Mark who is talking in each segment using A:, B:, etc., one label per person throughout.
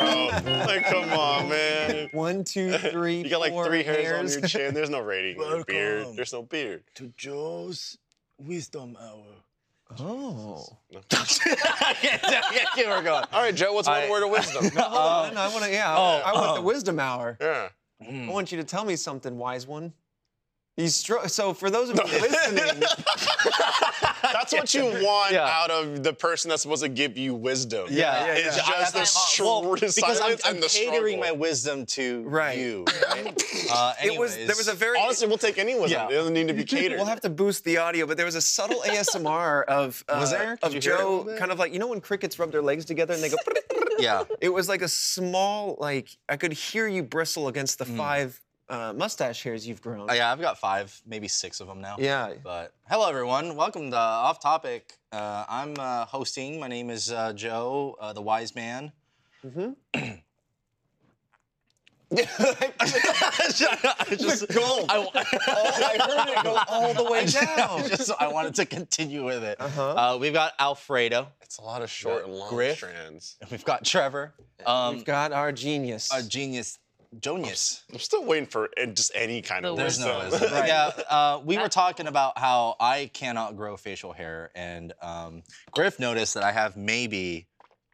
A: Like, come on, man.
B: One, two, three,
A: You got like
B: four
A: three hairs,
B: hairs.
A: on your chin. There's no rating on your beard.
C: Welcome.
A: There's no beard.
C: to Joe's Wisdom Hour.
B: Oh.
A: No. All right, Joe, what's
B: I-
A: one word of wisdom?
B: No, hold on.
D: Oh.
B: I want to. Yeah. I- I want the wisdom hour.
A: Yeah.
D: Hmm.
B: I want you to tell me something, wise one. You stro- so for those of you listening,
A: That's what you want
B: Yeah.
A: out of the person that's supposed to give you wisdom.
B: Yeah, yeah,
A: It's
B: yeah.
A: just the str-
C: because I'm,
A: silence
C: I'm
A: and the
C: catering my
A: struggle.
C: wisdom to
B: Right.
C: you.
D: Uh,
B: it was there was a
D: anyways,
B: very
A: Honestly, we'll take any wisdom.
D: Yeah.
A: It doesn't need to be catered.
B: We'll have to boost the audio, but there was a subtle ASMR of uh,
D: Was there? Did
B: of
D: you hear it a little
B: Joe,
D: bit?
B: kind of like you know when crickets rub their legs together and they go.
D: yeah.
B: it was like a small like I could hear you bristle against the
D: Hmm.
B: five uh, mustache hairs you've grown.
D: Uh, yeah, I've got five, maybe six of them now.
B: Yeah.
D: But hello, everyone. Welcome to Off Topic. Uh, I'm uh, hosting. My name is uh, Joe, uh, the Wise Man. Mm-hmm. I just go. I, all, I heard it go all the way
B: down.
D: I, just, I wanted to continue with it.
B: Uh-huh.
D: Uh, we've got Alfredo.
A: It's a lot of short and long
D: Griff.
A: strands.
D: We've got Trevor. Um,
B: We've got our genius.
D: a genius, Jonius.
A: I'm still waiting for uh, just any kind of
E: The
D: There's
A: wisdom.
D: no wisdom.
B: Right.
D: Yeah, uh, we were talking about how I cannot grow facial hair, and um, Griff noticed that I have maybe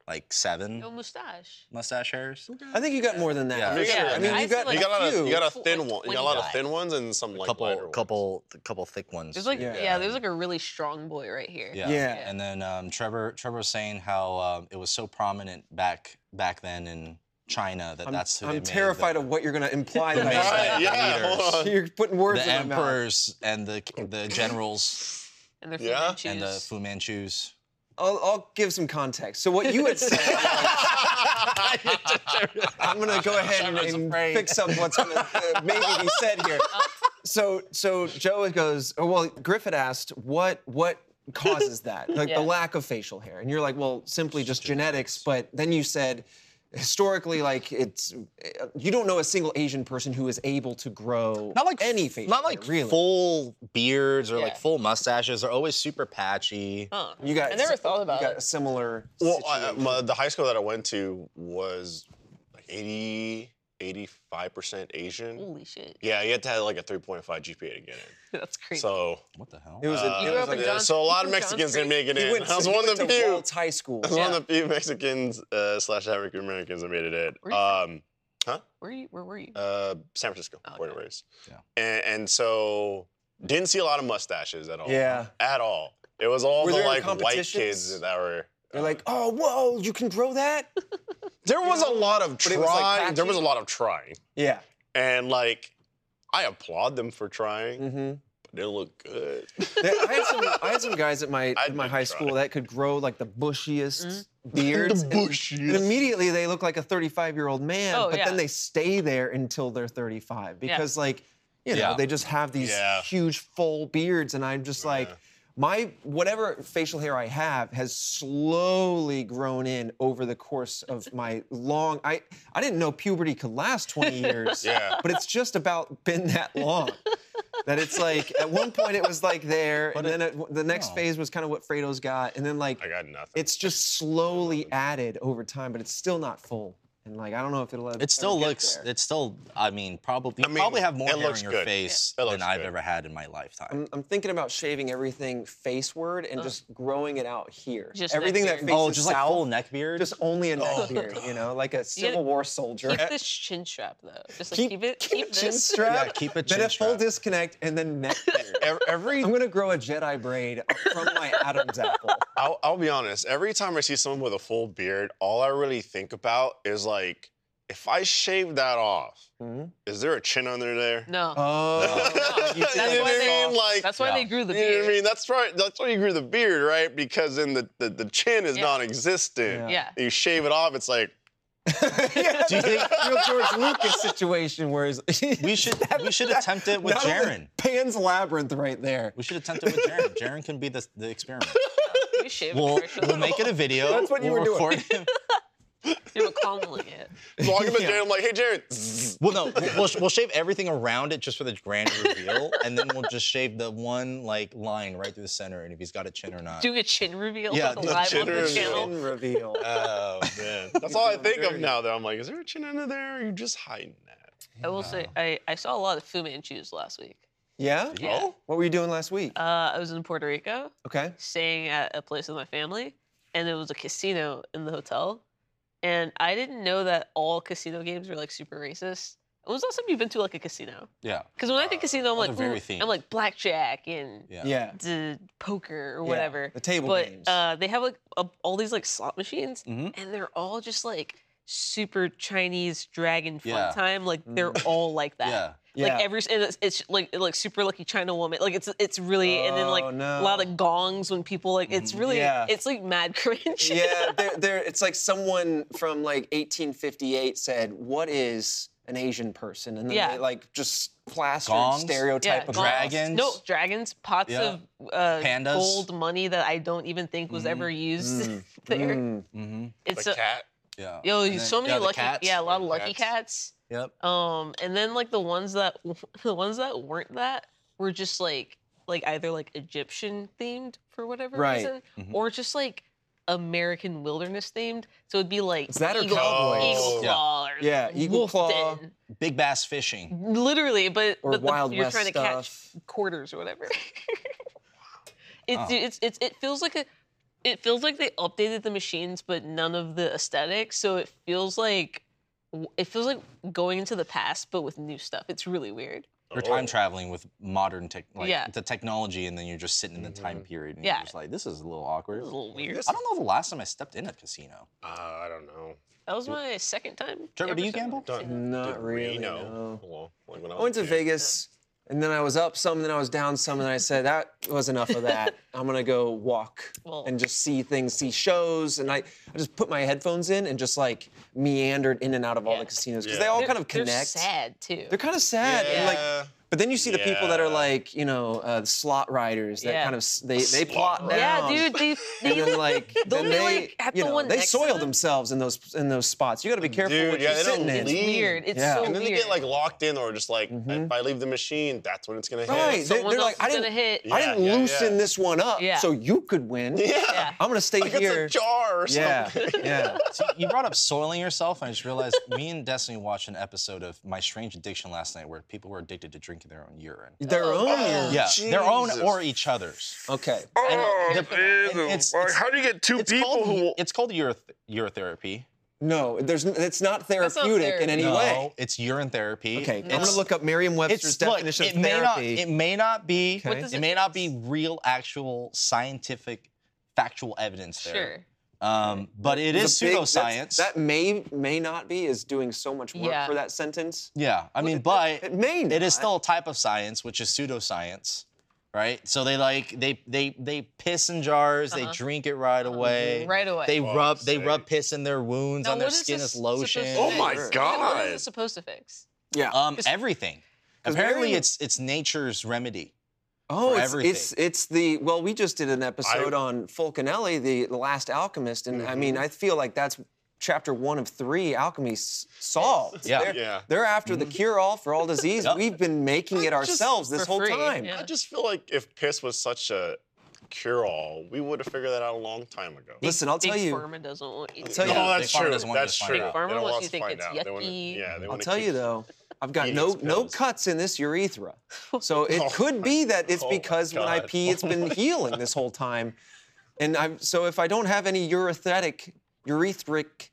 D: like seven
E: No mustache.
D: mustache hairs.
B: I think you got more than that.
D: Yeah.
A: You got-
B: I mean,
A: I
B: you
E: feel
B: got
E: like
A: You got a
B: few.
A: you got a
E: Four,
A: thin
E: like
A: one. You got a lot of
E: 20.
A: thin ones and some like
D: couple,
A: lighter Ones.
D: couple, couple thick ones.
E: There's like
B: Yeah.
E: yeah. there's like a really strong boy right here.
D: yeah.
B: Yeah.
D: And then um, Trevor, Trevor was saying how um, it was so prominent back back then in China that
B: I'm,
D: that's who they
B: I'm
D: made
B: terrified
D: the,
B: of what you're going to imply that I
D: Right,
B: said.
A: yeah, hold
D: leaders.
A: on.
B: You're putting words in
D: the
B: my mouth. Oh,
D: emperors and the the generals
E: And they're
A: Yeah.
E: yeah.
D: and the Fu Manchus.
B: I'll, I'll give some context. So what you had said, I'm gonna go ahead and, and fix up what's gonna uh, maybe be said here. So so Joe goes, oh, well, Griffith asked, what what causes that, like
E: Yeah.
B: the lack of facial hair, and you're like, well, simply just genetics. But then you said. Historically, like it's, uh, you don't know a single Asian person who is able to grow
D: not like
B: any facial
D: not
B: hair,
D: like
B: really.
D: full beards or like
E: Yeah.
D: full mustaches. They're always super patchy.
E: Huh.
B: You got.
E: I never thought about
B: you got
E: it.
B: a similar.
A: Well,
B: situation.
A: I, uh, my, the high school that I went to was like 80, 85% Asian.
E: Holy shit.
A: Yeah, you had to have like a 3.5 GPA to get in.
E: That's crazy.
A: So,
D: What the hell?
B: it was. A,
A: uh,
B: it
E: grew
B: was
E: up in
B: like a-
E: John-
A: so a lot of
E: you went to
A: Mexicans didn't
E: John
A: make it
B: He
A: in.
B: went
A: I was
B: to-
A: one
B: he
A: of the
B: went to
A: few.
B: Waltz High School.
A: I was one
E: Yeah.
A: of the few Mexicans uh, slash African Americans that made it in.
E: Where are
A: Um,
E: where you where were you?
A: uh, San Francisco,
E: Oh,
A: born and
E: okay.
A: raised.
D: Yeah.
A: And, and so didn't see a lot of mustaches at all.
B: Yeah.
A: At all. It was all
B: Were
A: the
B: there
A: like white kids
B: competitions?
A: that were.
B: They're like, oh, whoa, you can grow that?
A: There was a lot of
B: But it
A: trying.
B: was, like,
A: there was a
B: patchy?
A: lot of trying,
B: Yeah.
A: and like, I applaud them for trying.
B: Mm-hmm.
A: But they look good.
B: I, had some, I had some guys at my
A: I'd
B: at my
A: been
B: high school that could grow like the bushiest
E: Mm.
B: beards. and- And
A: bushiest.
B: immediately they look like a 35 year old man,
E: Oh,
B: but
E: yeah.
B: then they stay there until they're 35
E: Yeah.
B: because, like, you know,
D: Yeah.
B: they just have these
A: Yeah.
B: huge full beards. And I'm just like,
A: Yeah.
B: my whatever facial hair I have has slowly grown in over the course of my long. I I didn't know puberty could last 20 years,
A: Yeah.
B: but it's just about been that long. That it's like at one point it was like there, and then it, the next
D: no.
B: phase was kind of what Fredo's got, and then like
A: I got nothing.
B: it's just slowly added over time, but it's still not full. And like I don't know if it'll. ever
D: It still
B: get
D: looks.
B: there.
D: It still. I mean, probably. You
A: I mean,
D: probably have more
A: it
D: hair
A: looks
D: on your
A: good.
D: face
A: Yeah. It
D: than
A: looks
D: I've
A: good.
D: ever had in my lifetime.
B: I'm, I'm thinking about shaving everything faceward and just growing it out here.
E: Just neck
B: everything that
E: beard.
B: faces
D: oh, just like
B: south,
D: full Oh. neck beard.
B: just only a neck beard, you know, like a Civil War soldier.
E: keep this chin strap though. Just like,
B: Keep-
E: keep, it keep
B: Chin
E: this.
B: strap,
D: Yeah, keep a
B: then a
D: chin
B: full
D: strap.
B: disconnect, and then neck beard.
A: Ev- every
B: I'm gonna grow a Jedi braid from my Adam's apple.
A: I'll, I'll be honest. Every time I see someone with a full beard, all I really think about is like, if I shave that off,
E: Hmm?
B: Mhm.
A: is there a chin under there?
E: No.
B: Oh,
A: you know what I
E: why
A: mean?
E: they-
A: Like,
E: That's why
D: Yeah.
E: they grew the
A: you know what I
E: beard.
A: mean? That's right. That's why you grew the beard, right? Because then the, the, the chin is
E: Yeah.
A: non-existent.
E: Yeah.
A: You shave it off, it's like,
B: yeah,
D: Do you think-
B: real George Lucas situation where he's
D: we should. We should attempt it with
B: Not only
D: Jaren.
B: Pan's Labyrinth right there.
D: We should attempt it with Jaren. Jaren can be the, the experiment.
E: You shave
D: We'll,
E: it
D: we'll make it a video.
B: That's what you
D: we'll
B: were doing.
D: record it.
E: You have a calm look at it.
A: so I give it to
B: Yeah.
A: Jared, I'm like, hey, Jared, zzz,
B: just
D: Well, no, we'll, we'll, sh- we'll shave everything around it just for the grand reveal, and then we'll just shave the one like line right through the center, and if he's got a chin or not.
E: Doing a chin reveal
D: Yeah,
E: live
D: the
E: on
A: chin
E: the
A: reveal.
E: channel.
B: Chin reveal.
D: Oh man.
A: That's all I think of now. That I'm like, is there a chin under there? Or are you just hiding that?
E: I will say, I, I saw a lot of Fu Manchus last week.
B: yeah?
E: Yeah.
A: Oh,
B: What were you doing last week?
E: Uh, I was in Puerto Rico,
B: Okay.
E: staying at a place with my family, and there was a casino in the hotel. And I didn't know that all casino games were like super racist. When's the last time you've been to like a casino?
D: Yeah.
E: Because when I think casino, I'm
D: those
E: like,
D: are very
E: ooh,
D: themed.
E: I'm like blackjack and
D: Yeah.
B: Yeah.
E: d- poker or
B: Yeah,
E: whatever.
B: the table
E: but
B: games.
E: uh, they have like a, all these like slot machines,
D: Mhm.
E: and they're all just like super Chinese dragon fun
D: Yeah. Mm.
E: time. Like they're all like that.
D: Yeah.
E: Like
B: Yeah.
E: every and it's, it's like like super lucky China woman. Like it's it's really and then like
B: Oh,
E: a lot
B: no.
E: of gongs when people like it's
D: Mhm.
E: really
B: Yeah.
E: it's like mad cringe.
B: yeah, there, there. It's like someone from like 1858 said, "What is an Asian person?" And then
E: Yeah.
B: they like just plastered
D: Gongs?
B: stereotype
E: Yeah,
B: of
E: gongs.
D: Dragon.
E: No dragons, pots
D: Yeah.
E: of uh,
D: Pandas.
E: gold money that I don't even think was ever used there.
B: Mm.
D: Mm-hmm.
A: the
E: It's a,
A: cat.
D: Yeah.
E: yo,
D: And then-
E: so many
D: yeah, the
E: lucky,
D: cats,
E: yeah, a lot of
D: the
E: lucky cats.
D: Yep.
E: Um, and then like the ones that the ones that weren't that were just like like either like Egyptian themed for whatever
B: Right.
E: reason,
D: Mhm.
E: or just like American wilderness themed. So it'd be like
B: Is that or
E: eagle,
A: cowboys?
E: eagle
D: Yeah.
E: claw, or
B: Yeah, eagle claw
E: wolfden.
D: Big bass fishing.
E: literally. But
B: or
E: but the-
B: Wild
E: you're
B: West
E: trying to catch
B: stuff.
E: quarters or whatever. it's,
B: Oh.
D: Wow.
E: it's it's it feels like a it feels like they updated the machines but none of the aesthetics. So it feels like it feels like going into the past but with new stuff. It's really weird.
D: You're time traveling with modern tech, like
E: Oh. Yeah.
D: the technology, and then you're just sitting in the time period, and
E: Yeah.
D: you're just like, this is a little awkward.
E: It was a little weird.
D: I don't know the last time I stepped in a casino.
A: Uh, I don't know.
E: That was my second time.
D: Trevor,
E: ever
D: do you
E: sitting
D: gamble?
E: in a casino.
B: Not
A: Did we
B: really.
A: know?
B: No.
A: Well, like when I,
B: I
A: was
B: went
A: a
B: to
A: kid.
B: Vegas, and then I was up some, and then I was down some, and I said that was enough of that. I'm gonna go walk
E: Well-
B: and just see things, see shows, and I, I just put my headphones in and just like meandered in and out of all
E: Yeah.
B: the casinos because
A: Yeah.
B: they all
E: They're-
B: kind of connect.
E: They're sad too.
B: They're kind of sad. and, like,
A: Yeah.
B: but then you see the people that are
A: Yeah.
B: like, you know, uh, the slot riders that
E: Yeah.
B: kind of s- they they plot
A: Slot
E: yeah,
B: down.
E: dude. They,
B: And
E: they
B: then like
E: Don't
B: then
E: they,
B: they
E: like, have
B: you
E: the
B: know,
E: one
B: they
E: next to
B: soil
E: them?
B: themselves in those in those spots. You got to be careful
A: Dude,
B: what
A: yeah,
B: you're
A: they don't
B: sitting in.
E: it's
A: leave.
E: weird. It's
B: Yeah.
E: so
A: And then
E: weird.
A: they get like locked in, or just like if I leave the machine, that's when it's gonna hit.
B: Mm-hmm. Right. They're-
E: someone
B: they're
E: else
B: like,
E: is
B: I
E: gonna
B: didn't-
E: hit.
B: I didn't
A: Yeah, yeah,
B: loosen
A: yeah.
B: this one up
E: Yeah.
B: so you could win.
A: Yeah.
E: yeah.
B: I'm gonna stay
A: Like
B: here.
A: it's a jar or
B: yeah,
A: something.
B: yeah.
D: See, you brought up soiling yourself, and I just realized me and Destiny watched an episode of My Strange Addiction last night where people were addicted to drinking their own urine.
B: Their own.
A: Oh.
D: Yeah, their own
A: Jesus.
D: or each other's.
B: Okay.
D: And
A: Oh,
D: the-
A: Jesus.
D: and it's-
A: Like,
D: it's-
A: how do you get two
D: It's
A: people
D: called,
A: who?
D: it's called ureth- urotherapy.
B: No, there's. n- It's not
E: not
B: therapeutic in any
E: therapy.
B: way.
D: it's urine therapy.
B: Okay. I'm
D: It's-
B: gonna look up
D: It's
B: Merriam-Webster's
D: look,
B: definition
D: it
B: of
D: may not.
B: therapy.
D: It may not be.
B: What
E: does
D: It
E: it-
D: may not be real, actual, scientific, factual evidence there.
E: Sure.
D: Um, but it
B: It's
D: is
B: a big- that's-
D: pseudoscience.
B: That may may not be is doing so much work
E: Yeah.
B: for that sentence.
D: yeah, I mean, but
B: It may.
D: it is
B: not.
D: still a type of science, which is pseudoscience, right? So they like they they they piss in jars, they drink it right away,
E: Uh-huh. Right away.
D: They
A: Fuck's
D: rub they
A: sake.
D: rub piss in their wounds,
E: Now,
D: on their
E: what is
D: skin
E: this
D: as lotion.
E: supposed to
A: Oh
E: fix?
A: my
E: What- What is
A: God.
E: it supposed to fix?
B: Yeah.
D: Um, everything.
B: 'Cause
D: Apparently,
B: Mary-
D: it's it's nature's remedy.
B: oh, it's,
D: everything.
B: it's it's the well. We just did an episode on Fulcanelli, the, the last alchemist, and I
D: Mm-hmm.
B: mean, I feel like that's chapter one of three alchemy s- solved.
D: Yeah. Mm-hmm.
B: They're,
A: Yeah.
B: they're after the cure all for all disease.
D: Yep.
B: We've been making it
A: Just
B: ourselves this
E: for
B: whole
E: free,
B: time.
E: yeah.
A: I just feel like if piss was such a cure-all, we would have figured that out a long time ago.
B: Listen, I'll
E: Big
B: tell you.
E: Pharma doesn't want you.
B: tell
E: to
B: you-
E: know.
A: oh,
D: Big
A: that's
D: Pharma
A: true.
D: doesn't want you to
A: That's
D: find
A: true.
D: out.
E: Big Pharma
A: They don't
E: wants
A: want
E: you
A: us
E: to think
A: find
E: it's
A: out. They wanna-
E: yucky.
A: yeah, they
B: I'll
A: want
B: tell you though, I've got
A: eating
B: no
A: his
B: no
A: pills.
B: cuts in this urethra. So it
A: Oh
B: could be that it's
A: oh my
B: because when I
A: God.
B: pee, it's been healing this whole time. And I'm so if I don't have any urethric urethric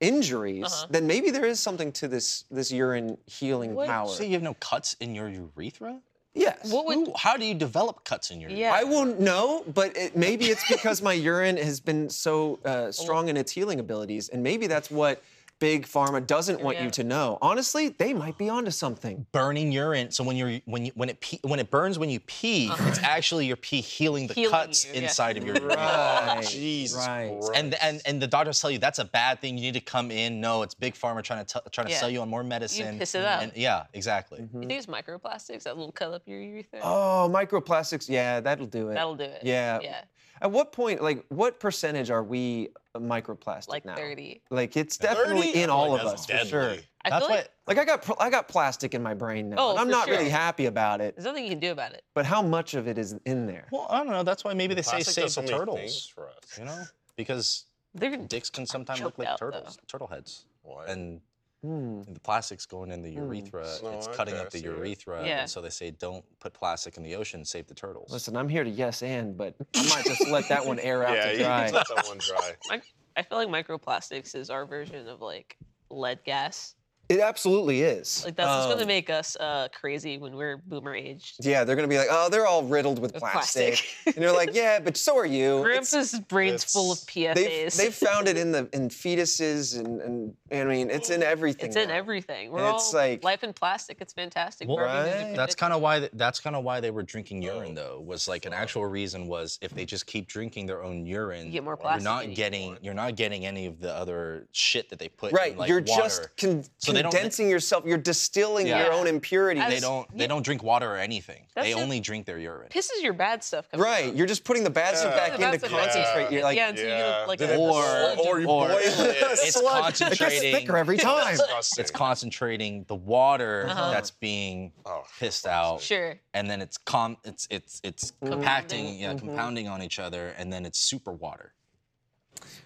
B: injuries,
E: Uh-huh.
B: then maybe there is something to this this urine healing
E: What?
B: power.
D: So you have no cuts in your urethra?
B: yes.
E: What would?
D: Ooh, how do you develop cuts in your
E: Yeah.
B: I won't know, but it, maybe it's because my urine has been so uh, strong in its healing abilities, and maybe that's what big pharma doesn't want
E: Yeah.
B: you to know. Honestly, they might be onto something.
D: burning urine. So when you're when you when it pee, when it burns when you pee, it's actually your pee healing the
E: Uh-huh. Healing
D: cuts
E: you, yeah.
D: inside of your urethra.
A: Oh,
B: Right.
A: Jesus
B: Right.
A: Christ.
D: And, and and the doctors tell you that's a bad thing. You need to come in. No, it's big pharma trying to tell trying to
E: Yeah.
D: sell you on more medicine.
E: piss it up.
D: And- yeah, exactly.
E: You think it's microplastics that will cut up your urethra?
B: Oh, microplastics. Yeah, that'll do it.
E: That'll do it.
B: Yeah.
E: Yeah.
B: At what point, like, what percentage are we uh, microplastic
E: Like
B: now?
E: 30.
B: Like, it's definitely
A: 30?
B: in all
A: Like,
B: of
A: Oh, that's
B: us for sure.
A: deadly.
E: I
D: That's why
E: feel like
B: Like I got pl- I got plastic in my brain now,
E: Oh,
B: and I'm
E: for
B: not
E: sure.
B: really happy about it.
E: there's nothing you can do about it.
B: But how much of it is in there?
D: Well, I don't know. That's why maybe they say
A: Plastic
D: save
A: does
D: the
A: so many things
D: turtles.
A: for us.
D: You know, because
E: They're
D: dicks can sometimes
E: Choked
D: look like
E: out,
D: turtles,
E: though.
D: turtle heads,
A: What?
D: and
B: Hmm.
D: the plastic's going in the
B: Mm.
D: urethra.
A: No,
D: it's
A: okay,
D: cutting
A: I
D: up the
A: see it.
D: urethra,
E: Yeah.
D: and so they say don't put plastic in the ocean. Save the turtles.
B: Listen, I'm here to yes and, but I might just let that one air out
A: yeah,
B: to
A: you
B: dry.
A: can let that one dry.
E: I feel like microplastics is our version of like lead gas.
B: It absolutely is.
E: Like that's what's gonna
B: Um,
E: make us uh, crazy when we're boomer aged.
B: Yeah, they're gonna be like, oh, they're all riddled with
E: With
B: plastic,
E: plastic.
B: and you're like, yeah, but so are you. It's-
E: Grandpa's brain's full of
A: it's-
B: They've,
E: PFAs.
B: they've found it in the in fetuses and and I mean it's in everything.
E: it's in
B: now.
E: everything. We're
B: And it's
E: all
B: like-
E: life in plastic. It's fantastic.
D: Well,
E: Barbie did a
B: right?
E: good
D: That's
E: job.
D: kind of why. th- That's kind of why they were drinking urine,
A: Oh,
D: though. Was like an
A: fuck.
D: actual reason was if they just keep drinking their own urine,
E: You get more
D: you're
E: plastic. in
D: not
E: you.
D: getting you're not getting any of the other shit that they put. in,
B: Right,
D: like,
B: you're
D: water.
B: just con-
D: So they don't-
B: condensing yourself. You're distilling
D: Yeah.
B: your own impurities.
D: They don't. They
E: yeah.
D: don't drink water or anything.
E: That
D: they
E: shit-
D: only drink their urine.
E: pisses your bad stuff. Coming
B: right,
E: out.
B: you're just putting the bad stuff
A: Yeah.
B: back
E: The
B: in
E: bad
B: to
E: stuff
B: concentrate.
A: back
B: You're
A: in.
B: like,
E: yeah, until
A: yeah.
E: you like
A: Did
E: a
A: it-
D: Or-
A: or you
D: or-
A: boil it.
D: It's
B: it gets
D: concentrating.
B: thicker every time.
A: disgusting.
D: It's concentrating the water
E: Uh-huh.
D: that's being
A: Oh,
D: pissed
A: fuck's
D: out,
E: sure.
D: and then it's com. It's it's it's compacting,
E: Compounding.
D: yeah, compounding on each other, and then it's super water.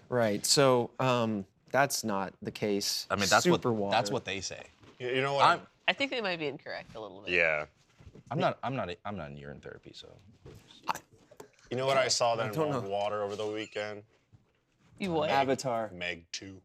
B: right, so um, that's not the case.
D: I mean, that's
B: Super
D: what
B: water.
D: that's what they say.
A: You you know what?
D: I'm,
E: I think they might be incorrect a little bit.
A: yeah.
D: I'm not. I'm not. I'm not in urine therapy, so.
A: You know what I saw that
B: I don't
A: involved
B: know.
A: water over the weekend?
E: You what?
B: Avatar.
A: Meg 2.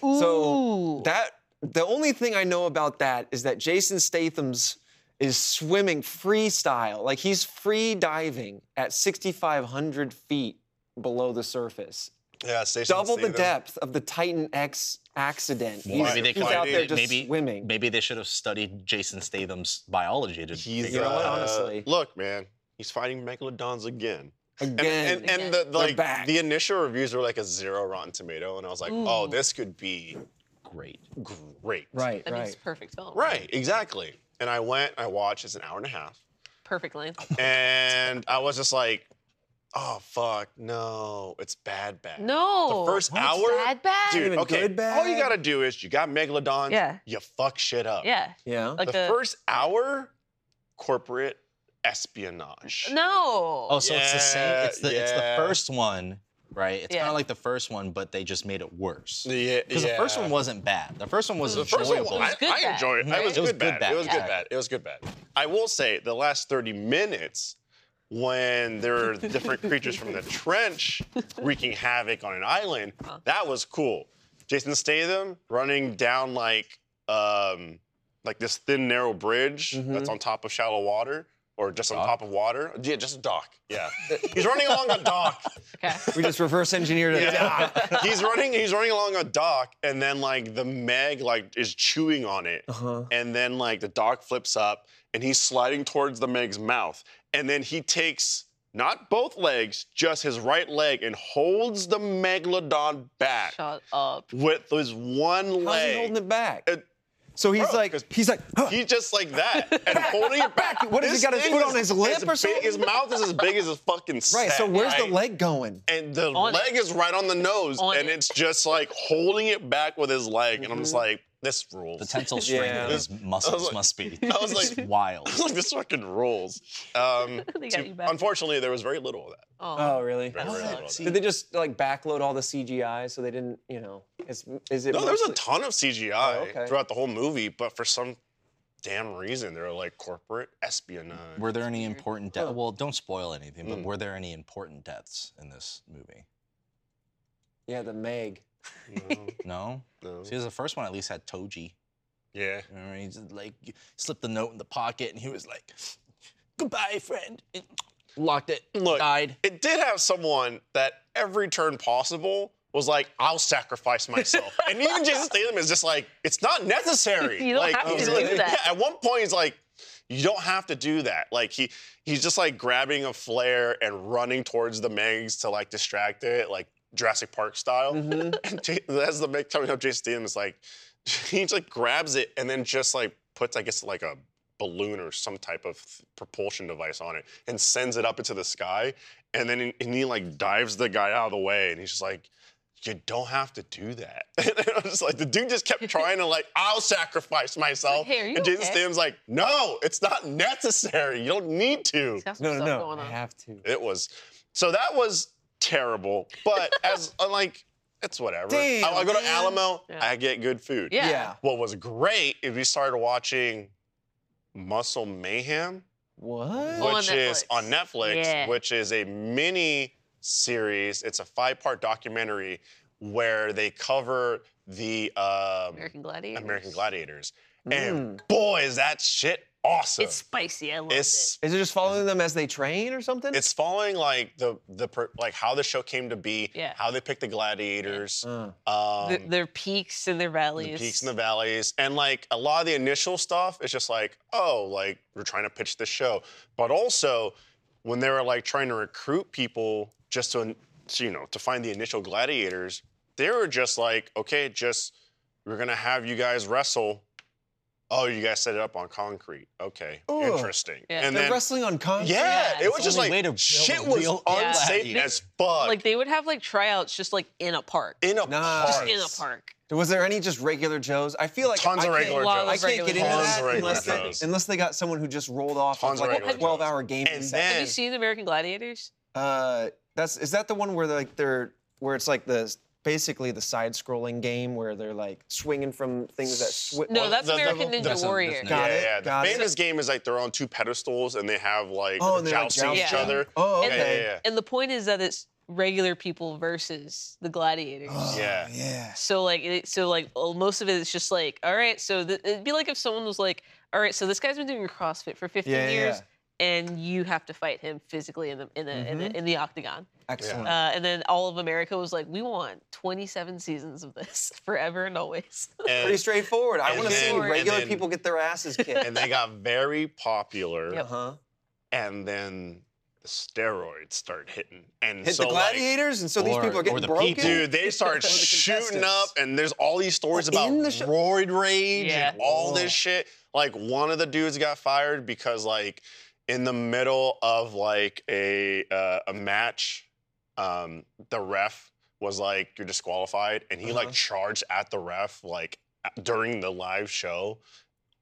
B: So that the only thing I know about that is that Jason Statham's is swimming freestyle, like he's free diving at 6,500 feet below the surface,
A: Yeah, Station
B: double the depth of the Titan X accident. He's,
A: Maybe they
B: he's
A: could-
B: out there
A: maybe-
B: just swimming.
D: Maybe they should have studied Jason Statham's biology. To
A: He's,
D: figure
B: You know
D: out
B: what,
A: uh,
D: how to-
B: honestly.
A: Look, man, he's fighting Megalodons again. And,
B: Again,
A: and, and the,
E: Again.
A: the, like,
B: back.
A: the initial reviews were like a zero Rotten Tomato, and I was like, oh, this could be
D: great.
A: great.
B: right,
E: That means
B: right.
E: perfect film.
A: Right, exactly. And I went, I watched, it's an hour and a half.
E: Perfect length.
A: and I was just like, oh, fuck, no, it's bad, bad.
E: No.
A: The first
E: What's
A: hour.
E: Bad bad.
A: Dude,
B: Even
A: okay.
B: good bad?
A: All you gotta do is you got Megalodon,
E: Yeah.
A: you fuck shit up.
E: Yeah.
B: Yeah.
E: Like
A: the
E: the,
A: first hour, corporate espionage.
E: No.
D: Oh, so it's the same.
A: Yeah,
D: It's the it's the
A: yeah.
D: first one, right? It's kind
E: Yeah.
D: of like the first one, but they just made it worse.
A: Yeah,
D: Because the first
A: yeah.
D: one wasn't bad. The first one was
A: The first one,
D: enjoyable.
E: was
A: I,
E: good
A: I
E: bad,
A: enjoyed it.
D: right?
A: Mm. It was, good, bad. It was
D: Yeah.
A: good bad. It was good bad. I will say the last 30 minutes, when there are different creatures from the trench wreaking havoc on an island, that was cool. Jason Statham running down like um, like this thin narrow bridge that's on top of shallow water. Or just on
D: Dock?
A: top of water? Yeah, just a dock. Yeah, he's running along a dock.
E: Okay.
B: we just reverse engineered it.
A: Yeah. he's running. He's running along a dock, and then like the Meg like is chewing on it,
B: Uh-huh.
A: and then like the dock flips up, and he's sliding towards the Meg's mouth, and then he takes not both legs, just his right leg, and holds the megalodon back
E: Shut up.
A: with his one
B: How's he holding
A: leg.
B: it back?
A: It-
B: so he's
A: Bro,
B: like,
A: 'cause
B: he's like, huh.
A: He's just like that, and holding it back.
B: What, has he
A: This
B: got his
A: thing
B: foot
A: is
B: on his lip
A: as
B: or something?
A: big- His mouth is as big as his fucking
B: right. So
A: sack,
B: where's
A: right?
B: the leg going?
A: and the
E: On
A: leg is right on the nose,
E: On
A: and
E: it. Mm-hmm.
A: it's just like holding it back with his leg, and I'm just like, this rules.
D: The tensile strength
B: Yeah.
D: of his muscles
A: like-
D: must be
A: I was like-
D: just wild.
A: like this fucking rules. Um,
E: They got
A: to-
E: you back.
A: unfortunately, there was very little of that.
E: Oh.
B: really?
A: Very, very little of that.
B: Did they just like backload all the CGI so they didn't, you know? Is, is it?
A: No, there was a
B: mostly- Oh,
A: ton of CGI
B: okay.
A: throughout the whole movie, but for some damn reason, they were like corporate espionage.
D: Were there any important deaths?
B: Huh.
D: Well, don't spoil anything, but
A: Mm.
D: were there any important deaths in this movie?
B: Yeah, the Meg.
A: No,
D: No?
A: no.
D: See, 'cause the first one at least had Toji.
A: Yeah.
D: You know, what I mean? he just like slipped the note in the pocket and he was like, goodbye, friend. and locked it,
A: Look,
D: died.
A: It did have someone that every turn possible was like, I'll sacrifice myself. and even Jason Statham is just like, it's not necessary.
E: You don't
A: like,
E: have
B: to
A: he's
B: do
A: like-
E: that.
A: Yeah, at one point he's like, you don't have to do that. Like he he's just like grabbing a flare and running towards the Megs to like distract it, like Jurassic Park style.
E: Mm-hmm.
A: And J- as the Meg coming up, Jason Statham is like, he just like grabs it and then just like puts, I guess, like a balloon or some type of th- propulsion device on it and sends it up into the sky. And then he- and he like dives the guy out of the way and he's just like, you don't have to do that. And it was just like the dude just kept trying to like, I'll sacrifice myself.
E: "Hey, are you
A: and Jason
E: okay?"
A: Statham's like, no, it's not necessary. You don't need to.
E: It's got some
B: No, no,
E: stuff
B: no.
E: going
B: I
E: on.
B: have to.
A: It was so that was terrible. But as I'm like, it's whatever.
B: Damn,
A: I, I go to
B: man.
A: Alamo,
E: Yeah.
A: I get good food.
E: Yeah.
A: What was great is we started watching Muscle Mayhem,
B: What?
E: On
A: which is
E: Netflix.
A: on Netflix,
E: Yeah.
A: which is a mini series. It's a five-part documentary where they cover the um,
E: American Gladiator.
A: American Gladiators,
B: Mm.
A: and boy, is that shit awesome!
E: It's spicy. I love
A: It's
B: Is it just following them as they train or something?
A: it's following like the the per, like how the show came to be,
E: Yeah.
A: how they picked the gladiators,
B: Uh,
A: um,
E: it. Th- their peaks and their
A: the
E: valleys.
A: peaks and the valleys, and like a lot of the initial stuff is just like, oh, like we're trying to pitch this show, but also when they were like trying to recruit people just to, to you know to find the initial gladiators, they were just like, okay, just we're gonna have you guys wrestle. Oh, you guys set it up on concrete. Okay,
B: Ugh.
A: interesting.
E: Yeah.
A: and
B: they're
A: then
B: wrestling on concrete.
A: yeah, it
E: Yeah,
A: was
D: it's
A: just
D: the only
A: like
D: way to build
A: shit
D: a
A: was
D: real
A: unsafe
D: gladiator.
A: as fuck.
E: Like they would have like tryouts just like in a park.
A: in a
B: Nice.
A: park.
E: in a
B: Nice.
E: park.
B: Was there any just regular Joes? I feel like
A: Tons of
B: I can't-
A: regular
E: Wow,
A: Joes.
B: I can't get into
E: Tons
A: of
B: that
A: regular
B: unless they,
A: Joes.
B: unless they got someone who just rolled off
A: Tons
B: of
A: of
B: like a
A: regular
B: 12
A: Joes.
B: hour game.
A: And
B: set.
A: then-
E: Have you
A: And-
E: seen American Gladiators?
B: uh, that's is that the one where they're like they're where it's like the basically the side scrolling game where they're like swinging from things that swi-
E: No,
A: Well,
E: that's
A: the- the-
E: American Ninja
D: that's a-
E: Warrior.
D: that's
B: Got
A: yeah,
B: it,
A: yeah. The
B: got it.
A: famous game is like they're on two pedestals and they have like
B: Oh, and
A: they're
B: they're, like,
A: jousting each
E: jousting.
A: other.
B: Oh,
A: Yeah,
B: okay.
A: yeah,
E: And the point is that it's regular people versus the gladiators.
B: Oh,
A: Yeah.
C: Yeah.
E: So like, it, so like, well, most of it is just like, all right. So th- it'd be like if someone was like, all right, so this guy's been doing CrossFit for 15
B: Yeah, yeah,
E: years,
B: yeah. Mm-hmm.
E: and you have to fight him physically in the in the in, the, in the octagon.
B: excellent.
E: Uh, and then all of America was like, we want 27 seasons of this forever and always.
A: yeah. And,
B: Pretty straightforward. I
A: and
B: want to
A: then-
B: see
E: and
B: regular
A: then-
B: people get their asses kicked. Uh-huh.
A: and they got very popular,
E: Yep.
B: huh?
A: and then the steroids started hitting. And
B: Hit
A: so
B: the
A: like,
B: gladiators, and so these
D: or-
B: people are
D: or
B: getting
D: the
B: broken.
D: people.
A: Dude, they started
B: Or the
A: shooting
B: contestants.
A: up, and there's all these stories
B: Oh,
A: about
B: in the show-
A: roid rage and
E: Yeah.
A: all
B: Whoa.
A: this shit. Like one of the dudes got fired because like in the middle of like a uh, a match, um, the ref was like, "You're disqualified," and he like
B: Uh-huh.
A: charged at the ref like a- during the live show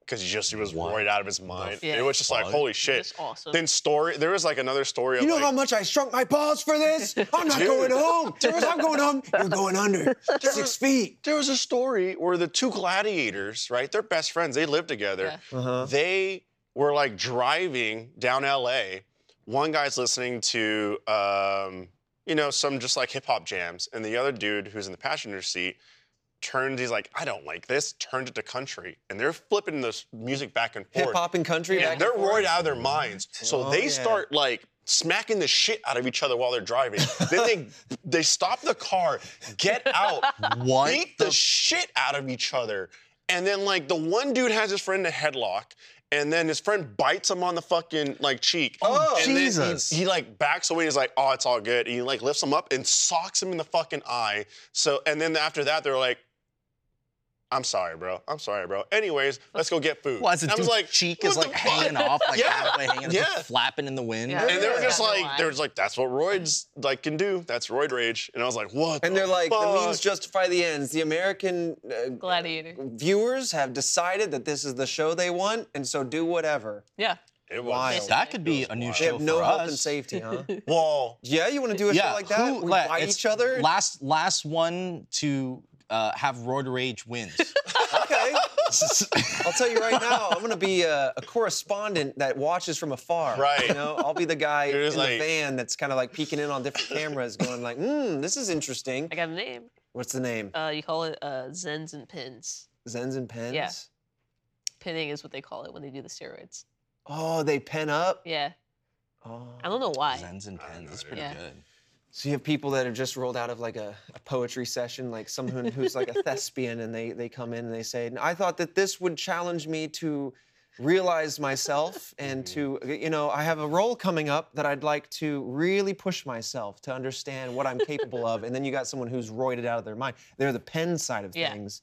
A: because he just he was
D: What
A: roid out of his mind.
E: Yeah.
A: It was just like,
D: fuck?
A: "Holy shit!"
E: It's awesome.
A: Then story, there was like another story
B: You
A: of
B: know
A: like,
B: how much I shrunk my balls for this? I'm not
A: Dude.
B: going home. I'm going home. You're going under. Six feet.
A: there was a story where the two gladiators, right? They're best friends. They live together.
B: Uh-huh.
A: They were like driving down LA. One guy's listening to, um, you know, some just like hip hop jams, and the other dude who's in the passenger seat turns. He's like, I don't like this. Turned it to country, and they're flipping this music back and forth.
B: Hip hop and country.
A: Yeah,
B: back
A: they're
B: and forth.
A: roid out of their minds. So
B: Oh,
A: they
B: yeah.
A: start like smacking the shit out of each other while they're driving. then they they stop the car, get out,
D: What
A: beat the shit out of each other. And then like the one dude has his friend in a headlock, and then his friend bites him on the fucking like cheek.
B: Oh,
A: and then he-
D: Jesus.
A: he, like backs away. He's like, "Oh, it's all good." And he like lifts him up and socks him in the fucking eye. So and then after that, they're like. I'm sorry, bro. I'm sorry, bro. Anyways, let's go get food.
D: Why is it
A: And I was
D: dude's
A: like,
D: cheek
A: "What
D: is
A: the
D: like
A: fuck?"
D: hanging off, like
A: Yeah.
D: halfway hanging, it's, like,
A: Yeah.
D: flapping in the wind.
E: Yeah.
A: And they were
E: Yeah.
A: just
E: Yeah.
A: like,
E: Why?
A: they were just like, that's what roids like can do. That's roid rage. And I was like, what?
B: And they're like, the means
A: fuck?"
B: justify the ends. The American uh,
E: Gladiator.
B: viewers have decided that this is the show they want, and so do whatever.
E: Yeah.
A: It was
B: Wild.
D: That could be
A: It was
D: a new
A: wild.
B: They
D: show
B: have no
D: for
B: health
D: us.
B: and safety, huh?
A: Well,
B: yeah, you want to do a show like that?
D: who-
B: we
D: like,
B: fight
D: it's
B: each other.
D: Last last one to uh, have roid rage wins.
B: okay. I'll tell you right now, I'm gonna be a, a correspondent that watches from afar.
A: Right.
B: You know, I'll be the guy
A: You're
B: in
A: just
B: the
A: like-
B: van that's kind of like peeking in on different cameras, going like, "Hmm, this is interesting."
E: I got a name.
B: What's the name?
E: Uh, you call it uh, Zens and Pins.
B: Zens and pens.
E: yeah. Pinning is what they call it when they do the steroids.
B: Oh, they pen up.
E: Yeah.
B: Oh.
E: I don't know why.
D: Zens and pens. That's pretty
E: Yeah.
D: good.
B: So you have people that have just rolled out of like a, a poetry session, like someone who's like a thespian, and they they come in and they say, "I thought that this would challenge me to realize myself and to you know I have a role coming up that I'd like to really push myself to understand what I'm capable of." And then you got someone who's roided out of their mind. They're the pen side of
E: Yeah.
B: things,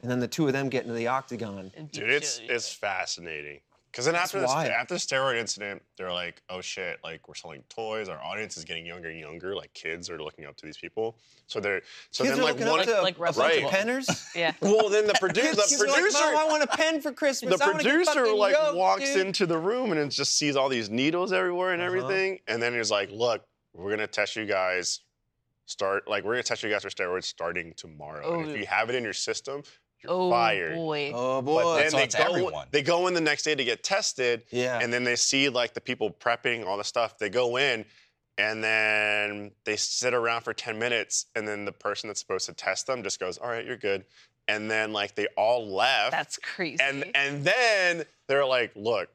B: and then the two of them get into the octagon.
E: And beat
A: dude,
E: the
A: it's
E: shit out of each
A: it's fascinating Because then after
B: That's
A: this,
B: wild.
A: after the steroid incident, they're like, oh shit, like we're selling toys. Our audience is getting younger and younger. Like kids are looking up to these people. So they're so
B: Kids
A: then
B: are
A: like
B: looking
A: one.
B: up to
E: Like
B: a bunch of
A: Right.
B: penners.
E: Yeah.
A: well, then the, produ-
B: Kids
A: the
B: are like,
A: producer.
B: Mom, I want a pen for Christmas.
A: the
B: I wanna get
A: producer
B: fucking
A: like
B: yoked,
A: walks
B: dude.
A: into the room and it just sees all these needles everywhere and
B: Uh-huh.
A: everything and then he's like look we're gonna test you guys start like we're gonna test you guys for steroids starting tomorrow and if
E: Oh.
A: you have it in your system you're
E: Oh
A: fired
E: boy.
B: Oh boy.
A: but then
D: so
A: they
D: it's
A: go,
D: everyone.
A: they go in the next day to get tested
B: yeah.
A: and then they see like the people prepping all the stuff they go in and then they sit around for 10 minutes and then the person that's supposed to test them just goes all right you're good and then like they all left
E: That's crazy.
A: and and then they're like, look,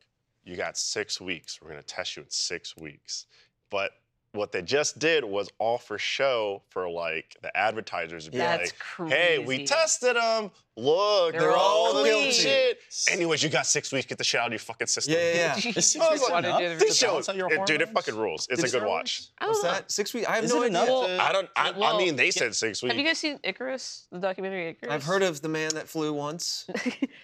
A: you got six weeks. We're gonna test you in six weeks. But what they just did was all for show for like the advertisers to be
E: That's
A: like,
E: crazy.
A: hey, we tested them. Look, they're,
E: They're all
A: all the
E: clean."
A: shit. Anyways, you got six weeks. Get the shit out of your fucking system.
B: yeah, yeah, yeah.
E: Jeez,
A: I was
E: what
A: like,
E: a
D: enough?
E: difference.
A: This show,
D: Balance out your
A: it, dude, it
D: hormones?
A: fucking rules. It's a
D: Did
A: good
D: steroids?
A: watch.
E: I don't
B: What's
E: know.
B: that? Six weeks? I have
D: Is
B: no
D: it
B: idea.
D: enough
E: Well,
D: to-
A: I don't. I, I
E: Well,
A: mean, they
E: yeah.
A: said six weeks.
E: Have you guys seen Icarus? The documentary Icarus?
B: I've heard of the man that flew once.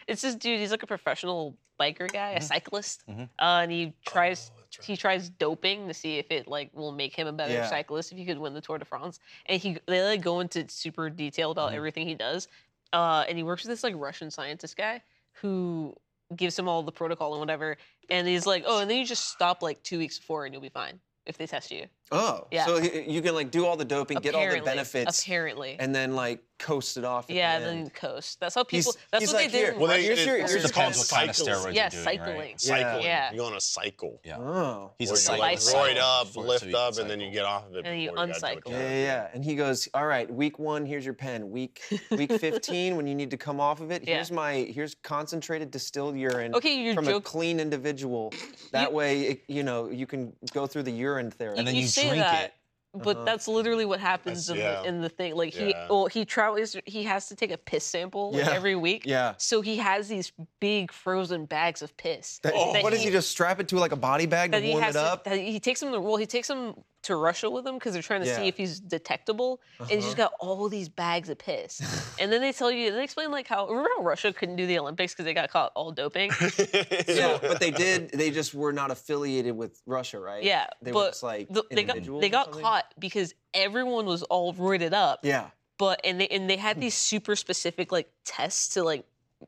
E: it's this dude. He's like a professional biker guy,
B: Mm-hmm.
E: a cyclist,
D: Mhm.
E: uh, and he tries
A: Oh, that's right.
E: he tries doping to see if it like will make him a better
B: Yeah.
E: cyclist if he could win the Tour de France. And he they like go into super detail about
B: Mm-hmm.
E: everything he does. Uh, and he works with this like Russian scientist guy who gives him all the protocol and whatever. And he's like, oh, and then you just stop like two weeks before and you'll be fine if they test you.
B: Oh,
E: Yeah.
B: so he- you can like do all the doping, get all the
E: Apparently-
B: benefits,
E: Apparently.
B: and then like coast it off. at
E: yeah,
B: the
E: and
B: end.
E: then coast. That's how
B: He's-
E: people. that's
B: he's
E: what
B: like,
E: they did.
B: "Here,
E: in
A: Well, they,
E: Russian
A: it,
B: You're
A: it's
B: serious.
E: culture.
D: Depends what kind of
A: cycling.
D: steroids you're
E: Yeah,
D: doing,
E: cycling.
D: right?
A: cycling.
E: Yeah.
A: You go on a cycle.
D: Yeah.
B: oh.
D: He's a
A: where you like
E: cyclist.
D: cyclist.
A: roid up,
D: for it, so
A: lift
D: you can
A: up, and then you
D: cycle.
A: get off of it.
E: And then you
A: before gotta do it
E: uncycle.
B: Yeah,
A: again.
B: yeah, yeah. And he goes, "All right, week one, here's your pen. Week week 15, when you need to come off of it,
E: Yeah.
B: here's my here's concentrated distilled urine
E: Okay, you're
B: from a
E: joking.
B: clean individual. That way, it, you know, you can go through the urine therapy.
D: And then
E: you
D: you,
E: say
D: drink
E: that,
D: it.
E: But
B: Uh-huh.
E: that's literally what happens
A: That's-
E: in,
A: yeah.
E: the, in the thing. Like he,
A: Yeah.
E: well, he travels. He has to take a piss sample like,
B: Yeah.
E: every week.
B: Yeah.
E: So he has these big frozen bags of piss.
B: That-
A: Oh,
B: what does he just strap it to like a body bag to
E: That he
B: warm
E: has
B: it
E: to,
B: up?
E: that he takes him to well, he takes him to Russia with him because they're trying to
B: Yeah. Uh-huh.
E: see if he's detectable, and he's just got all these bags of piss. and then they tell you, they explain like how remember how Russia couldn't do the Olympics because they got caught all doping.
B: yeah, but they did. They just were not affiliated with Russia, right?
E: Yeah,
B: they
E: but
B: were just like
E: the- they got
B: individuals
E: they
B: or
E: got
B: something?
E: caught because everyone was all roided up.
B: Yeah.
E: But and they and they
B: Hmm.
E: had these super specific like tests to like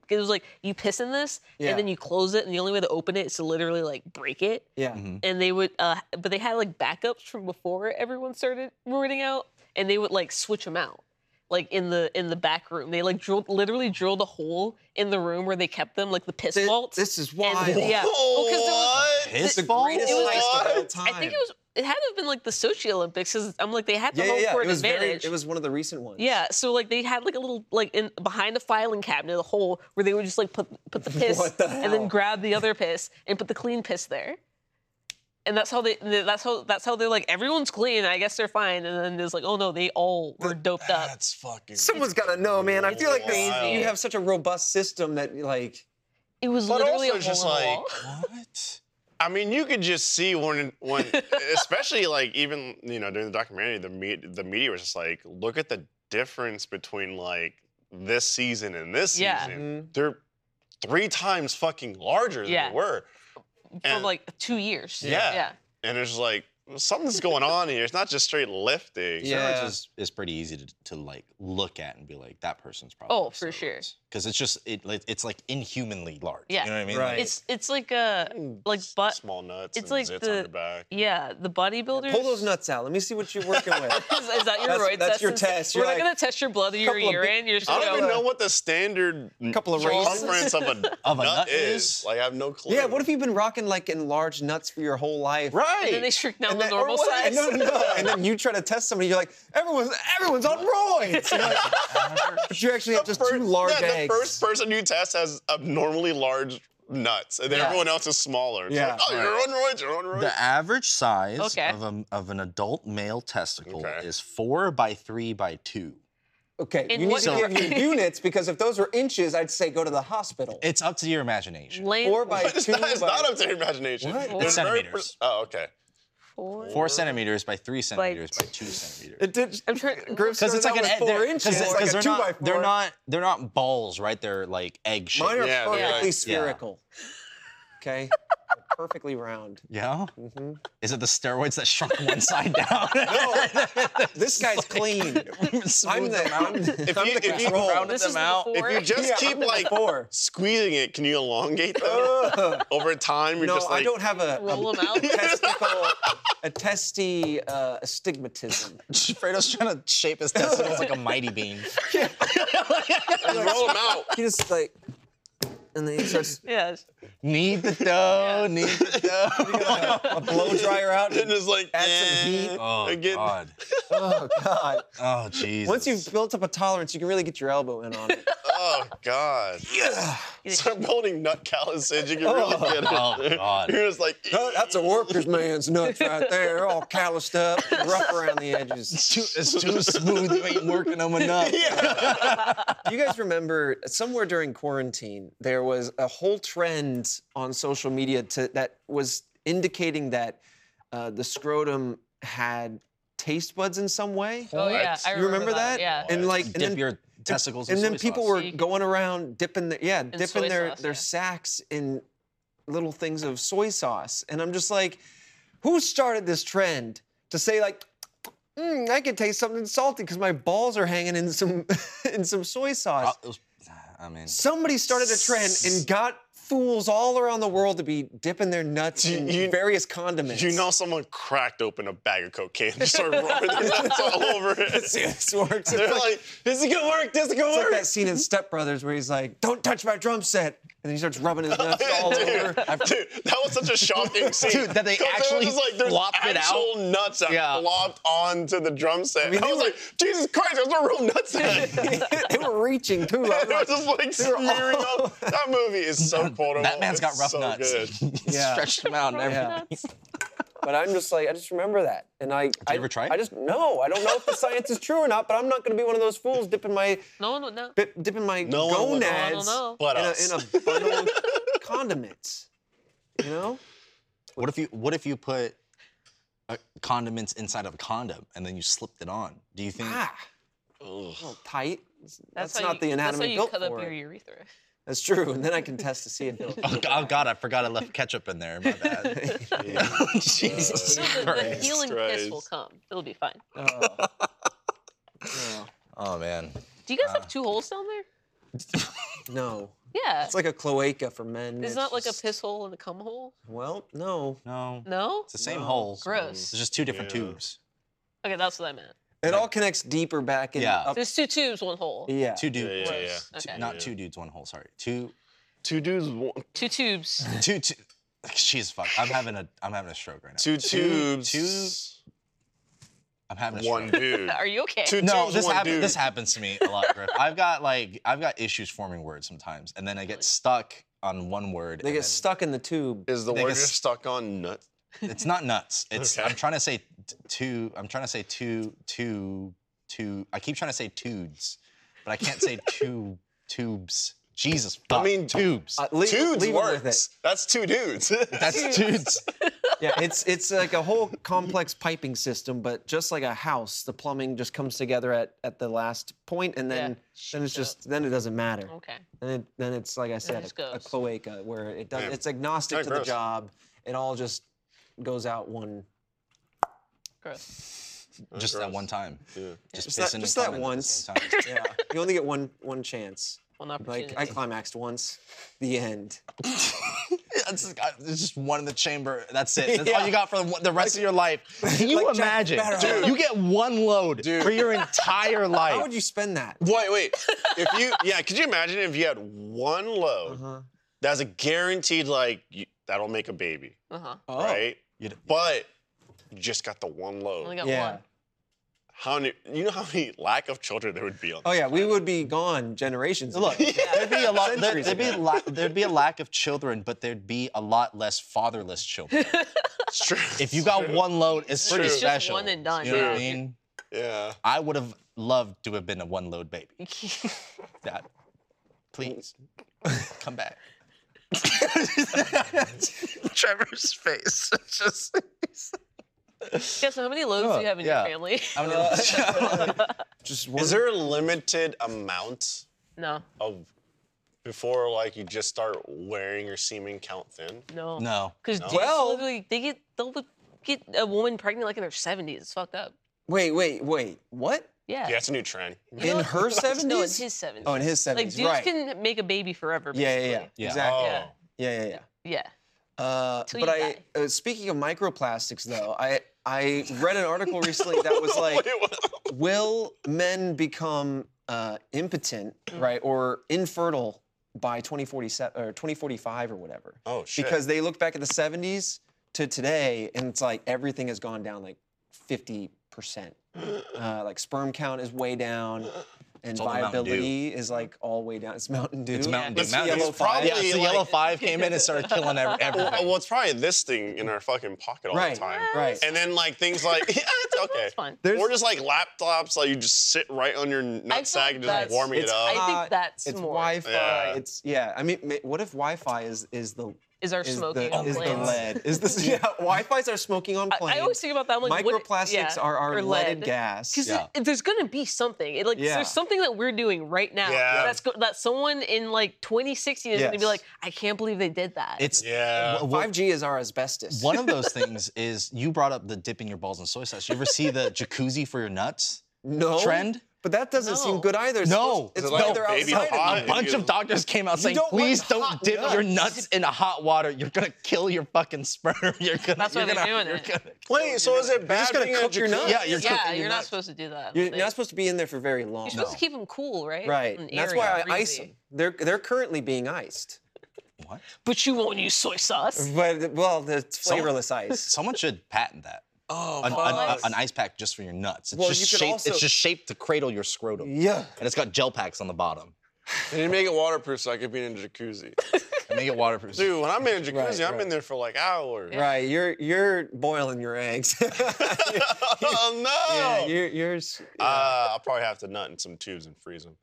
E: it was like you piss in this
B: Yeah.
E: and then you close it and the only way to open it is to literally like break it.
B: Yeah.
E: And they would uh but they had like backups from before everyone started roiding out and they would like switch them out. Like in the in the back room, they like drilled literally drilled a hole in the room where they kept them, like the piss
B: Thi-
E: vaults.
B: This is
E: and-
B: wild.
E: yeah, well, 'cause there was-
D: His
E: the
D: fault?
B: Greatest
E: It was-
B: heist of all time.
E: I think it was. It had to have been like the Sochi Olympics because I'm like they had the
B: Yeah, yeah,
E: home
B: yeah.
E: court
B: It was very.
E: advantage.
B: It was one of the recent ones.
E: yeah, so like they had like a little like in behind a filing cabinet, a hole where they would just like put put the piss
B: What the
E: and
B: hell?
E: then grab the other piss and put the clean piss there. And that's how they. That's how. That's how they're like everyone's clean. I guess they're fine. And then there's like, oh no, they all were doped up.
A: That's fucking.
B: Someone's got to know, man. I feel like this,
A: Wild.
B: you have such a robust system that, like,
E: It was
A: But
E: literally
A: also
E: a
A: it's just
E: hole in the
A: like-
E: wall.
D: What?
A: I mean, you could just see when, when, especially like even you know during the documentary, the me- the media was just like, look at the difference between like this season and this
E: Yeah. Mm-hmm.
A: season. They're three times fucking larger than
E: Yeah.
A: they were.
E: for
A: And-
E: like two years.
A: Yeah.
E: Yeah.
A: And it's just like something's going on here. It's not just straight lifting.
B: Yeah.
D: Steroids is, is pretty easy to, to like look at and be like that person's probably.
E: Oh, for sure.
D: Because it's just it like, it's like inhumanly large.
E: Yeah.
D: You know what I mean?
B: Right.
E: It's it's like uh, a like but
A: small nuts. It's
E: it's like
A: like zits
E: the-
A: on your back.
E: yeah the bodybuilders.
B: pull those nuts out. Let me see what you're working with.
E: Is, is that your
B: That's-
E: roid
B: that's
E: test?
B: your
E: Is-
B: test.
E: We're
B: You're
E: not
B: like,
E: gonna test your blood or your
B: couple of big-
E: urine. You're just
A: I
E: gonna
A: don't
E: go,
A: even know what the standard
B: Couple of races.
A: circumference of a,
D: Of a
A: nut,
D: nut
A: is.
D: is?
A: Like I have no clue.
B: yeah, what if you've been rocking, like, enlarged nuts for your whole life?
A: Right.
E: And then they shrink down
B: And
E: the
B: then- or
E: normal
B: what-
E: size.
B: No, no, no. and then you try to test somebody, you're like, everyone's, everyone's on roids. You're like, but you actually have just two
A: First-
B: large
A: yeah,
B: eggs.
A: The first person you test has abnormally large nuts, and then
E: Yeah.
A: everyone else is smaller. It's
B: Yeah.
A: like, oh, you're on roids. You're on roids.
D: The average size
E: Okay.
D: of, a, of an adult male testicle
A: Okay.
D: is four by three by two.
B: Okay,
E: And
B: you need
E: what-
B: to give your units because if those were inches, I'd say go to the hospital.
D: It's up to your imagination.
E: Lane
B: Four by
A: it's
B: two.
A: not, it's
B: by-
A: not up to your imagination.
B: What?
A: There's
D: It's
A: very
D: centimeters.
A: oh, okay.
E: four.
D: Four centimeters by three centimeters by two centimeters.
B: It did.
E: I'm trying.
B: Griff
D: Because
B: started
D: it's like
B: out
D: an
B: with
D: egg.
B: four
D: they're-
B: inches.
D: Cause,
B: It's
D: it-
B: like
D: 'cause
B: a
D: they're
B: two
D: not,
B: by four.
D: They're not. They're not balls, right? They're like egg shaped.
B: Mine are
A: Yeah, they're
B: perfectly
A: like-
B: spherical. Okay, perfectly round.
D: Yeah?
B: hmm
D: Is it the steroids that shrunk one side down?
A: Oh.
B: This guy's clean. I'm
D: Smooth
B: the,
D: them out.
B: I'm,
A: If
B: I'm
A: you-
B: the
A: if you-
B: control.
D: Rounded
E: This
D: them
E: is the
D: out.
E: before.
A: If you just
B: Yeah,
A: keep
B: I'm the
A: like
B: four.
A: squeezing it, can you elongate them
B: Ugh.
A: over time? You're
B: no,
A: just
B: I
A: like,
B: don't have a, a
E: roll them out.
B: testicle, a testy uh, astigmatism.
D: Fredo's trying to shape his testicles like a mighty bean.
A: roll them out.
B: He just like, and then he starts
E: Yes.
D: Need the dough, need the dough. a blow dryer out.
A: And it's like,
B: Add some
A: eh,
B: heat.
D: Oh
A: again.
D: God.
B: Oh God!
D: Oh Jesus.
B: Once you've built up a tolerance, you can really get your elbow in on it.
A: Oh God. Start building nut calluses. You can really
B: Oh.
A: get it.
D: Oh, God.
A: You're just like,
B: That- Oh, that's a worker's man's nuts right there, all calloused up, rough around the edges.
D: It's too, it's too smooth. You ain't working them enough.
B: Do you guys remember somewhere during quarantine there was a whole trend on social media to, that was indicating that uh, the scrotum had taste buds in some way?
E: Oh yeah, I
B: you
E: remember,
B: remember that?
E: Yeah.
B: And like,
D: Dip
B: and then,
D: your testicles. in
B: and then
D: soy
B: people
D: sauce.
B: were
E: Seek.
B: going around dipping their yeah,
E: soy
B: dipping their
E: sauce,
B: their
E: yeah.
B: sacks in little things of soy sauce, and I'm just like, who started this trend to say like, "Mm, I can taste something salty because my balls are hanging in some in some soy
D: Uh,
B: sauce.
D: it was- I mean,
B: Somebody started a trend and got fools all around the world to be dipping their nuts
A: You-
B: in
A: you-
B: various condiments.
A: you know, someone cracked open a bag of cocaine and just started rubbing their nuts all over
B: Let's see
A: it.
B: how this works.
A: They're
B: It's like-
A: like, this is gonna work. This is gonna
B: It's like
A: work.
B: that scene in Step Brothers where he's like, "Don't touch my drum set," and then he starts rubbing his nuts all
A: dude,
B: over.
A: dude, that was such a shocking scene.
D: Dude, that they
A: 'Cause there was
D: actually
A: just, like, there's
D: flopped it
A: actual nuts that
D: Yeah.
A: flopped onto the drum set. I,
B: mean, they
A: was
B: were-
A: like, Jesus Christ, those are real nuts. They
B: they were reaching too. I'm
A: were
B: like,
A: just like
B: they were all-
A: smearing up. That movie is so quotable.
D: Batman's got
A: It's
D: rough
A: so
D: nuts.
A: good.
B: Yeah.
D: Stretched them out and everything.
B: Yeah. but I'm just like, I just remember that, and I. Did I,
D: ever try it?
B: I just no. I don't know if the science is true or not, but I'm not going to be one of those fools dipping my
E: No one would know.
B: bi- dipping my
A: No one would know.
E: I don't
B: gonads
E: know.
A: But
B: in
A: us.
B: a, in a bundle of condiments. You know?
D: What if you What if you put uh, condiments inside of a condom and then you slipped it on? Do you think?
B: Ah,
A: Ugh.
B: a little tight. That's,
E: how
B: not
E: you-
B: the anatomy
E: That's how you
B: built
E: cut
B: for
E: up your
B: it.
E: urethra.
B: That's true, and then I can test to see if it'll.
D: Oh, God, oh, God, I forgot I left ketchup in there. My bad. Jesus
E: No, the, the
D: Christ.
E: healing
A: Christ.
E: kiss will come. It'll be fine.
B: Oh. Oh,
D: Oh man.
E: Do you guys
B: Ah.
E: have two holes down there?
B: no.
E: Yeah.
B: It's like a cloaca for men.
E: Uh, It's
B: It's
E: not like a
B: just-
E: piss hole and a cum hole.
B: Well, no.
D: No.
E: No.
D: It's the same
B: No.
D: hole.
E: Gross.
D: It's just two different
A: Yeah.
D: tubes.
E: Okay, that's what I meant.
B: It all connects deeper back in.
D: Yeah.
B: Up,
E: There's two tubes, one hole.
B: yeah.
D: Two dudes.
A: Yeah, yeah, yeah.
E: Okay.
D: Not
A: Yeah.
D: two dudes, one hole. Sorry. Two.
A: Two dudes, one,
E: Two tubes.
D: Two. two Jeez, fuck. I'm having a. I'm having a stroke right now.
A: two tubes,
D: I'm having a stroke.
A: one dude.
E: Are you okay?
A: Two
D: No,
A: tubes,
D: this
A: one
D: happens.
A: dude.
D: This happens to me a lot, Griff. I've got like I've got issues forming words sometimes, and then I get stuck on one word.
B: They
D: and
B: get
D: then-
B: stuck in the tube.
A: Is the
D: They
A: word
D: get
A: you're
D: s-
A: stuck on nut?
D: It's not nuts. It's
A: Okay.
D: I'm trying to say t- two. I'm trying to say two two two. I keep trying to say tudes, but I can't say two tubes. Jesus. Fuck.
A: mean,
D: tubes.
B: Uh, leave,
A: Dudes
B: leave it with it.
A: works. That's two dudes.
D: That's dudes.
B: Yeah, it's it's like a whole complex piping system, but just like a house, the plumbing just comes together at, at the last point, and then then it's
E: Shut
B: just then it doesn't matter.
E: Okay.
B: Then it, then it's like I said,
E: just
B: a, a
E: goes.
B: cloaca where it does
A: Yeah.
B: it's agnostic
A: Kinda
B: to the
A: gross.
B: job. It all just goes out one.
E: Gross.
D: Just that one time.
A: Oh, Yeah.
D: Just,
B: Just
D: pissing
B: that-
D: and
B: just that
D: coming at the
B: once.
D: same time.
B: Yeah, you only get one one chance.
E: One opportunity.
B: Like I climaxed once, the end.
D: Oh, That's just,
A: uh,
D: I- there's just one in the chamber. That's it. That's all
B: Yeah.
D: you got for the, the rest of your life. Can you
B: like Jack
D: imagine?
B: Sparrow.
D: You get one load
A: Dude.
D: for your entire life.
B: How would you spend that?
A: Wait, wait. If you, yeah, could you imagine if you had one load
B: Uh-huh.
A: that's a guaranteed, like, you, that'll make a baby,
E: Uh-huh.
B: Oh,
A: right?
D: You'd-
A: But you just got the one load.
E: Only got
B: yeah.
E: one.
A: how many, you know how many lack of children there would be on
B: Oh yeah, we would be gone generations.
D: Look,
B: ago.
D: there'd be a lot. There,
B: Centuries
D: there'd be
B: ago.
D: la- there'd be a lack of children, but there'd be a lot less fatherless children.
A: It's true.
D: If you got one load, it's pretty
A: It's just
D: special.
E: one and done,
D: You know what I
E: yeah.
D: mean?
A: Yeah.
D: I would have loved to have been a one load baby. That, please, come back. Trevor's face. It's just.
E: yeah. So how many
B: Oh,
E: loads do you have in
D: yeah.
E: your family?
D: I mean, it's-
B: Just
A: Is
B: one-
A: there a limited amount
E: no.
A: of before like you just start wearing your semen count thin?
E: No.
D: No.
E: Because
A: No.
B: Well-
E: they get they'll get a woman pregnant like in their seventies. It's fucked up.
B: Wait, wait, wait. What?
E: Yeah.
A: Yeah, it's a new trend.
E: You know,
B: In her 70s?
E: No, it's his seventies.
B: Oh, in his 70s.
E: Like dudes
B: right.
E: can make a baby forever.
B: yeah, yeah, yeah,
E: basically.
D: Yeah.
B: Exactly.
A: Oh.
E: Yeah.
B: Yeah, yeah,
E: Yeah.
B: yeah. Uh,
E: Till
B: but
E: you
B: I,
E: die.
B: uh, speaking of microplastics, though, I I read an article recently that was like,
A: Wait, what?
B: will men become uh, impotent,
D: Mm.
B: right, or infertile by 2047 or 2045 or whatever?
A: Oh shit.
B: Because they look back at the 70s to today, and it's like everything has gone down like 50 percent. Uh, like sperm count is way down, and
D: all the Mountain Dew.
B: viability is like all way down. It's Mountain Dew.
D: It's Mountain Dew.
A: It's
D: Mountain Dew's
B: yellow
D: probably-
A: five.
D: Yeah, so
A: like-
D: Yellow Five came in and started killing ev-
A: well,
D: everything.
A: well, it's probably this thing in our fucking pocket all
B: Right,
A: the time.
B: right.
A: And then like things like yeah, it's okay.
E: That's fine.
B: There's-
A: or just like laptops, like you just sit right on your nutsack and just like
E: that's-
A: warming it
B: It's-
A: up.
E: I
B: Uh,
E: think that's
B: it's
E: more
B: Wi-Fi.
A: Yeah.
B: It's yeah. I mean, ma- what if Wi-Fi is is the
E: is our
B: is
E: smoking
B: the,
E: on
B: is the
E: planes.
B: lead? Is this yeah? Wi-Fi's are smoking on
E: I,
B: planes.
E: I always think about that. I'm like, what-
B: Microplastics
E: yeah,
B: are our
E: or
B: leaded
E: lead.
B: gas.
E: Because
D: Yeah.
E: there's gonna be something. It, like
B: Yeah.
E: there's something that we're doing right now
A: Yeah.
E: that's go- that someone in like 2060 is gonna be
B: Yes.
E: like, I can't believe they did that.
D: It's
A: Yeah.
D: w- w-
B: Five G is our asbestos.
D: One of those things is you brought up the dipping your balls in soy sauce. You ever see the jacuzzi for your nuts?
B: no
D: trend?
B: but that doesn't seem
E: No.
B: good either. It's
D: No.
B: supposed- it's
A: Is it like
B: weather
A: baby
B: outside.
A: hot?
B: of
A: It
B: you.
D: A bunch
A: is-
D: of doctors came out saying,
B: don't want
D: please don't
B: hot
D: dip your
B: nuts."
D: nuts in a hot water. You're gonna kill your fucking sperm. You're gonna.
E: That's why
D: you're
E: they're
D: gonna,
E: doing
D: you're
E: it.
D: Gonna,
A: Wait, so is it bad?
B: just gonna
A: being a
B: cook your
A: jacuzzi-
B: nuts?
D: yeah, you're
E: yeah,
D: cooking
E: you're
D: your
E: not
D: nuts.
E: supposed to do that.
B: You're,
E: Like,
B: you're not supposed to be in there for very long.
E: you're supposed to keep them cool, right?
B: right.
E: And
B: And That's
E: airy
B: why
E: and
B: I ice
E: breezy.
B: them. They're they're currently being iced.
D: What?
E: But you won't use soy sauce.
B: But well, it's flavorless ice.
D: Someone should patent that.
B: Oh,
D: An, an-
E: Nice.
D: an ice pack just for your nuts. It's
B: Well,
D: just
B: you could
D: shaped.
B: also-
D: It's just shaped to cradle your scrotum,
B: yeah.
D: and it's got gel packs on the bottom.
A: They make it waterproof so I could be in a jacuzzi.
D: And make it waterproof.
A: Dude, when I'm in a jacuzzi,
B: Right,
A: I'm
B: right.
A: in there for like hours.
B: Right, you're you're boiling your eggs.
A: oh no.
B: yeah, you're you're s- yeah,
A: Uh, I'll probably have to nut in some tubes and freeze them.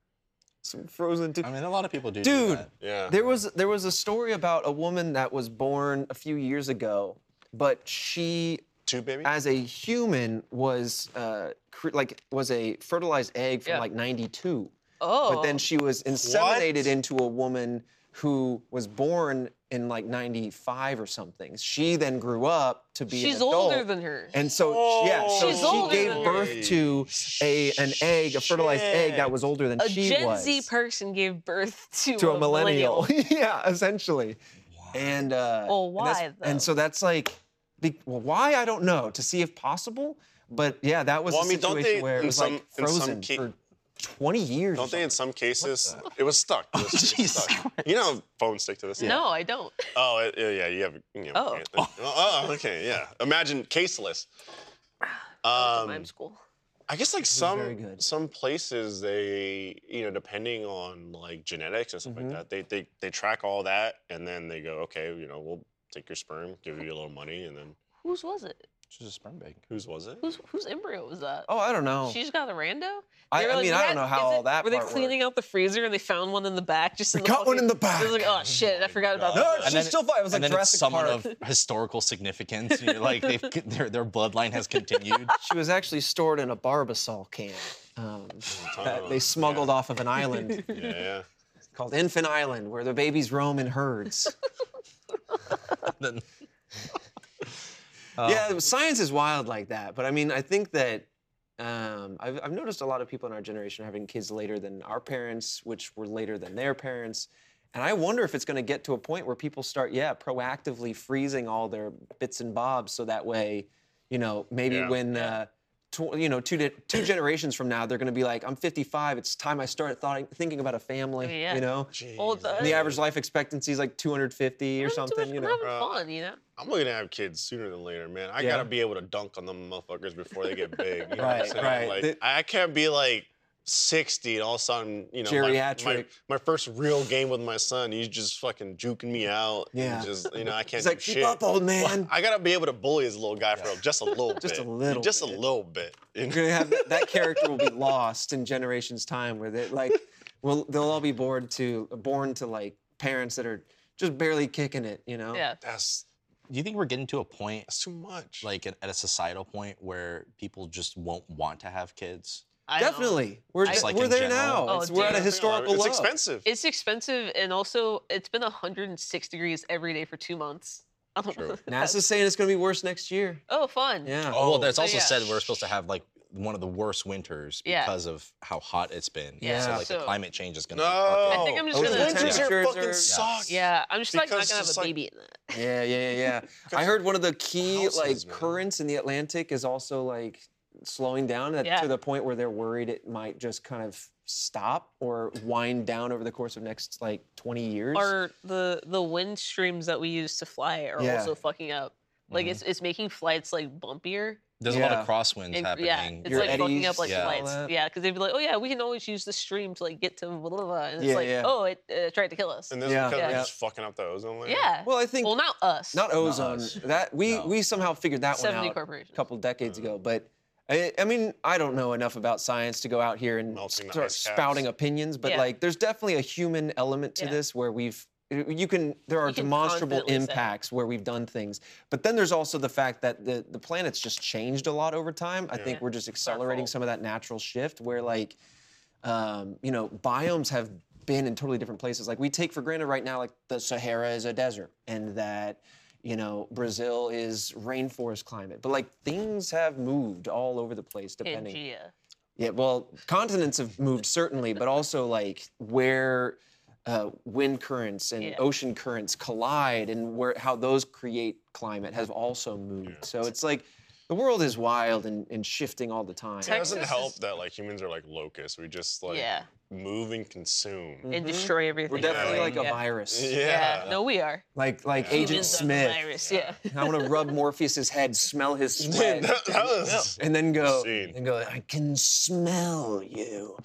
B: some frozen too.
D: I mean, a lot of people do. do
B: Dude,
D: that.
A: Yeah.
B: There was there was a story about a woman that was born a few years ago, but she,
A: Tube baby?
B: as a human, was uh, cre- like was a fertilized egg from
E: Yeah.
B: like '92,
E: Oh.
B: but then she was inseminated into a woman who was born in like '95 or something. She then grew up to be. an
E: she's
B: adult.
E: older than her.
B: And so yeah, so
E: She's
B: she
E: older
B: gave
E: than her.
B: birth to a an egg, a fertilized egg that was older than
E: a
B: she
E: Gen
B: was
E: Z person gave birth to,
B: to a millennial. yeah, essentially. And uh,
E: Well,
B: and that's-
E: why,
B: And,
E: though?
B: so that's like, be, well, why I don't know to see if possible. But yeah, that was
A: Well,
B: a
A: I mean, don't
B: situation
A: they-
B: where it
A: in
B: was
A: some-
B: like
A: in some
B: frozen
A: ca-
B: for 20 years. or
A: Don't they in
B: something.
A: some cases it was stuck. It was- it was
D: Jesus
A: stuck. You know how phones stick to this.
E: No, I don't.
A: Oh it, yeah, yeah, you have you know,
E: Oh.
A: can't- oh. oh, okay, yeah. Imagine caseless.
E: Um,
A: Um,
E: I'm school.
A: I guess like
B: is very
A: some
B: good.
A: some places they you know depending on like genetics and stuff
B: Mhm.
A: like that they, they they track all that and then they go okay you know we'll take your sperm give you a little money and then
E: Whose was it?
D: She's a sperm bank.
A: whose was it?
E: Whose whose embryo was that?
B: Oh, I don't know.
E: She just got a rando.
B: I-
E: They were
B: I mean,
E: "We
B: I don't
E: had-
B: know how
E: is
B: all
E: it-
B: that
E: Were they
B: part
E: cleaning out the freezer and they found one in the back? Just
B: We
E: in the
B: got one in the
E: fucking- It was like, oh shit, I forgot about
B: no,
E: that.
B: she's
D: then it-
B: still fine. It was like
D: and then
B: Jurassic
D: it's someone
B: Park.
D: of historical significance. You're like they've, their their bloodline has continued.
B: she was actually stored in a Barbasol can um, that they smuggled off of an island
A: Yeah, yeah.
B: called Infant Island, where the babies roam in herds.
D: Then-
A: Oh.
B: yeah, science is wild like that. But I mean, I think that um, I've, I've noticed a lot of people in our generation are having kids later than our parents, which were later than their parents. And I wonder if it's going to get to a point where people start, yeah, proactively freezing all their bits and bobs, so that way, you know, maybe
A: Yeah.
B: when. Uh, tw- you know, two, de- two generations from now, they're going to be like, "I'm 55. It's time I start thought- thinking about a family."
E: Yeah.
B: You know,
E: Old,
A: Jeez.
E: uh,
B: and the average life expectancy is like 250 or
E: I'm too much-
B: something. You know,
E: I'm having
A: Uh,
E: fun, you know.
A: I'm looking to have kids sooner than later, man. I
B: Yeah.
A: gotta be able to dunk on them motherfuckers before they get big. You know what I'm
B: Right,
A: saying?
B: right.
A: Like,
B: The-
A: I I can't be like 60 and all of a sudden, you know, my- My, my,
B: Geriatric.
A: first real game with my son, he's just fucking juking me out. and
B: Yeah.
A: just you know, I can't.
B: it's like,
A: do
B: "Keep
A: shit.
B: up, old man."
A: I gotta be able to bully his little guy for just a little bit.
B: Just a little
A: Just a
B: bit.
A: little bit. you know?
B: You're gonna have that, that character will be lost in generations time where they like will they'll all be born to born to like parents that are just barely kicking it, you know?
E: Yeah.
A: That's
D: Do you think we're getting to a point,
A: that's too much.
D: like at, at a societal point, where people just won't want to have kids?
E: I don't know.
B: Definitely. We're,
E: I-
B: just,
E: Like
B: we're
D: in
B: there
D: general.
B: now.
E: Oh,
B: It's- we're at a
E: dude.
B: historical
A: It's
B: low.
A: expensive.
E: It's expensive, and also it's been 106 degrees every day for two months. I don't
A: True.
E: know.
B: NASA's saying it's going to be worse next year.
E: Oh, fun.
B: Yeah.
D: Oh, well, that's
E: Oh,
D: also
E: yeah.
D: said we're supposed to have like one of the worst winters
E: Yeah.
D: because of how hot it's been.
E: Yeah.
D: So like the
E: So-
D: climate change is gonna.
A: No.
E: I think I'm just
B: Oh,
A: The
B: it's
E: gonna.
B: intense.
A: winters here
B: temperatures
A: fucking
B: are-
A: sucks.
E: Yeah, I'm just like
A: Because
E: not gonna have
A: just,
E: a
A: like-
E: baby in that.
B: Yeah, yeah, yeah, yeah. I heard one of the key
A: houses,
B: like
A: man.
B: currents in the Atlantic is also like slowing down at,
E: Yeah.
B: to the point where they're worried it might just kind of stop or wind down over the course of next like 20 years.
E: Or the the wind streams that we use to fly are
B: Yeah. Mm-hmm.
E: also fucking up. Like
D: Mhm.
E: it's it's making flights like bumpier.
D: There's a lot
B: Yeah.
D: of crosswinds
E: And,
D: happening.
E: yeah, it's
B: Your
E: like fucking
B: eddies
E: up like
D: and all
E: flights.
B: that.
E: Yeah, because they'd be like, oh yeah, we can always use the stream to like get to blah blah blah, and it's
B: Yeah,
E: like,
B: yeah.
E: oh, it uh, tried to kill us.
A: And this
B: Yeah.
A: is because
E: Yeah.
A: we're just fucking up the ozone layer.
E: yeah.
B: well,
E: Well,
B: I think
E: not us.
B: not
A: Oh,
B: ozone.
D: us.
B: that we
D: No.
B: we somehow figured that one
E: seventy
B: out
E: corporations.
B: a couple
A: Mm.
B: decades ago, but I, I mean, I don't know enough about science to go out here and
A: Melting the
B: start
A: ice caps.
B: spouting opinions, but
E: Yeah.
B: like there's definitely a human element to
E: Yeah.
B: this where we've you can there are
E: You can
B: demonstrable
E: confidently say.
B: impacts where we've done things. But then there's also the fact that the the planet's just changed a lot over time. I think
E: Yeah.
B: we're just
E: our
B: accelerating
E: fault.
B: some of that natural shift where like um, you know, biomes have been in totally different places. Like we take for granted right now, like the Sahara is a desert and that, you know, Brazil is rainforest climate. But like things have moved all over the place depending.
E: Pangea.
B: Yeah, well, continents have moved certainly, but also like where uh, wind currents and
E: Yeah.
B: ocean currents collide and where how those create climate have also moved. So it's like the world is wild and, and shifting all the time.
A: It doesn't
E: Texas
A: help
E: is-
A: that like humans are like locusts. We just like
E: yeah,
A: move and
D: Mm.
A: consume.
E: and destroy everything.
B: Mm-hmm. We're definitely
A: Yeah.
B: like a
E: yeah.
B: virus.
E: Yeah.
A: Yeah.
E: no, we are.
B: Like like
A: Yeah.
B: Agent
E: Humans are the
B: Smith.
E: virus, Yeah.
B: I want to rub Morpheus's head, smell his
A: Dude,
B: sweat,
A: that, that was.
B: and then go
A: Scene.
B: and go. I can smell you.